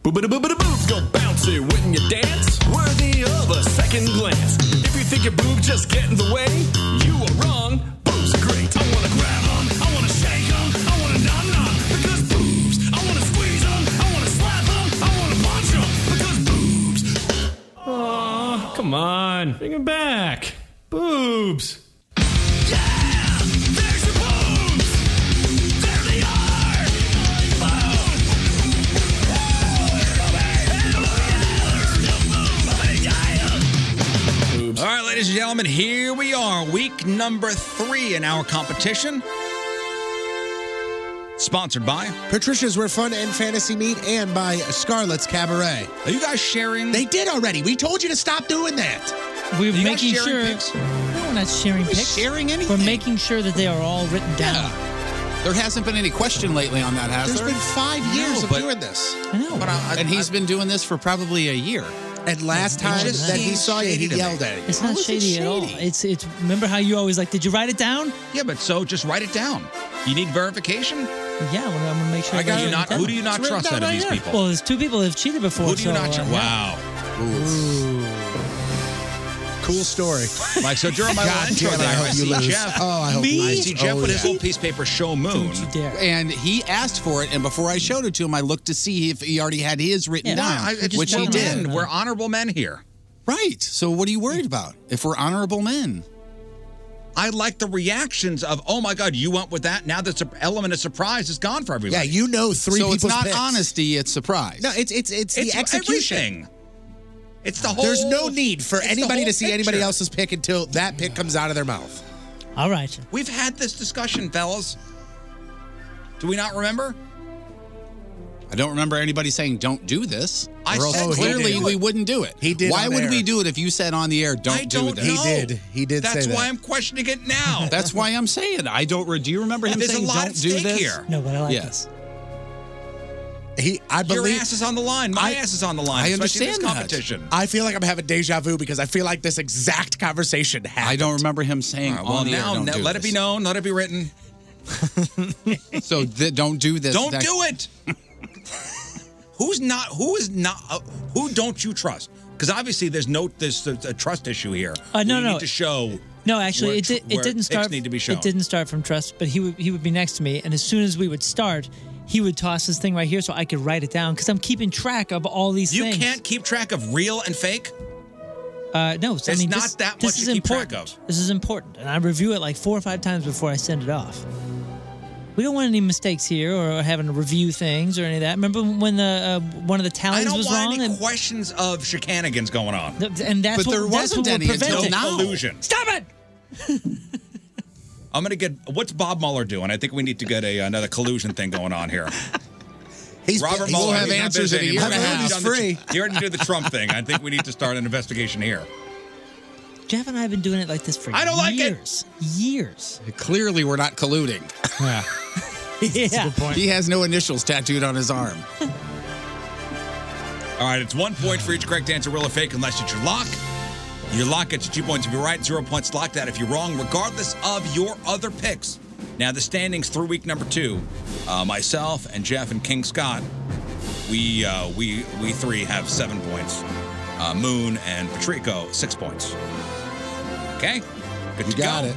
Boop boop boop boop boobs go bouncy when you dance. Worthy of a second glance. If you think your boob just get in the way, you are wrong. Boobs are great. I wanna grab 'em, I wanna shake 'em, I wanna nom nom. Because boobs, I wanna squeeze 'em, I wanna slap 'em, I wanna punch 'em. Because boobs. Aw, come on. Bring him back. Boobs. All right, ladies and gentlemen, here we are, week number three in our competition. Sponsored by. Patricia's Where Fun and Fantasy Meet and by Scarlett's Cabaret. Are you guys sharing? They did already. We told you to stop doing that. We're making sure. No, we're not sharing pics. Sharing anything. We're making sure that they are all written down. There hasn't been any question lately on that, has There's there? been five years of doing this. I know. and he's been doing this for probably a year. And last time that he saw you, he yelled at you. It's not shady, at all. It's it's. Remember how you always like? Did you write it down? Yeah, but so just write it down. You need verification? Yeah, well, I'm gonna make sure. I got that you not- down. who do you not It's written trust down out of these here. people? Well, there's two people that have cheated before. Who do so, you not uh, trust? Wow. Cool story. Like, so during my God little intro damn it, there, I I, hope you see lose. Jeff. Oh, I hope I you lose. see Jeff Oh, with yeah. his little piece of paper, Show Moon. And he asked for it, and before I showed it to him, I looked to see if he already had his written Yeah. down, No, I- I just which he want to did. know. We're honorable men here. Right. So what are you worried about? If we're honorable men. I like the reactions of, oh my God, you went with that. Now the sur- element of surprise is gone for everybody. So it's not honesty, it's surprise. No, it's it's it's, It's the execution. everything. It's the whole. There's no need for it's the anybody whole to see anybody picture. else's pick until that pick comes out of their mouth. All right. We've had this discussion, fellas. Do we not remember? I don't remember anybody saying don't do this. I or else said clearly don't do we it. wouldn't do it. He did Why on would air. we do it if you said on the air don't, I do don't this? know. He did. He did That's say why that. I'm questioning it now. That's why I'm saying I don't. Re- do you remember him There's a saying lot at don't do stake this? here. No, but I like yes. He, I Your believe ass is on the line. My ass is on the line. I especially in this understand that. competition. I feel like I'm having deja vu because I feel like this exact conversation happened. I don't remember him saying All right, well, on the now, air. Don't now do let it this. be known, let it be written. So th- don't do this. don't That- do it. Who's not? Who is not? Uh, who don't you trust? Because obviously, there's no there's, there's a trust issue here. Uh, no, We no. Need to show. No, actually, where it, tr- did, it where didn't picks start. Need to be shown. it didn't start from trust, but he would he would be next to me, and as soon as we would start, he would toss his thing right here so I could write it down because I'm keeping track of all these You things. can't keep track of real and fake. Uh, no, so, I It's mean, not this, that this much is to keep important. track of. This is important, and I review it like four or five times before I send it off. We don't want any mistakes here, or having to review things or any of that. Remember when the uh, one of the I tallies don't was want wrong, any and, questions of shenanigans going on. th- and that's But what there that's what wasn't any we're until preventing. now. Collusion. Stop it! I'm gonna get. What's Bob Mueller doing? I think we need to get a, another collusion thing going on here. He's- Robert he's- Mueller. we'll have he's not answers busy in a year anymore. and a half. done He's the- free. he already did the Trump thing. I think we need to start an investigation here. Jeff and I have been doing it like this for I don't like it. years. Years. Clearly, we're not colluding. Yeah. yeah. He has no initials tattooed on his arm. All right, it's one point for each correct answer, real or fake, unless it's your lock. Your lock gets you two points if you're right, zero points locked out if you're wrong, regardless of your other picks. Now, the standings through week number two, uh, myself and Jeff and King Scott, we uh, we we three have seven points. Uh, Moon and Patrico, six points. Okay? Good to got it.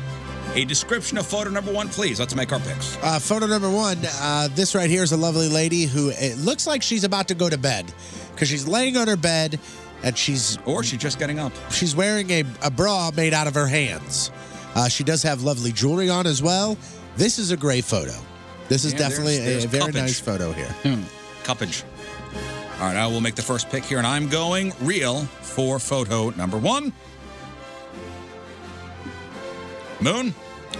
A description of photo number one, please. Let's make our picks. Uh, photo number one. Uh, this right here is a lovely lady who it looks like she's about to go to bed because she's laying on her bed and she's or she's just getting up. She's wearing a, a bra made out of her hands. Uh, she does have lovely jewelry on as well. This is a great photo. This is Yeah, there's- definitely there's Hmm. a, very cuppage. nice photo here. Cuppage. All right, I will make the first pick here, and I'm going real for photo number one. Moon,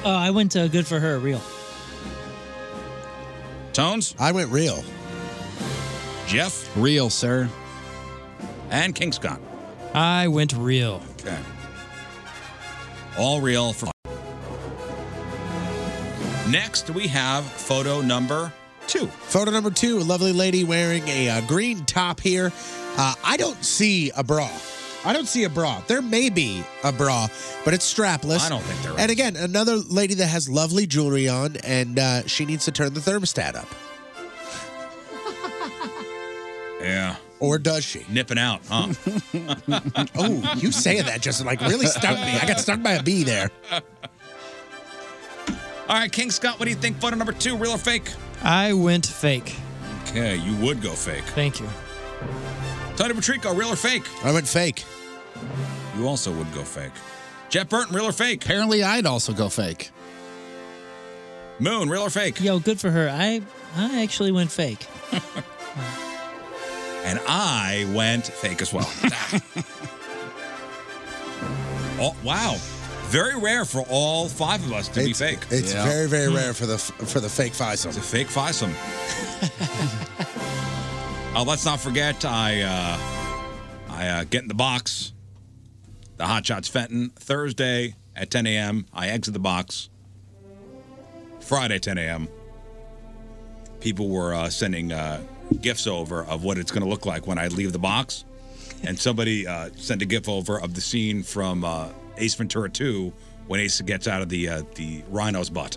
Oh, I went to good for her real. Tones. I went real. Jeff. Real, sir. And King Scott. I went real. Okay. All real for. Next, we have photo number two. Photo number two, a lovely lady wearing a uh, green top here. Uh, I don't see a bra. I don't see a bra. There may be a bra, but it's strapless. I don't think there And is. again, another lady that has lovely jewelry on, and uh, she needs to turn the thermostat up. Yeah. Or does she? Nipping out, huh? oh, you saying that just like really stung me. I got stung by a bee there. All right, King Scott, what do you think? Photo number two, real or fake? I went fake. Okay, you would go fake. Thank you. Tony Patrico, real or fake? I went fake. You also would go fake. Jeff Burton, real or fake? Apparently, I'd also go fake. Moon, real or fake? Yo, good for her. I I actually went fake. And I went fake as well. oh, wow. Very rare for all five of us to be fake. It's very, very rare for the f- for the fake Faisal. It's a fake Faisal. Oh, let's not forget I uh, I uh, get in the box. The Hot Shots Fenton Thursday at 10 a.m. I exit the box. Friday 10 a.m. People were uh, sending uh, gifts over of what it's going to look like when I leave the box, and somebody uh, sent a gif over of the scene from uh, Ace Ventura 2 when Ace gets out of the uh, the rhino's butt.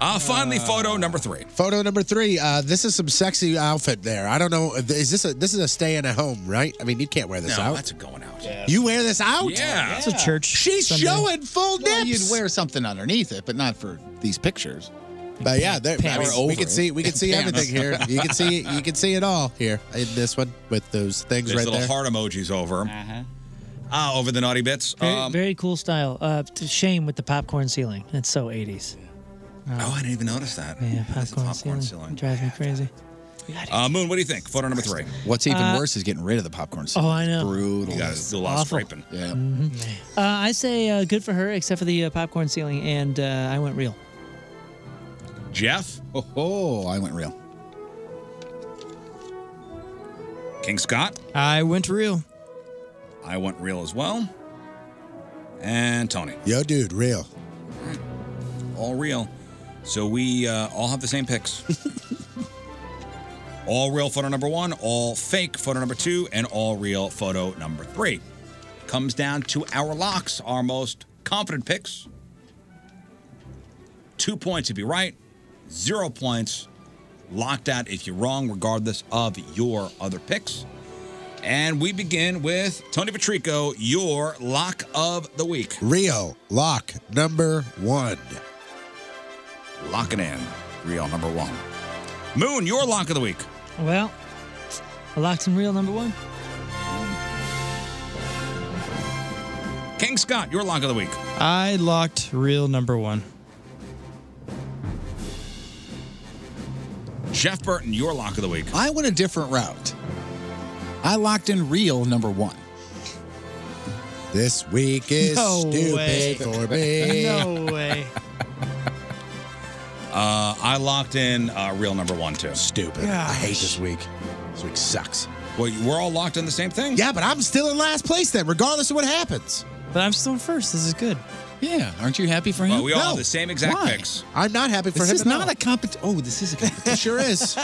Uh, finally, photo number three. Photo number three. Uh, this is some sexy outfit there. I don't know. Is this a this is a stay in a home, right? I mean, you can't wear this No, out. that's a going out. You wear this out? Yeah. It's a church. She's Sunday. showing full nips. Well, you'd wear something underneath it, but not for these pictures. But yeah, there, I mean, we can see we can see Pants. everything here. You can see you can see it all here in this one with those things There's right little there. heart emojis over. Uh-huh. Ah, over the naughty bits. Very, Um, very cool style. Uh, to shame with the popcorn ceiling. That's so 80s. oh, I didn't even notice that. Yeah, popcorn, ceiling. Drives me crazy. Uh, Moon, what do you think? Photo number three. What's even Uh, worse is getting rid of the popcorn. Oh, I know. Brutal. You guys do a lot of Awful. scraping. Yeah. Uh, I say uh, good for her, except for the uh, popcorn ceiling, and uh, I went real. Jeff? Oh, oh, I went real. King Scott? I went real. I went real as well. And Tony. Yo, dude, real. All real. So we uh, all have the same picks. all real photo number one, all fake photo number two, and all real photo number three. Comes down to our locks, our most confident picks. Two points if you're right, zero points locked out if you're wrong, regardless of your other picks. And we begin with Tony Patrico, your lock of the week. Rio lock number one. Locking in. Real number one. Moon, your lock of the week. Well, I locked and real number one. King Scott, your lock of the week. I locked real number one. Jeff Burton, your lock of the week. I went a different route. I locked in real number one. This week is No stupid way. for me. No way. Uh, I locked in uh, real number one too. Stupid. I hate this week. This week sucks. Well, we're all locked in the same thing. Yeah, but I'm still in last place then, regardless of what happens. But I'm still in first. This is good. Yeah, aren't you happy for him? Well, we all have the same exact Why? picks. I'm not happy for This him. is at not all. a competition. Oh, this is a competition. It sure is.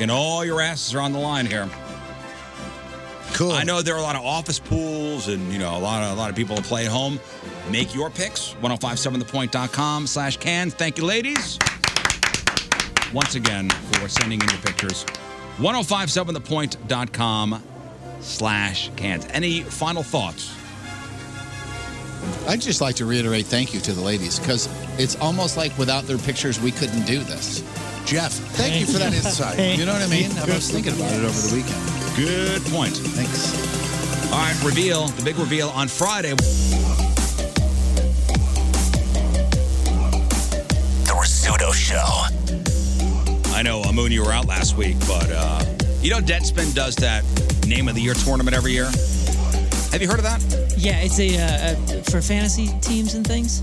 And all your asses are on the line here. Cool. I know there are a lot of office pools and you know a lot of a lot of people that play at home. Make your picks. 1057thepoint.com slash can. Thank you, ladies. Once again for sending in your pictures. 1057thepoint.com slash cans. Any final thoughts? I'd just like to reiterate thank you to the ladies because it's almost like without their pictures, we couldn't do this. Jeff, thank, you for that insight. you know what I mean? I was thinking about it over the weekend. Good point. Thanks. All right, reveal, the big reveal on Friday. The Rizzuto Show. I know, Amoon, you were out last week, but uh, you know, Deadspin does that name of the year tournament every year. Have you heard of that? Yeah, it's a uh, uh, for fantasy teams and things.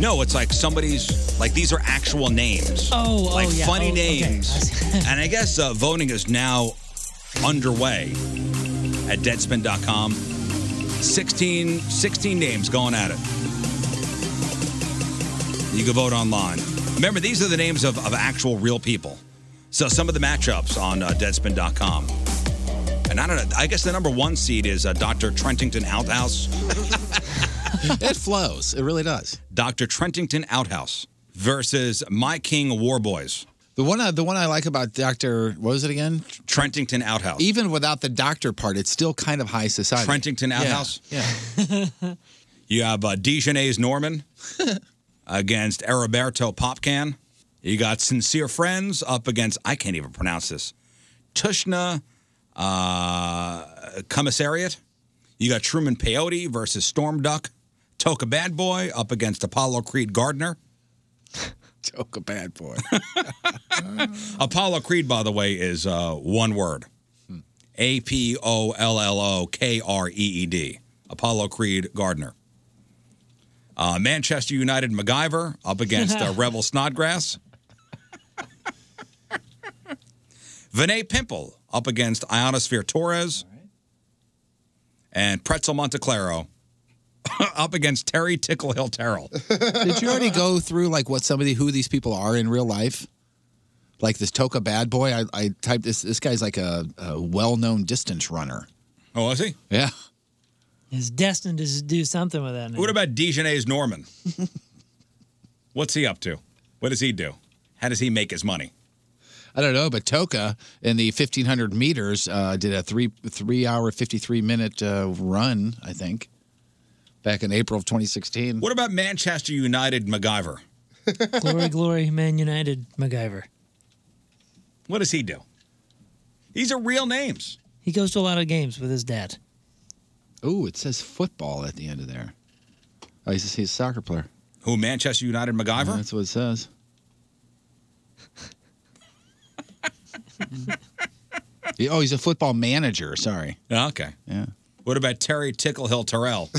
No, it's like somebody's like these are actual names. Oh, oh, like yeah. funny Oh, okay. names. and I guess uh, voting is now underway at Deadspin.com. 16, 16 names going at it. You can vote online. Remember, these are the names of, of actual real people. So some of the matchups on uh, Deadspin.com. And I don't know. I guess the number one seed is uh, Dr. Trentington Outhouse. it flows. It really does. Dr. Trentington Outhouse versus My King War Boys. The one, I, the one I like about Doctor, what was it again? Trentington Outhouse. Even without the doctor part, it's still kind of high society. Trentington Yeah. Outhouse. Yeah. You have uh, Dejanay's Norman against Heriberto Popcan. You got Sincere Friends up against, I can't even pronounce this, Tushna uh, Commissariat. You got Truman Peyote versus Storm Duck. Toka Bad Boy up against Apollo Creed Gardner. Toka Bad Boy. Apollo Creed, by the way, is uh, one word A P O L L O K R E E D. Apollo Creed Gardner. Uh, Manchester United MacGyver up against uh, Rebel Snodgrass. Vinay Pimple up against Ionosphere Torres. And Pretzel Monteclaro up against Terry Ticklehill Terrell. Did you already go through like what somebody who these people are in real life? Like this Toka Bad Boy, I, I typed this. This guy's like a, a well-known distance runner. Oh, is he? Yeah. Is destined to just do something with that name. What about Dejanay's Norman? What's he up to? What does he do? How does he make his money? I don't know, but Toka in the 1500 meters uh, did a three three hour 53 minute uh, run, I think, back in April of 2016. What about Manchester United MacGyver? glory, glory, Man United, MacGyver. What does he do? These are real names. He goes to a lot of games with his dad. Oh, it says football at the end of there. Oh, he's, he's a soccer player. Who, Manchester United MacGyver? that's what it says. Yeah, oh, he's a football manager. Sorry. Oh, okay. Yeah. What about Terry Ticklehill Terrell?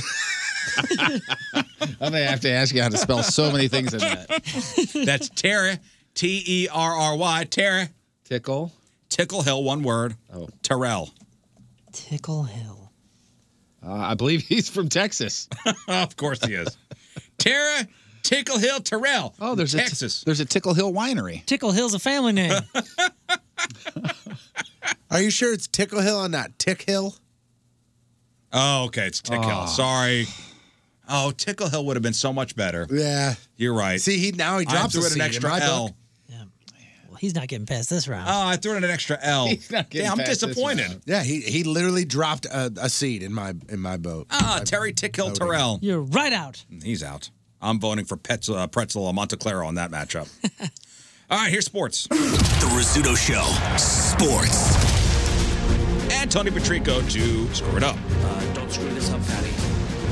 I'm going to have to ask you how to spell so many things in that. That's Terry, T E R R Y, Terry. Tickle. Ticklehill, one word. Oh. Terrell. Tickle Hill. Uh, I believe he's from Texas. of course he is. Terry Ticklehill Terrell. Oh, there's Texas. a there's a Tickle Hill winery. Tickle Hill's a family name. Are you sure it's Tickle Hill and not Tick Hill? Oh, okay. It's Ticklehill. Ah. Oh. Sorry. Oh, Ticklehill would have been so much better. Yeah. You're right. See, he now he I drops threw a it an C in extra my book. L. Well, he's not getting past this round. Oh, I threw in an extra L. Yeah, I'm disappointed. Yeah, he, he literally dropped a, a seed in my in my boat. Ah, Terry Tickhill Terrell. You're right out. He's out. I'm voting for Petz, uh, Pretzel uh, Monteclaro on that matchup. All right, here's sports. The Rizzuto Show. Sports. And Tony Patrico to screw it up. Uh, Don't screw this up, Patty.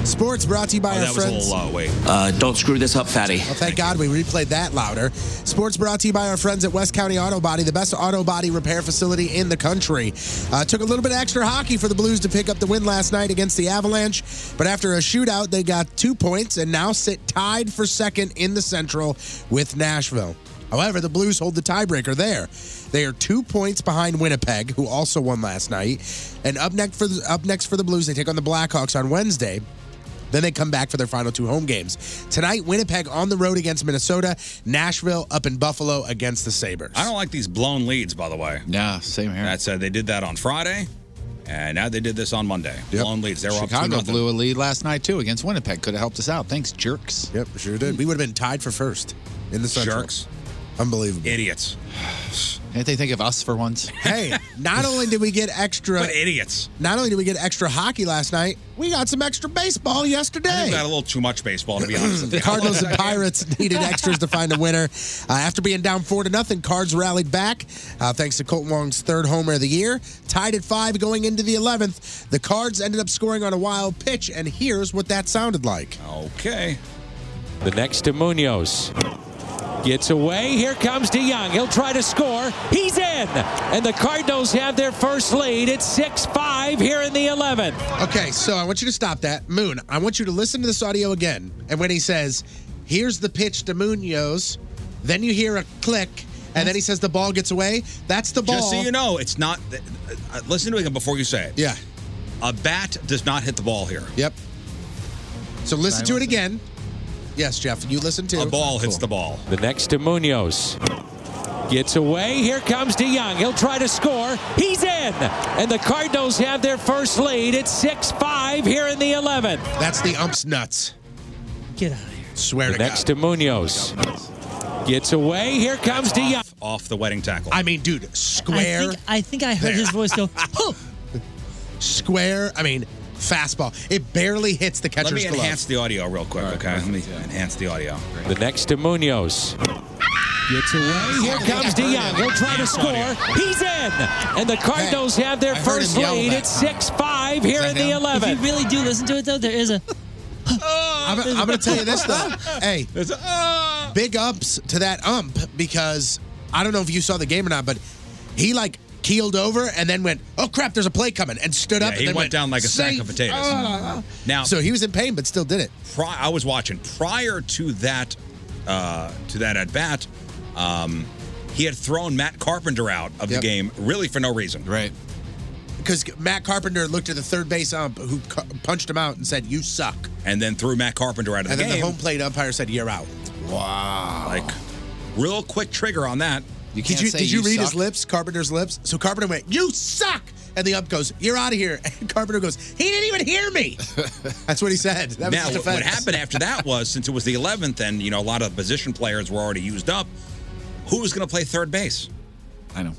Sports brought to you by our Oh, that was a friends. little low. Wait. Uh, don't screw this up, fatty. Well, thank God we replayed that louder. Sports brought to you by our friends at West County Auto Body, the best auto body repair facility in the country. Uh, took a little bit of extra hockey for the Blues to pick up the win last night against the Avalanche, but after a shootout, they got two points and now sit tied for second in the Central with Nashville. However, the Blues hold the tiebreaker there. They are two points behind Winnipeg, who also won last night. And up next for the, up next for the Blues, they take on the Blackhawks on Wednesday. Then they come back for their final two home games. Tonight, Winnipeg on the road against Minnesota, Nashville up in Buffalo against the Sabres. I don't like these blown leads, by the way. Yeah, same here. That's uh, they did that on Friday, and now they did this on Monday. Blown leads. They were up Chicago two nothing. blew a lead last night too against Winnipeg. Could have helped us out. Thanks, jerks. Yep, sure did. We would have been tied for first in the Central. Jerks. Unbelievable. Idiots. Can't they think of us for once? Hey, not only did we get extra What idiots. not only did we get extra hockey last night, we got some extra baseball We've yesterday. got a little too much baseball, to be honest with The you. Cardinals and Pirates needed extras to find a winner. Uh, after being down four to nothing, Cards rallied back uh, thanks to Colton Wong's third homer of the year. Tied at five going into the eleventh, the Cards ended up scoring on a wild pitch, and here's what that sounded like. Okay. The next to Munoz. Gets away. Here comes DeYoung. He'll try to score. He's in. And the Cardinals have their first lead. It's 6 5 here in the 11th. Okay, so I want you to stop that. Moon, I want you to listen to this audio again. And when he says, here's the pitch to Munoz, then you hear a click, and then he says the ball gets away. That's the ball. Just so you know, it's not. th- uh, Listen to it before you say it. Yeah. A bat does not hit the ball here. Yep. So listen to it again. Yes, Jeff, you listen to A ball hits the ball. The next to Munoz. Gets away. Here comes DeYoung. He'll try to score. He's in. And the Cardinals have their first lead. It's 6 5 here in the 11th. That's the ump's nuts. Get out of here. Swear to next to Munoz. Gets away. Here comes DeYoung. Off the wedding tackle. I mean, dude, square. I think I, think I heard his voice go, oh, square. I mean, fastball. It barely hits the Let catcher's me glove. enhance the audio real quick, okay? Let me enhance the audio. The next to Munoz. Gets away. Here comes DeYoung. He'll try to score. He's in. And the Cardinals have their first lead. It's 6 5 here in the 11th. If you really do listen to it, though, there is a. Oh. I'm, I'm going to tell you this though. Hey, uh, big ups to that ump because I don't know if you saw the game or not, but he like keeled over and then went, "Oh crap, there's a play coming," and stood Yeah, up. he and then went down like a sack "Safe." of potatoes. Ah. Now, so he was in pain, but still did it. pri- I was watching prior to that uh, to that at bat. Um, he had thrown Matt Carpenter out of the game really for no reason. Right. Because Matt Carpenter looked at the third base ump who cu- punched him out and said, "You suck." And then threw Matt Carpenter out of And the then game. the home plate umpire said, "You're out." Wow. Like, real quick trigger on that. You Did you, did you, read his lips, Carpenter's lips? So Carpenter went, "You suck," and the ump goes, "You're out of here." And Carpenter goes, "He didn't even hear me." That's what he said. That was now, his what- defense. what happened after that was since it was the 11th and, you know, a lot of position players were already used up, who was going to play third base? I know.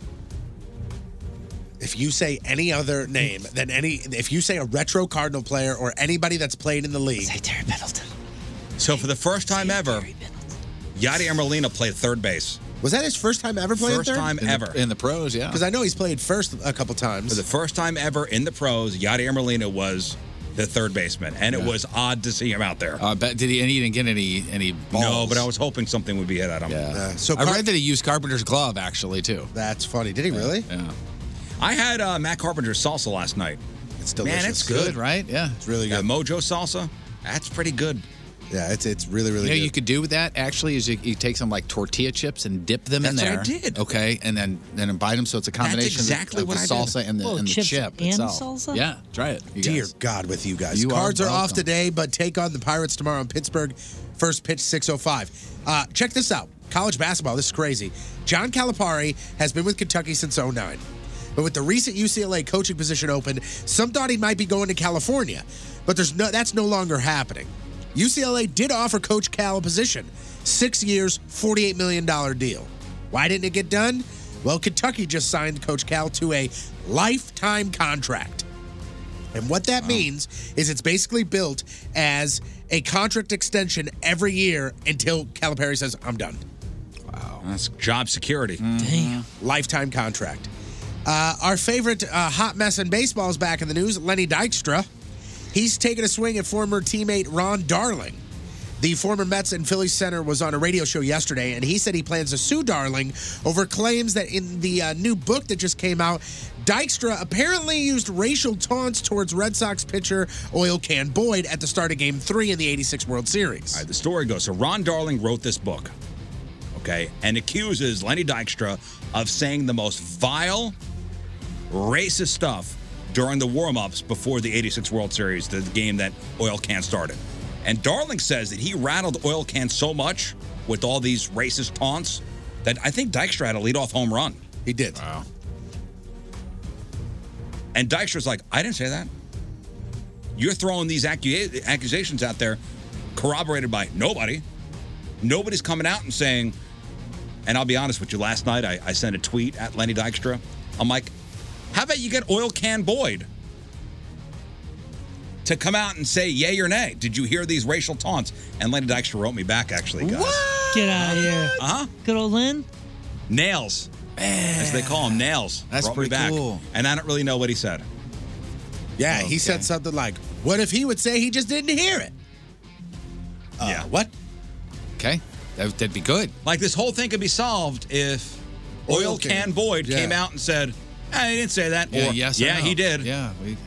If you say any other name than any, if you say a retro Cardinal player or anybody that's played in the league, say Terry Pendleton. So for the first time ever, Yadier Molina played third base. Was that his first time ever playing First third? time ever. in the pros, yeah. Because I know he's played first a couple times. For the first time ever in the pros, Yadier Molina was the third baseman, and it Yeah. was odd to see him out there. Uh, but did he? And he didn't get any any balls. No, but I was hoping something would be hit at him. Yeah. so I read that he used Carpenter's glove actually too. That's funny. Did he really? Yeah. I had uh, Matt Carpenter's salsa last night. It's Man, delicious. it's good. Good, right? Yeah, it's really good. mojo salsa, that's pretty good. Yeah, it's it's really You really know, good. you could do with that actually is you, you take some like tortilla chips and dip them in That's there. what I did. Okay, and then then invite them so it's a That's combination exactly of, the- what I of did. the salsa and the, Whoa, and the chips chip and itself. salsa? Yeah, try it. You Dear guys. God, with you guys. You are Cards are, off welcome. today, but take on the Pirates tomorrow in Pittsburgh. First pitch 6:05. Uh, check this out. College basketball. This is crazy. John Calipari has been with Kentucky since 09. But with the recent UCLA coaching position open, some thought he might be going to California. But there's no that's no longer happening. UCLA did offer Coach Cal a position. Six years, $48 million deal. Why didn't it get done? Well, Kentucky just signed Coach Cal to a lifetime contract. And what that means is it's basically built as a contract extension every year until Calipari says, I'm done. That's job security. Mm-hmm. Damn. Lifetime contract. Uh, our favorite uh, hot mess in baseball is back in the news, Lenny Dykstra. He's taking a swing at former teammate Ron Darling. The former Mets and Phillies center was on a radio show yesterday, and he said he plans to sue Darling over claims that in the uh, new book that just came out, Dykstra apparently used racial taunts towards Red Sox pitcher Oil Can Boyd at the start of Game Three in the '86 World Series. All right, the story goes so Ron Darling wrote this book, okay, and accuses Lenny Dykstra of saying the most vile, racist stuff during the warm ups before the 86 World Series, the game that Oil Can started. And Darling says that he rattled Oil Can so much with all these racist taunts that I think Dykstra had a leadoff home run. He did. Wow. And Dykstra's like, I didn't say that. You're throwing these accu- accusations out there, corroborated by nobody. Nobody's coming out and saying, and I'll be honest with you, last night I, I sent a tweet at Lenny Dykstra. I'm like, how about you get Oil Can Boyd to come out and say yay or nay? Did you hear these racial taunts? And Lenny Dykstra wrote me back, actually, guys. Get out of here. Uh huh. Good old Lynn. Nails. As they call him, nails. That's Brought me pretty back. cool. And I don't really know what he said. Yeah, he said something like, "What if he would say he just didn't hear it?" Uh, yeah. What? Okay. That, would be good. Like this whole thing could be solved if Oil, Oil Can Can- Boyd Yeah. came out and said, "I didn't say that." Yeah, or, yes or Yeah, no." he did. Yeah. We,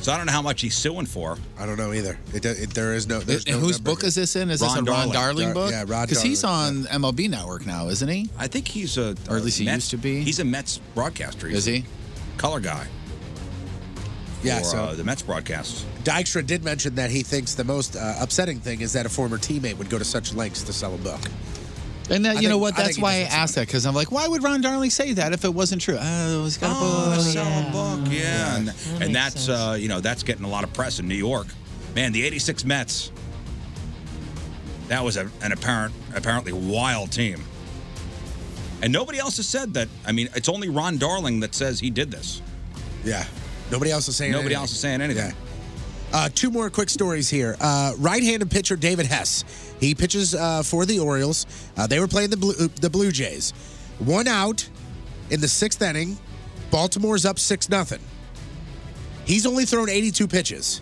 So I don't know how much he's suing for. I don't know either. It, it, there is no. There's and no whose number book is this in? Is Ron this a Ron Darling. Darling Dar- book? yeah, Ron Because he's on Darling. MLB Network now, isn't he? I think he's a, or at least he Mets- used to be. He's a Mets broadcaster. He's Is he? a color guy. Yeah, for, so- uh, the Mets broadcasts. Dykstra did mention that he thinks the most uh, upsetting thing is that a former teammate would go to such lengths to sell a book. And I that, you know think- what? I That's think he why I doesn't asked that because I'm like, why would Ron Darling say that if it wasn't true? Oh, he's got a book. a book, yeah, and, and that's uh, you know that's getting a lot of press in New York. Man, the '86 Mets. That was a, an apparent, apparently wild team, and nobody else has said that. I mean, it's only Ron Darling that says he did this. Yeah, nobody else is saying. Nobody anything. else is saying anything. Uh, two more quick stories here. Uh, right-handed pitcher David Hess. He pitches uh, for the Orioles. Uh, they were playing the Blue, the Blue Jays. One out in the sixth inning. Baltimore's up six nothing. He's only thrown 82 pitches.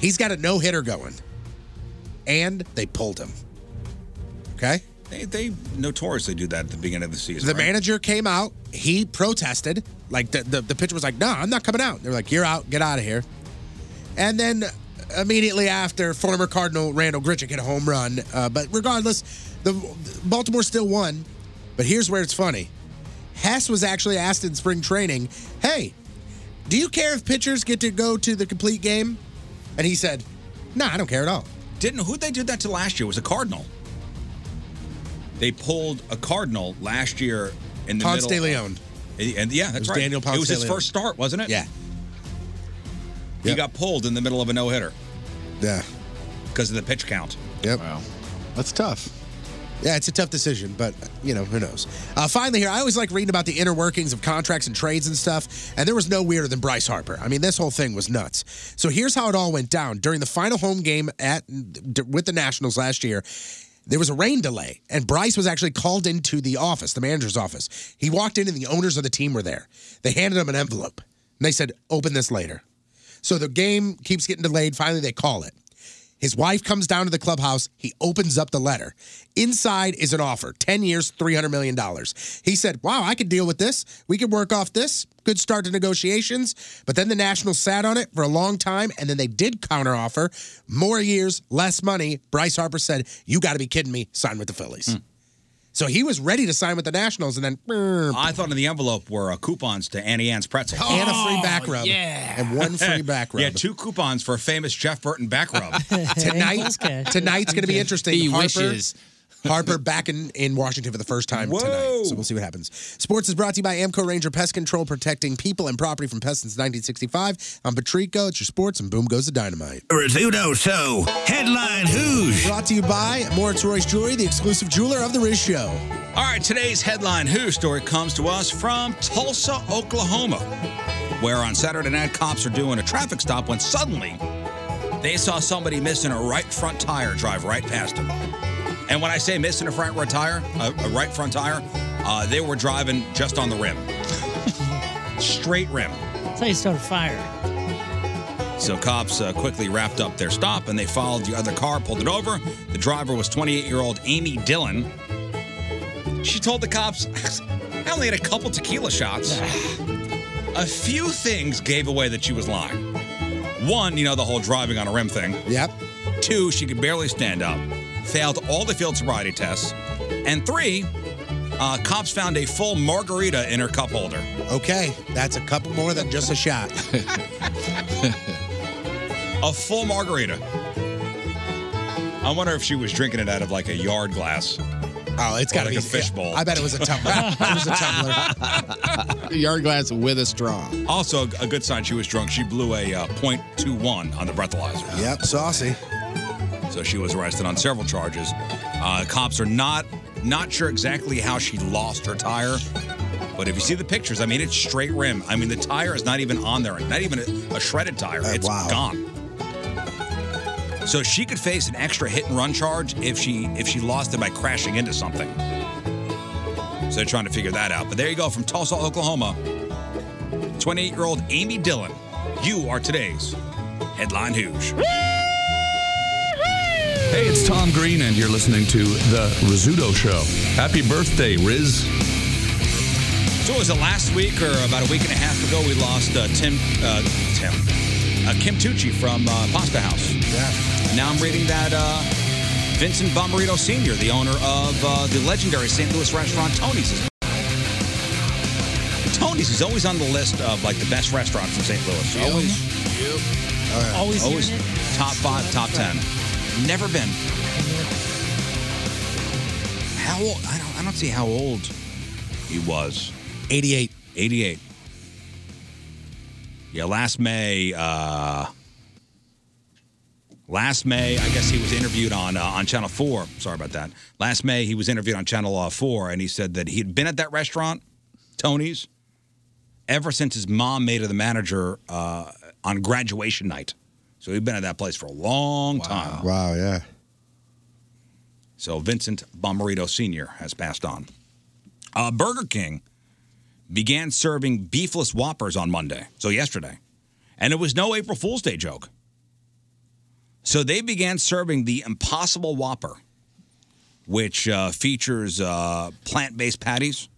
He's got a no hitter going, and they pulled him. Okay. They, they notoriously do that at the beginning of the season. The right? manager came out. He protested. Like the, the the pitcher was like, "No, I'm not coming out." They're like, "You're out. Get out of here." And then immediately after, former Cardinal Randall Gritchick hit a home run. Uh, but regardless, the Baltimore still won. But here's where it's funny. Hess was actually asked in spring training, "Hey, do you care if pitchers get to go to the complete game?" And he said, "No, I don't care at all." Didn't who they did that to last year It was a Cardinal. They pulled a Cardinal last year in the Ponce de middle. Leon. And- and yeah, that's It was right. Daniel Ponce It was de his Leon. first start, wasn't it? Yeah. He got pulled in the middle of a no hitter. Yeah. Because of the pitch count. Yep. Wow. That's tough. Yeah, it's a tough decision, but you know who knows. Uh, finally, here I always like reading about the inner workings of contracts and trades and stuff, and there was no weirder than Bryce Harper. I mean, this whole thing was nuts. So here's how it all went down during the final home game at with the Nationals last year. There was a rain delay, and Bryce was actually called into the office, the manager's office. He walked in, and the owners of the team were there. They handed him an envelope, and they said, "Open this later." So the game keeps getting delayed. Finally, they call it. His wife comes down to the clubhouse. He opens up the letter. Inside is an offer 10 years, $300 million. He said, Wow, I could deal with this. We could work off this. Good start to negotiations. But then the Nationals sat on it for a long time, and then they did counteroffer more years, less money. Bryce Harper said, You got to be kidding me. Sign with the Phillies. So he was ready to sign with the Nationals, and then I thought in the envelope were uh, coupons to Annie Ann's pretzel. and a Oh, free back rub. And one free back rub. yeah, two coupons for a famous Jeff Burton back rub. tonight tonight's going to be interesting. He Harper, wishes. Harper back in, in Washington for the first time tonight. So we'll see what happens. Sports is brought to you by Amco Ranger Pest Control, protecting people and property from pests since 1965. I'm Patrico. It's your sports, and boom goes the dynamite. Rizzuto Show. Headline Who's? Brought to you by Moritz Royce Jewelry, the exclusive jeweler of The Riz Show. All right, today's headline Who story comes to us from Tulsa, Oklahoma, where on Saturday night cops are doing a traffic stop when suddenly they saw somebody missing a right front tire drive right past them. And when I say missing a front right tire, a, a right front tire, uh, they were driving just on the rim, straight rim. That's how you start a fire. So cops uh, quickly wrapped up their stop and they followed the other car, pulled it over. The driver was 28-year-old Amy Dillon. She told the cops, "I only had a couple tequila shots." a few things gave away that she was lying. One, you know, the whole driving on a rim thing. Yep. Two, she could barely stand up, failed all the field sobriety tests, and three, uh, cops found a full margarita in her cup holder. Okay, that's a couple more than just a shot. a full margarita. I wonder if she was drinking it out of like a yard glass. Oh, it's got to like be a fishbowl. I bet it was a tumbler. it was a tumbler. yard glass with a straw. Also, a good sign she was drunk. She blew a uh, .21 on the breathalyzer. Yep, saucy. So she was arrested on several charges. Uh, cops are not not sure exactly how she lost her tire, but if you see the pictures, I mean, it's straight rim. I mean, the tire is not even on there, not even a, a shredded tire. Oh, It's gone. So she could face an extra hit and run charge if she if she lost it by crashing into something. So they're trying to figure that out. But there you go, from Tulsa, Oklahoma, 28-year-old Amy Dillon. You are today's headline Hoosh. Hey, it's Tom Green, and you're listening to The Rizzuto Show. Happy birthday, Riz. So was it last week or about a week and a half ago we lost uh, Tim uh, Tim uh, Kim Tucci from uh, Pasta House. Yeah. Now I'm reading that uh, Vincent Bomarito Sr., the owner of uh, the legendary St. Louis restaurant Tony's. is- Tony's is always on the list of like the best restaurants in St. Louis. Always, Always hearing always top five, top ten. Never been. How old? I don't. I don't see how old he was. 88. 88. Yeah, last May. Uh, last May, I guess he was interviewed on uh, on Channel Four. Sorry about that. Last May, he was interviewed on Channel uh, Four, and he said that he had been at that restaurant, Tony's, ever since his mom made her the manager uh, on graduation night. So he'd been at that place for a long time. Wow, yeah. So Vincent Bomarito Sr. has passed on. Uh, Burger King began serving beefless Whoppers on Monday, so yesterday. And it was no April Fool's Day joke. So they began serving the Impossible Whopper, which uh, features uh, plant based patties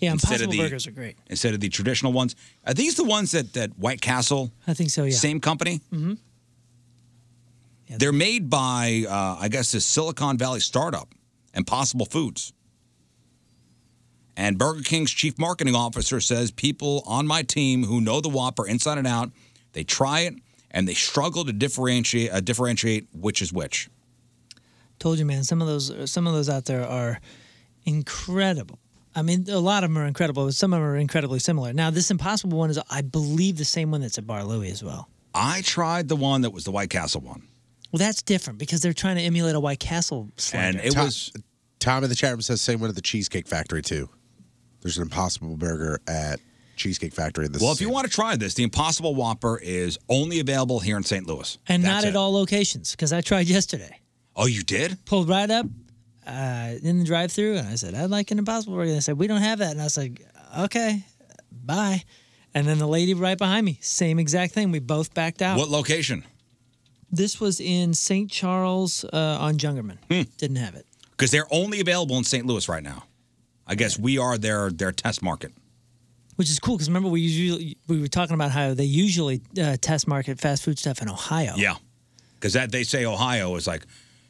Yeah, Instead of Impossible the- Burgers are great. instead of the traditional ones. Are these the ones that, that White Castle, I think so, yeah. same company? Mm-hmm. They're made by, uh, I guess, this Silicon Valley startup, Impossible Foods. And Burger King's chief marketing officer says people on my team who know the Whopper inside and out, they try it and they struggle to differentiate uh, differentiate which is which. Told you, man. Some of those, some of those out there are incredible. I mean, a lot of them are incredible, but some of them are incredibly similar. Now, this Impossible one is, I believe, the same one that's at Bar Louie as well. I tried the one that was the White Castle one. Well, that's different because they're trying to emulate a White Castle slander. Tom- Tom in the chat room says same one at the Cheesecake Factory too. There's an Impossible Burger at Cheesecake Factory. This well, if you want to try this, the Impossible Whopper is only available here in St. Louis. and not at all locations because I tried yesterday. Oh, you did? Pulled right up uh, in the drive-through, and I said, "I'd like an Impossible Burger." They said, "We don't have that," and I was like, "Okay, bye." And then the lady right behind me, same exact thing. We both backed out. What location? This was in St. Charles uh, on Jungerman. Hmm. Didn't have it. Because they're only available in St. Louis right now. I guess we are their their test market. Which is cool because remember we usually we were talking about how they usually uh, test market fast food stuff in Ohio. Yeah, because that they say Ohio is like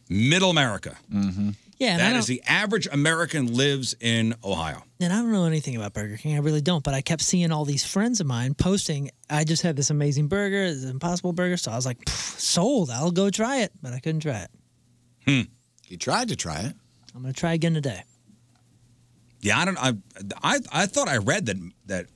middle America. Mm-hmm. Yeah, and I that don't- is the average American lives in Ohio. And I don't know anything about Burger King. I really don't. But I kept seeing all these friends of mine posting, I just had this amazing burger, this impossible burger. So I was like, "Pff, sold. I'll go try it. But I couldn't try it. Hmm. You tried to try it. I'm going to try again today. Yeah, I don't. I, I I thought I read that that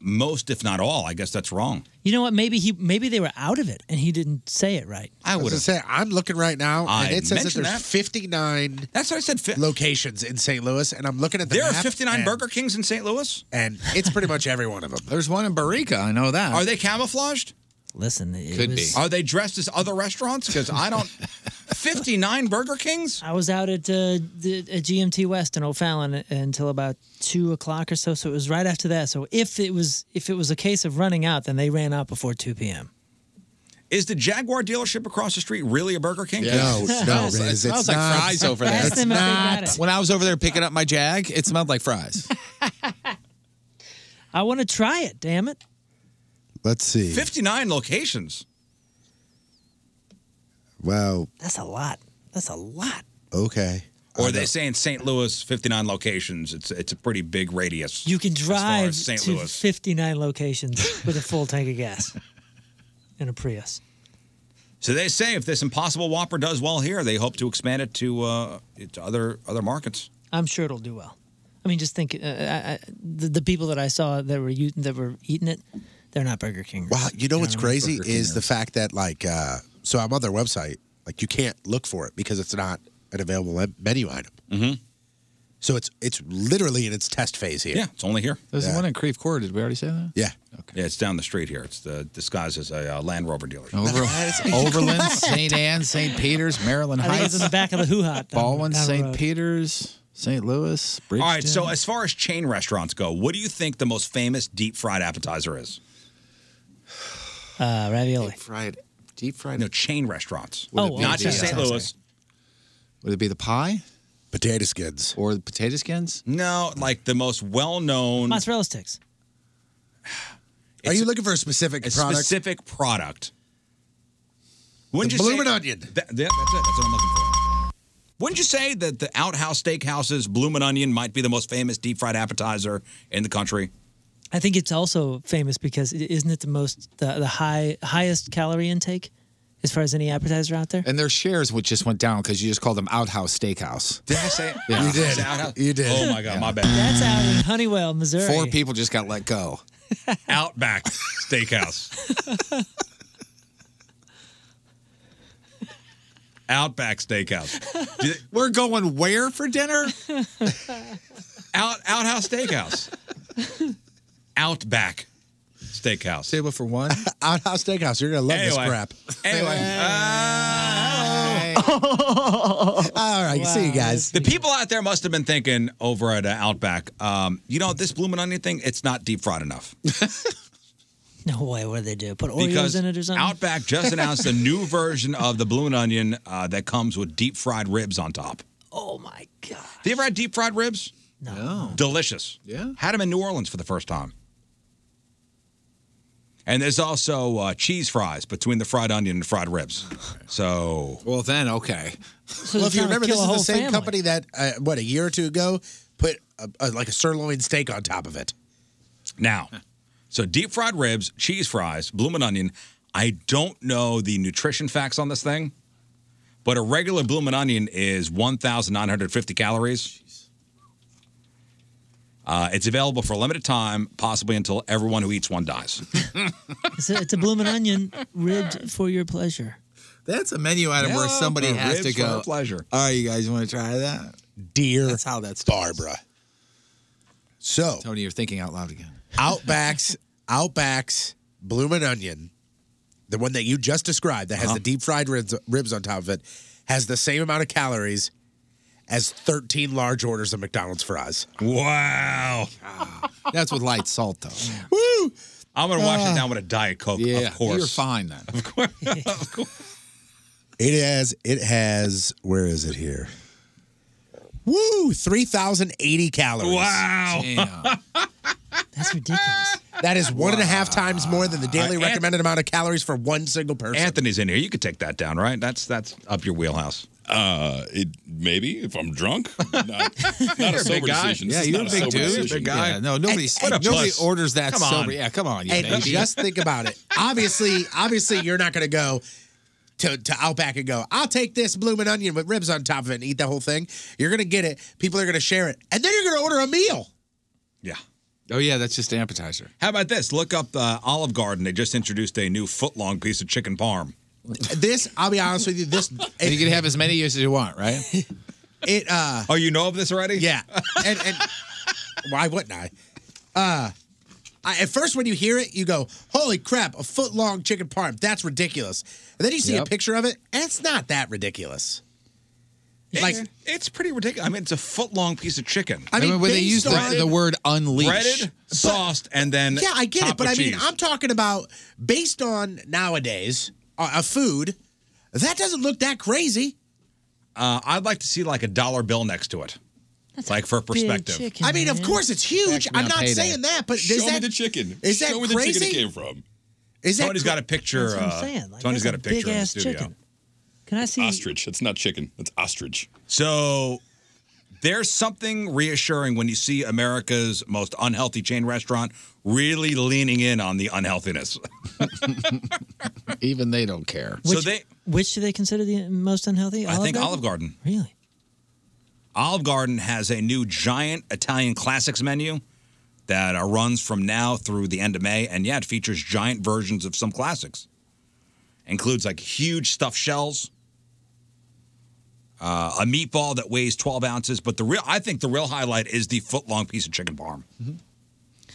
most, if not all, I guess that's wrong. You know what? Maybe he, maybe they were out of it and he didn't say it right. I would say I'm looking right now, I and it says that mentioned there's that. 59. That's what I said. locations in St. Louis, and I'm looking at the There are map, 59 and- Burger Kings in St. Louis, and it's pretty much every one of them. There's one in Barica. I know that. Are they camouflaged? Listen, it Could was- be. Are they dressed as other restaurants? Because I don't. 59 Burger Kings? I was out at, uh, the, at GMT West in O'Fallon until about two o'clock or so. So it was right after that. So if it was if it was a case of running out, then they ran out before two p.m. Is the Jaguar dealership across the street really a Burger King? Yeah. No, It no, smells- Riz, It it's smells like not. fries over there. Ask them if they got It's When I was over there picking up my Jag, it smelled like fries. I want to try it. Damn it! Let's see. 59 locations. Wow. That's a lot. That's a lot. Okay. Or they say in St. Louis, 59 locations. It's it's a pretty big radius. You can drive as St. to Louis. 59 locations with a full tank of gas in a Prius. So they say if this Impossible Whopper does well here, they hope to expand it to uh, to other other markets. I'm sure it'll do well. I mean, just think uh, I, I, the, the people that I saw that were u- that were eating it, they're not Burger King. Wow, you know what's crazy is the fact that like uh so I'm on their website, like you can't look for it because it's not an available le- menu item. Mm-hmm. So it's it's literally in its test phase here. Yeah, it's only here. There's Yeah. one in Creve Coeur. Did we already say that? Yeah. Yeah, it's down the street here. It's the, disguised as a uh, Land Rover dealer. Over- Overland, St. Anne, St. Peter's, Maryland I think it's Heights. in the back of the hoo-ha. Baldwin, Down the road. St. Peter's, St. Louis, Bridgeton. All right, so as far as chain restaurants go, what do you think the most famous deep fried appetizer is? Uh, ravioli. fried, deep fried. No, chain restaurants. Would it be not the, just uh, St. Louis. Would it be the pie? Potato skins. Or the potato skins? No, like the most well known. Mozzarella sticks. Are you looking for a specific a product? specific product. Wouldn't The you Bloomin' say, Onion. That, that- that's it. That's what I'm looking for. Wouldn't you say that the outhouse steakhouses, Bloomin' Onion, might be the most famous deep fried appetizer in the country? I think it's also famous because i- isn't it the most the, the high highest calorie intake as far as any appetizer out there? And their shares would just went down because you just called them outhouse steakhouse. Did I say it? Yeah. You did. Is it outhouse? You did. Oh my God, my bad. That's out in Honeywell, Missouri. Four people just got let go. Outback Steakhouse. Outback Steakhouse. Did- We're going where for dinner? Out Outhouse Steakhouse. Outback Steakhouse. Table for one. Outhouse Steakhouse. You're gonna love Anyway. this crap. Anyway, Uh, All right, see you guys. The people out there must have been thinking over at uh, Outback, um, you know, this bloomin' onion thing, it's not deep fried enough. No way. What do they do? Put Oreos because in it or something? Outback just announced a new version of the bloomin' onion uh, that comes with deep fried ribs on top. Oh my god! Have you ever had deep fried ribs? No. Delicious. Yeah. Had them in New Orleans for the first time. And there's also uh, cheese fries between the fried onion and fried ribs. So. Well, then, okay. well, if you remember, this is the same company that uh, what a year or two ago put a, a, like a sirloin steak on top of it. Now, so deep fried ribs, cheese fries, bloomin' onion. I don't know the nutrition facts on this thing, but a regular bloomin' onion is 1,950 calories. Uh, it's available for a limited time, possibly until everyone who eats one dies. It's a, it's a bloomin' onion ribbed for your pleasure. That's a menu item where Yeah, somebody for has to ribs for go. our pleasure. All right, you guys, you want to try that? Dear That's how that's Barbara. So Tony, you're thinking out loud again. Outbacks, Outbacks, Bloomin' Onion, the one that you just described Uh-huh. that has the deep fried ribs, ribs on top of it, has the same amount of calories as 13 large orders of McDonald's fries. Wow. That's with light salt, though. Woo! I'm going to Uh, wash it down with a Diet Coke, Yeah, of course. you're fine then. Of course. of course. It has, it has, where is it here? Woo! 3,080 calories. Wow. That's ridiculous. That is one and a half times more than the daily Uh, Ant- recommended amount of calories for one single person. Anthony's in here. You could take that down, right? That's that's up your wheelhouse. Uh, it maybe if I'm drunk. Not, not You're a a big sober guy. decision. This Yeah, is you're a not big sober dude. decision. Big guy. Yeah, no, nobody- What a nobody puss. orders that Come sober. on. Yeah, come on, you And baby. just think about it. Obviously, obviously, you're not going to go to, to Outback and go, I'll take this bloomin' onion with ribs on top of it and eat the whole thing. You're going to get it. People are going to share it. And then you're going to order a meal. Oh yeah, that's just an appetizer. How about this? Look up uh, Olive Garden. They just introduced a new foot-long piece of chicken parm. This, I'll be honest with you, this. And you can have as many as you want, right? It, uh. Oh, you know of this already? Yeah. And, and why wouldn't I? Uh, I, at first, when you hear it, you go, "Holy crap! A foot long chicken parm. That's ridiculous." And then you see Yep. a picture of it, and it's not that ridiculous. Like it's, it's pretty ridiculous. I mean, it's a foot-long piece of chicken. I mean, I mean, when they based use the- on- the word unleash. breaded, sauced, and then yeah, I get it, topped but with I mean, cheese. I'm talking about based on nowadays uh, a food, that doesn't look that crazy. Uh, I'd like to see like a dollar bill next to it. like for perspective. I mean, of course it's huge. Back me I'm on not payday. saying that, but Show is me that the chicken. Is that Show me the crazy? chicken it came from. Is that Tony's cra- got a picture. That's what I'm uh, saying. Like, Tony's that's got a a picture in the big-ass studio. chicken. Can I see? Ostrich. It's not chicken. It's ostrich. So there's something reassuring when you see America's most unhealthy chain restaurant really leaning in on the unhealthiness. Even they don't care. so they, Which do they consider the most unhealthy? I Olive think Garden? Olive Garden. Really? Olive Garden has a new giant Italian classics menu that uh, runs from now through the end of May, and yeah, it features giant versions of some classics. Includes like huge stuffed shells, uh, a meatball that weighs 12 ounces, but the real I think the real highlight is the foot long piece of chicken parm. Mm-hmm.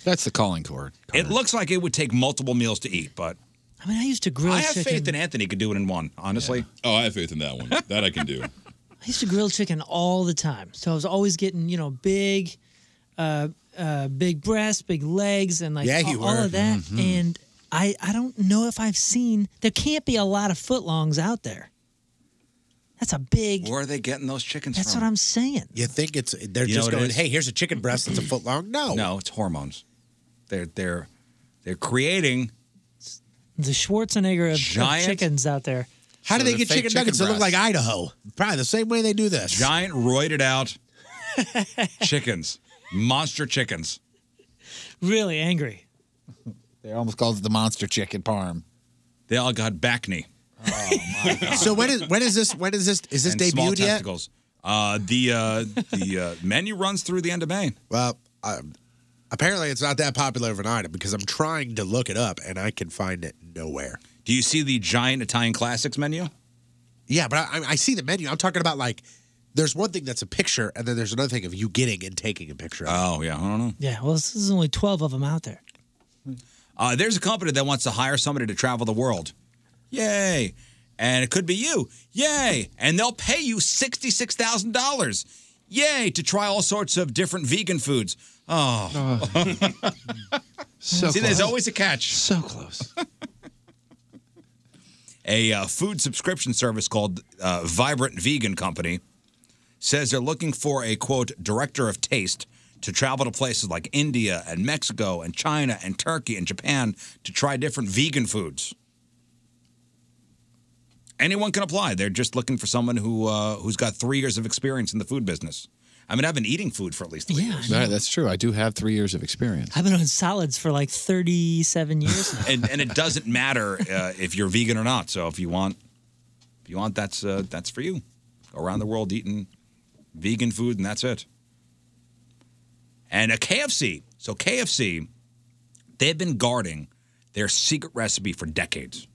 That's the calling card. It looks like it would take multiple meals to eat, but I mean, I used to grill I have chicken. faith that Anthony could do it in one. Honestly, oh, I have faith in that one. That I can do. I used to grill chicken all the time, so I was always getting you know big, uh, uh, big breasts, big legs, and like Yeah, all, you all were. of that. Mm-hmm. Mhm. And I I don't know if I've seen there can't be a lot of footlongs out there. That's a big. Where are they getting those chickens That's from? what I'm saying. You think it's they're You know just what it going, is? hey, here's a chicken breast that's a foot long? No, No, it's hormones. They're they're they're creating The Schwarzenegger of, of Giant- chickens out there. How do they get chicken nuggets that look like Idaho? Probably the same way they do this. Giant roided out chickens, monster chickens. Really angry. They almost called it the monster chicken parm. They all got back knee. so when is when is this when is this is this and small debuted yet? testicles. Uh, the uh, the uh, menu runs through the end of May. Well, um, apparently it's not that popular of an item because I'm trying to look it up and I can find it nowhere. Do you see the giant Italian classics menu? Yeah, but I, I- I see the menu. I'm talking about like there's one thing that's a picture and then there's another thing of you getting and taking a picture. Oh yeah, I don't know. Yeah. Well, this is only twelve of them out there. Uh, there's a company that wants to hire somebody to travel the world. Yay! And it could be you. Yay! And they'll pay you sixty-six thousand dollars. Yay! To try all sorts of different vegan foods. Oh, So see, close. there's always a catch. So close. a uh, food subscription service called uh, Vibrant Vegan Company says they're looking for a quote director of taste to travel to places like India and Mexico and China and Turkey and Japan to try different vegan foods. Anyone can apply. They're just looking for someone who uh, who's got three years of experience in the food business. I mean, I've been eating food for at least three Yeah, years. Right, that's true. I do have three years of experience. I've been on solids for like thirty-seven years. now. and, and it doesn't matter uh, if you're vegan or not. So if you want, if you want, that's uh, that's for you. Go around the world eating vegan food, and that's it. And a KFC. So KFC, they've been guarding their secret recipe for decades,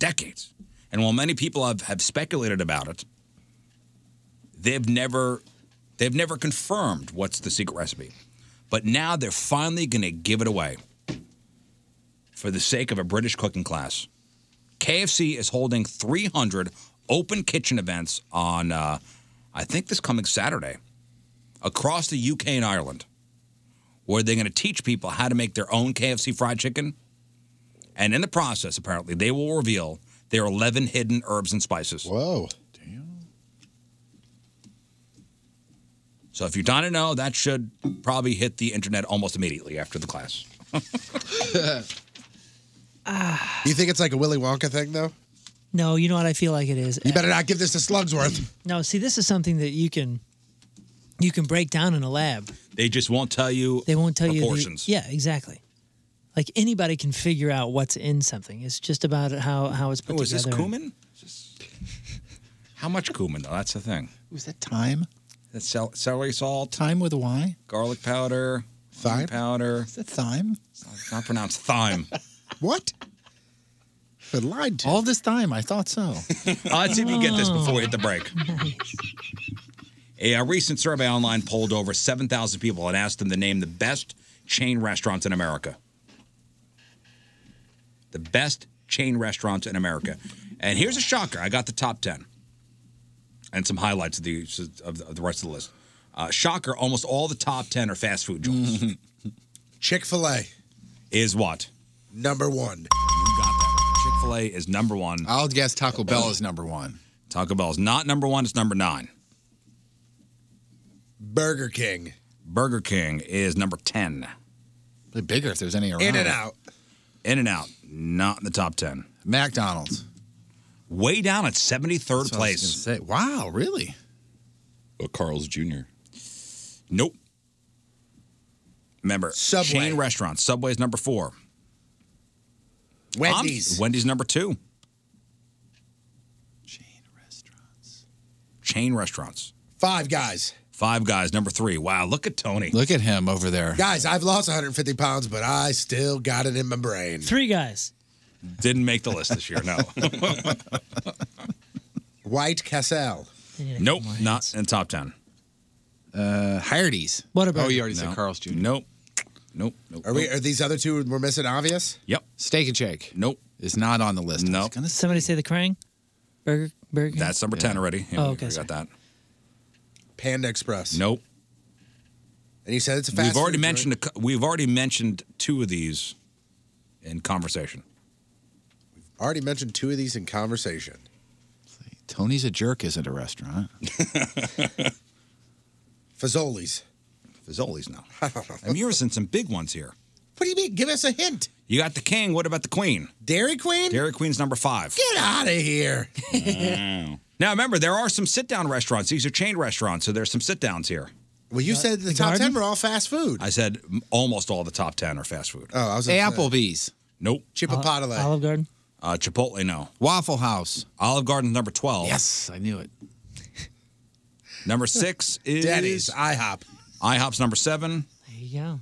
decades. And while many people have, have speculated about it, they've never they've never confirmed what's the secret recipe. But now they're finally going to give it away for the sake of a British cooking class. KFC is holding 300 open kitchen events on, uh, I think this coming Saturday, across the UK and Ireland, where they're going to teach people how to make their own KFC fried chicken. And in the process, apparently, they will reveal their 11 hidden herbs and spices. Whoa. Damn. So if you don't know, that should probably hit the internet almost immediately after the class. you think it's like a Willy Wonka thing though? No, you know what I feel like it is. You better not give this to Slugsworth. No, see, this is something that you can you can break down in a lab. They just won't tell you. They won't tell you the- proportions. yeah, exactly. Like anybody can figure out what's in something. It's just about how how it's put Oh, is together. this cumin? How much cumin, though? That's the thing. Was that time? That's cel- celery salt, Time with a Y? garlic powder, thyme powder. Is that thyme? It's not pronounced thyme. What? But lied to. All this time, I thought so. Let's see if you get this before we hit the break. A, a recent survey online polled over 7,000 people and asked them to name the best chain restaurants in America. The best chain restaurants in America. And here's a shocker I got the top 10 and some highlights of the, of the, of the rest of the list. Uh, shocker almost all the top 10 are fast food joints. Chick fil A is what? Number one. You got that. Chick fil A is number one. I'll guess Taco Bell is number one. Taco Bell is not number one, it's number nine. Burger King. Burger King is number 10. Be bigger if there's any around. In-N-Out. In and out, not in the top 10. McDonald's. Way down at 73rd place. Wow, really? Carl's Jr. Nope. Remember, chain restaurants. Subway's number four. Wendy's. Um, Wendy's number two. Chain restaurants. Chain restaurants. Five guys. Five guys, number three. Wow, look at Tony. Look at him over there. Guys, I've lost 150 pounds, but I still got it in my brain. Three guys. Didn't make the list this year, no. White Castle. nope, not in top 10. Uh, Hardee's. What about- Oh, you already said Carl's Jr. Nope. Nope. nope. Are we? Are these other two we're missing obvious? Yep. Steak and Shake. Nope. It's not on the list. No. Does Somebody say the Krang? Burger, Burger King? That's number 10 already. Yeah, Oh, we okay, Got that. Panda Express. Nope. And you said it's a fast We've already food joint. mentioned a, cou- we've already mentioned two of these in conversation. Already mentioned two of these in conversation. Tony's a jerk isn't a restaurant. Fazoli's. Fazoli's now. I mean, you're missing some big ones here. What do you mean? Give us a hint. You got the king. What about the queen? Dairy Queen? Dairy Queen's number five. Get outta here. Wow. now, remember, there are some sit down restaurants. These are chain restaurants, so there's some sit downs here. Well, you said the, top ten were all fast food. I said m- almost all the top 10 are fast food. Oh, I was gonna say- Applebee's. Nope. Chipotle. Ol- Olive Garden. Uh, Chipotle, no. Waffle House. Olive Garden, number 12. Yes, I knew it. number six is. Denny's, IHOP. IHOP's number seven. There you go.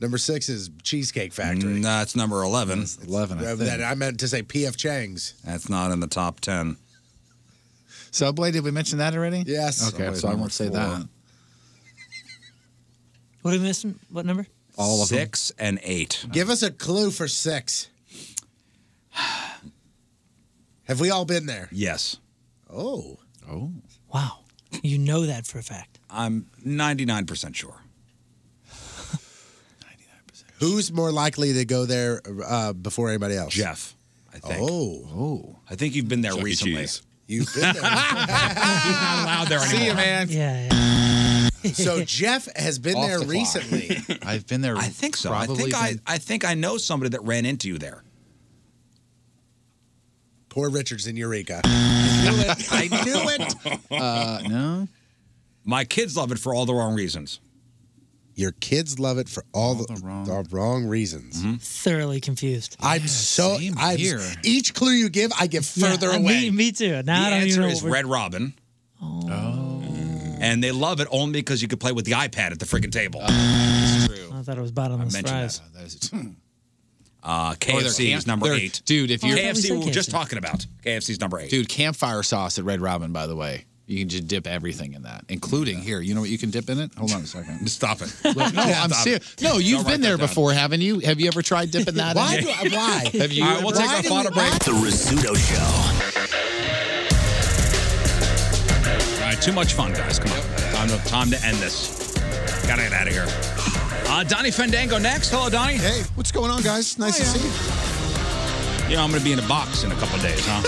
Number six is Cheesecake Factory. Mm, That's number 11. 11, Uh, that I meant to say P.F. Chang's. That's not in the top 10. Subway, did we mention that already? Yes. Okay, Subway's so I number won't say four. that. What are we missing? What number? All of Six and eight. Give us a clue for six. Have we all been there? Yes. Oh. Oh. Wow. You know that for a fact. I'm 99% sure. Who's more likely to go there uh, before anybody else? Jeff, I think. Oh. Oh. I think you've been there recently. You've been there. not allowed there anymore. See you, man. Yeah. So Jeff has been Off there the clock. recently. I've been there. I think so. I probably think I, been- I think I know somebody that ran into you there. Poor Richards in Eureka. I knew it. I knew it. Uh, no. My kids love it for all the wrong reasons. Your kids love it for all, the, the wrong. reasons. Mm-hmm. Thoroughly confused. I'm so. I'm, here. Each clue you give, I get further Yeah, away. Me, me too. The Now I don't even answer know is what we're- Red Robin. Oh. And they love it only because you could play with the iPad at the freaking table. Uh. I thought it was bottomless mentioned fries. Uh, Or their KFC camp- is number their- eight. dude, if you're- Oh, I thought we KFC, said we were just KFC. talking about. KFC's number eight. Dude, campfire sauce at Red Robin, by the way. You can just dip everything in that, including here. You know what you can dip in it? Hold on a second. Stop it. no, I'm Stop serious. it. No, you've Don't write been there that down. before, haven't you? Have you ever tried dipping that? Why in? do I- why? Have you? All right, we'll take our final break. The Rizzuto Show. All right, too much fun, guys. Come on. Time to, time to end this. Gotta get out of here. Uh, Donnie Fandango next. Hello, Donnie. Hey, what's going on, guys? Nice to see you. You know, I'm gonna be in a box in a couple of days, huh?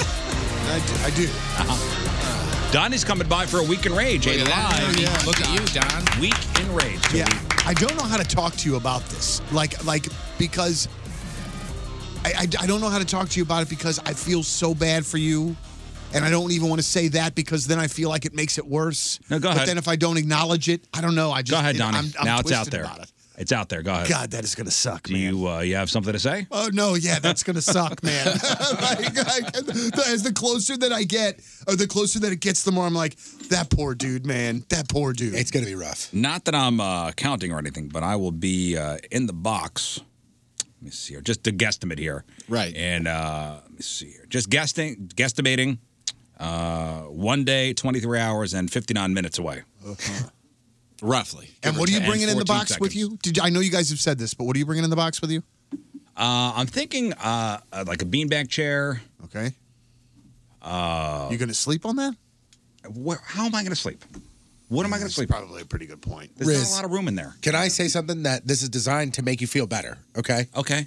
I do. I do. Uh-huh. Donnie's coming by for a week in rage. Look eh, at that. live. Yeah. Look at you, Don. Week in rage. Yeah, I don't know how to talk to you about this. Like, like because I, I, I don't know how to talk to you about it because I feel so bad for you, and I don't even want to say that because then I feel like it makes it worse. No, go But ahead. then if I don't acknowledge it, I don't know. I just Go ahead, you know, Donnie. I'm- I'm now it's out twisted there. about it. It's out there. Go ahead. God, that is gonna suck, Do you uh, you have something to say? Oh no, yeah, that's gonna suck, man. like, I, as the closer that I get, or the closer that it gets, the more I'm like, that poor dude, man, that poor dude. It's gonna be rough. Not that I'm uh, counting or anything, but I will be uh, in the box. Let me see here. Just a guesstimate here. Right. And uh, let me see here. Just guessing, guesstimating. Uh, one day, 23 hours, and 59 minutes away. Uh-huh. Roughly. And what are you bringing in the 14 box with seconds. you? Did I know you guys have said this, but what are you bringing in the box with you? Uh, I'm thinking uh, uh, like a beanbag chair. Okay. Uh, you going to sleep on that? Where, how am I going to sleep? What am I going to sleep? Probably a pretty good point. There's not a lot of room in there. Can I say something that this is designed to make you feel better? Okay. Okay.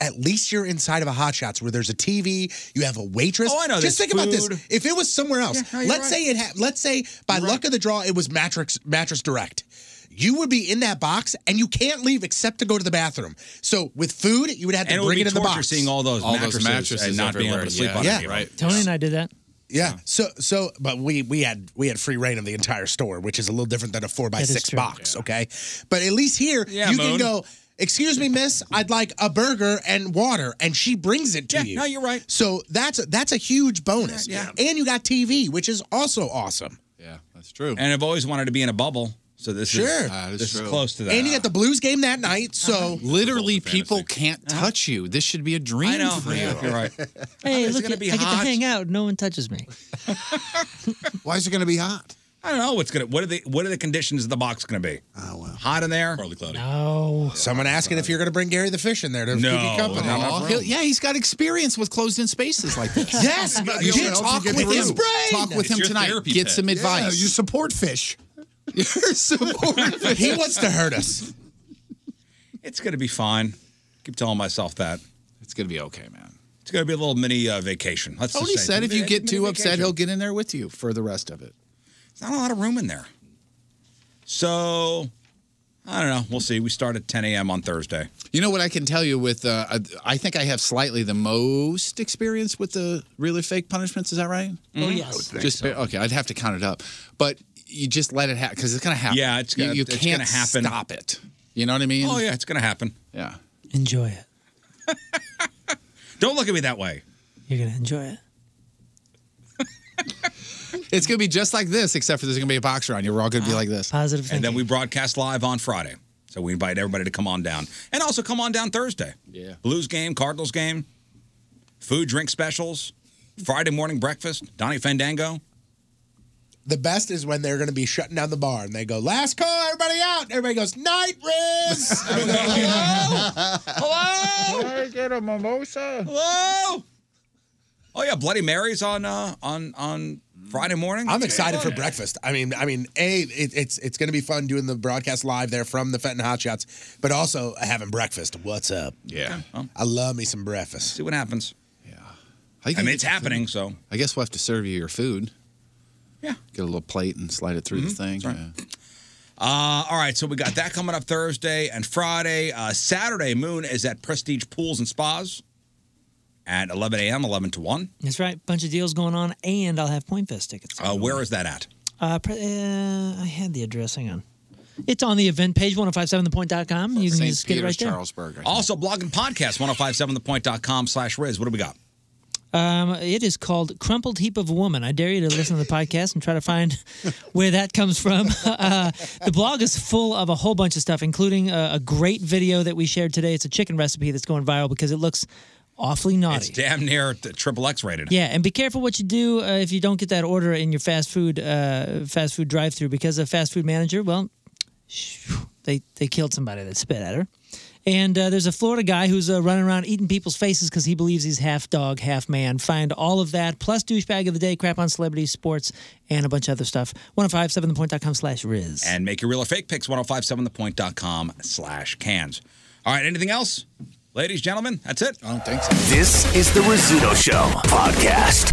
at least you're inside of a Hot Shots where there's a TV, you have a waitress. Oh, I know, Just there's think about this. food. If it was somewhere else, Yeah, no, you're let's right. say it. Ha- let's say by luck of the draw, it was Mattress Mattress Direct. You would be in that box and you can't leave except to go to the bathroom. So with food, you would have to And it would bring be it in the torture box. seeing all those All those mattresses mattresses and not being able to everywhere, sleep yeah. on yeah. any of them. Right. Tony and I did that. Yeah. So so but we we had we had free reign of the entire store, which is a little different than a four by That is six true. box. Okay. But at least here Yeah, you Moon. can go, excuse me, miss, I'd like a burger and water, and she brings it to you. no, you're right. So that's a, that's a huge bonus. Yeah, And you got TV, which is also awesome. Yeah, that's true. And I've always wanted to be in a bubble, so this Sure. is Ah, this is close to that. And you got the blues game that night. Uh-huh. So Literally, people can't touch you. This should be a dream I know. for you. Yeah, you're right. Hey, It's look, gonna at, be I get hot. to hang out. No one touches me. Why is it going to be hot? I don't know what's gonna. What are the what are the conditions of the box gonna be? Oh well, hot in there. Partly cloudy. No. Someone asking if you're going to bring Gary the Fish in there to keep you company. Aw, he'll- yeah, he's got experience with closed-in spaces like this. Yes, You you should get- talk you get with the his room. brain. Talk Talk with It's him your tonight. therapy Get pet. some Yeah, advice. you support fish. You're supportive. he wants to hurt us. It's gonna be fine. Keep telling myself that. It's gonna be okay, man. It's gonna be a little mini uh, vacation. Let's Tony just say. said if you Mini- get mini too upset, vacation. he'll get in there with you for the rest of it. There's not a lot of room in there. So I don't know. We'll see. We start at 10 a.m. on Thursday. You know what I can tell you with uh, I- I think I have slightly the most experience with the real or fake punishments. Is that right? Oh, yes. I would think Just okay. I'd have to count it up, but you just let it happen because it's gonna happen. Yeah, it's You- gonna- you it's can't gonna happen. Stop it. You know what I mean? Oh yeah, it's gonna happen. Yeah. Enjoy it. Don't look at me that way. You're gonna enjoy it. It's gonna be just like this, except for there's gonna be a box around you. We're all gonna be like this. Positive. And then we broadcast live on Friday. So we invite everybody to come on down. And also come on down Thursday. Yeah. Blues game, Cardinals game, food, drink specials, Friday morning breakfast, Donnie Fandango. The best is when they're going to be shutting down the bar and they go, last call, everybody out. And everybody goes, night, Riz. Hello? Hello? Can I get a mimosa? Hello? Oh yeah, Bloody Mary's on uh, on on Friday morning. I'm excited for breakfast. I mean, I mean, a it, it's it's going to be fun doing the broadcast live there from the Fenton Hot Shots, but also having breakfast. What's up? Yeah. I love me some breakfast. See what happens. I, mean, it's happening, so. I guess we'll have to serve you your food. Yeah. Get a little plate and slide it through Mhm, the thing. that's right. yeah. Uh, all right, so we got that coming up Thursday and Friday. Uh, Saturday, Moon is at Prestige Pools and Spas at 11 a.m., 11 to 1. That's right. Bunch of deals going on, and I'll have Point Fest tickets. Uh, where is that at? Uh, pre- uh, I had the address. Hang on. It's on the event page, 1057thepoint.com. You can just get it right there. Also, blog and podcast, 1057thepoint.com slash Riz. What do we got? Um, it is called Crumpled Heap of a Woman. I dare you to listen to the podcast and try to find where that comes from. Uh, the blog is full of a whole bunch of stuff, including a, a great video that we shared today. It's a chicken recipe that's going viral because it looks awfully naughty. It's damn near the triple X rated. Yeah, and be careful what you do uh, if you don't get that order in your fast food uh, fast food drive through because a fast food manager, well, they they killed somebody that spit at her. And uh, there's a Florida guy who's uh, running around eating people's faces because he believes he's half dog, half man. Find all of that, plus douchebag of the day, crap on celebrities, sports, and a bunch of other stuff. 1057thepoint.com slash Riz. And make your real or fake picks, 1057thepoint.com slash cans. All right, anything else? Ladies, gentlemen, that's it. I don't think so. This is the Rizzuto Show podcast.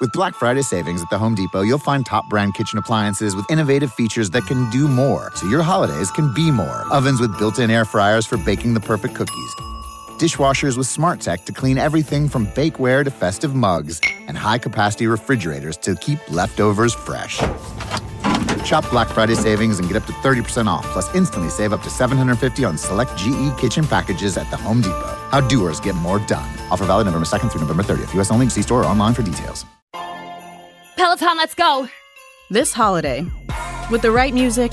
With Black Friday savings at the Home Depot, you'll find top brand kitchen appliances with innovative features that can do more so your holidays can be more. Ovens with built in air fryers for baking the perfect cookies, dishwashers with smart tech to clean everything from bakeware to festive mugs, and high capacity refrigerators to keep leftovers fresh. Shop Black Friday savings and get up to 30% off, plus instantly save up to 750 on select GE kitchen packages at the Home Depot. How doers get more done. Offer valid November 2nd through November 30th. U.S. only. See store or online for details. Peloton, let's go! This holiday, with the right music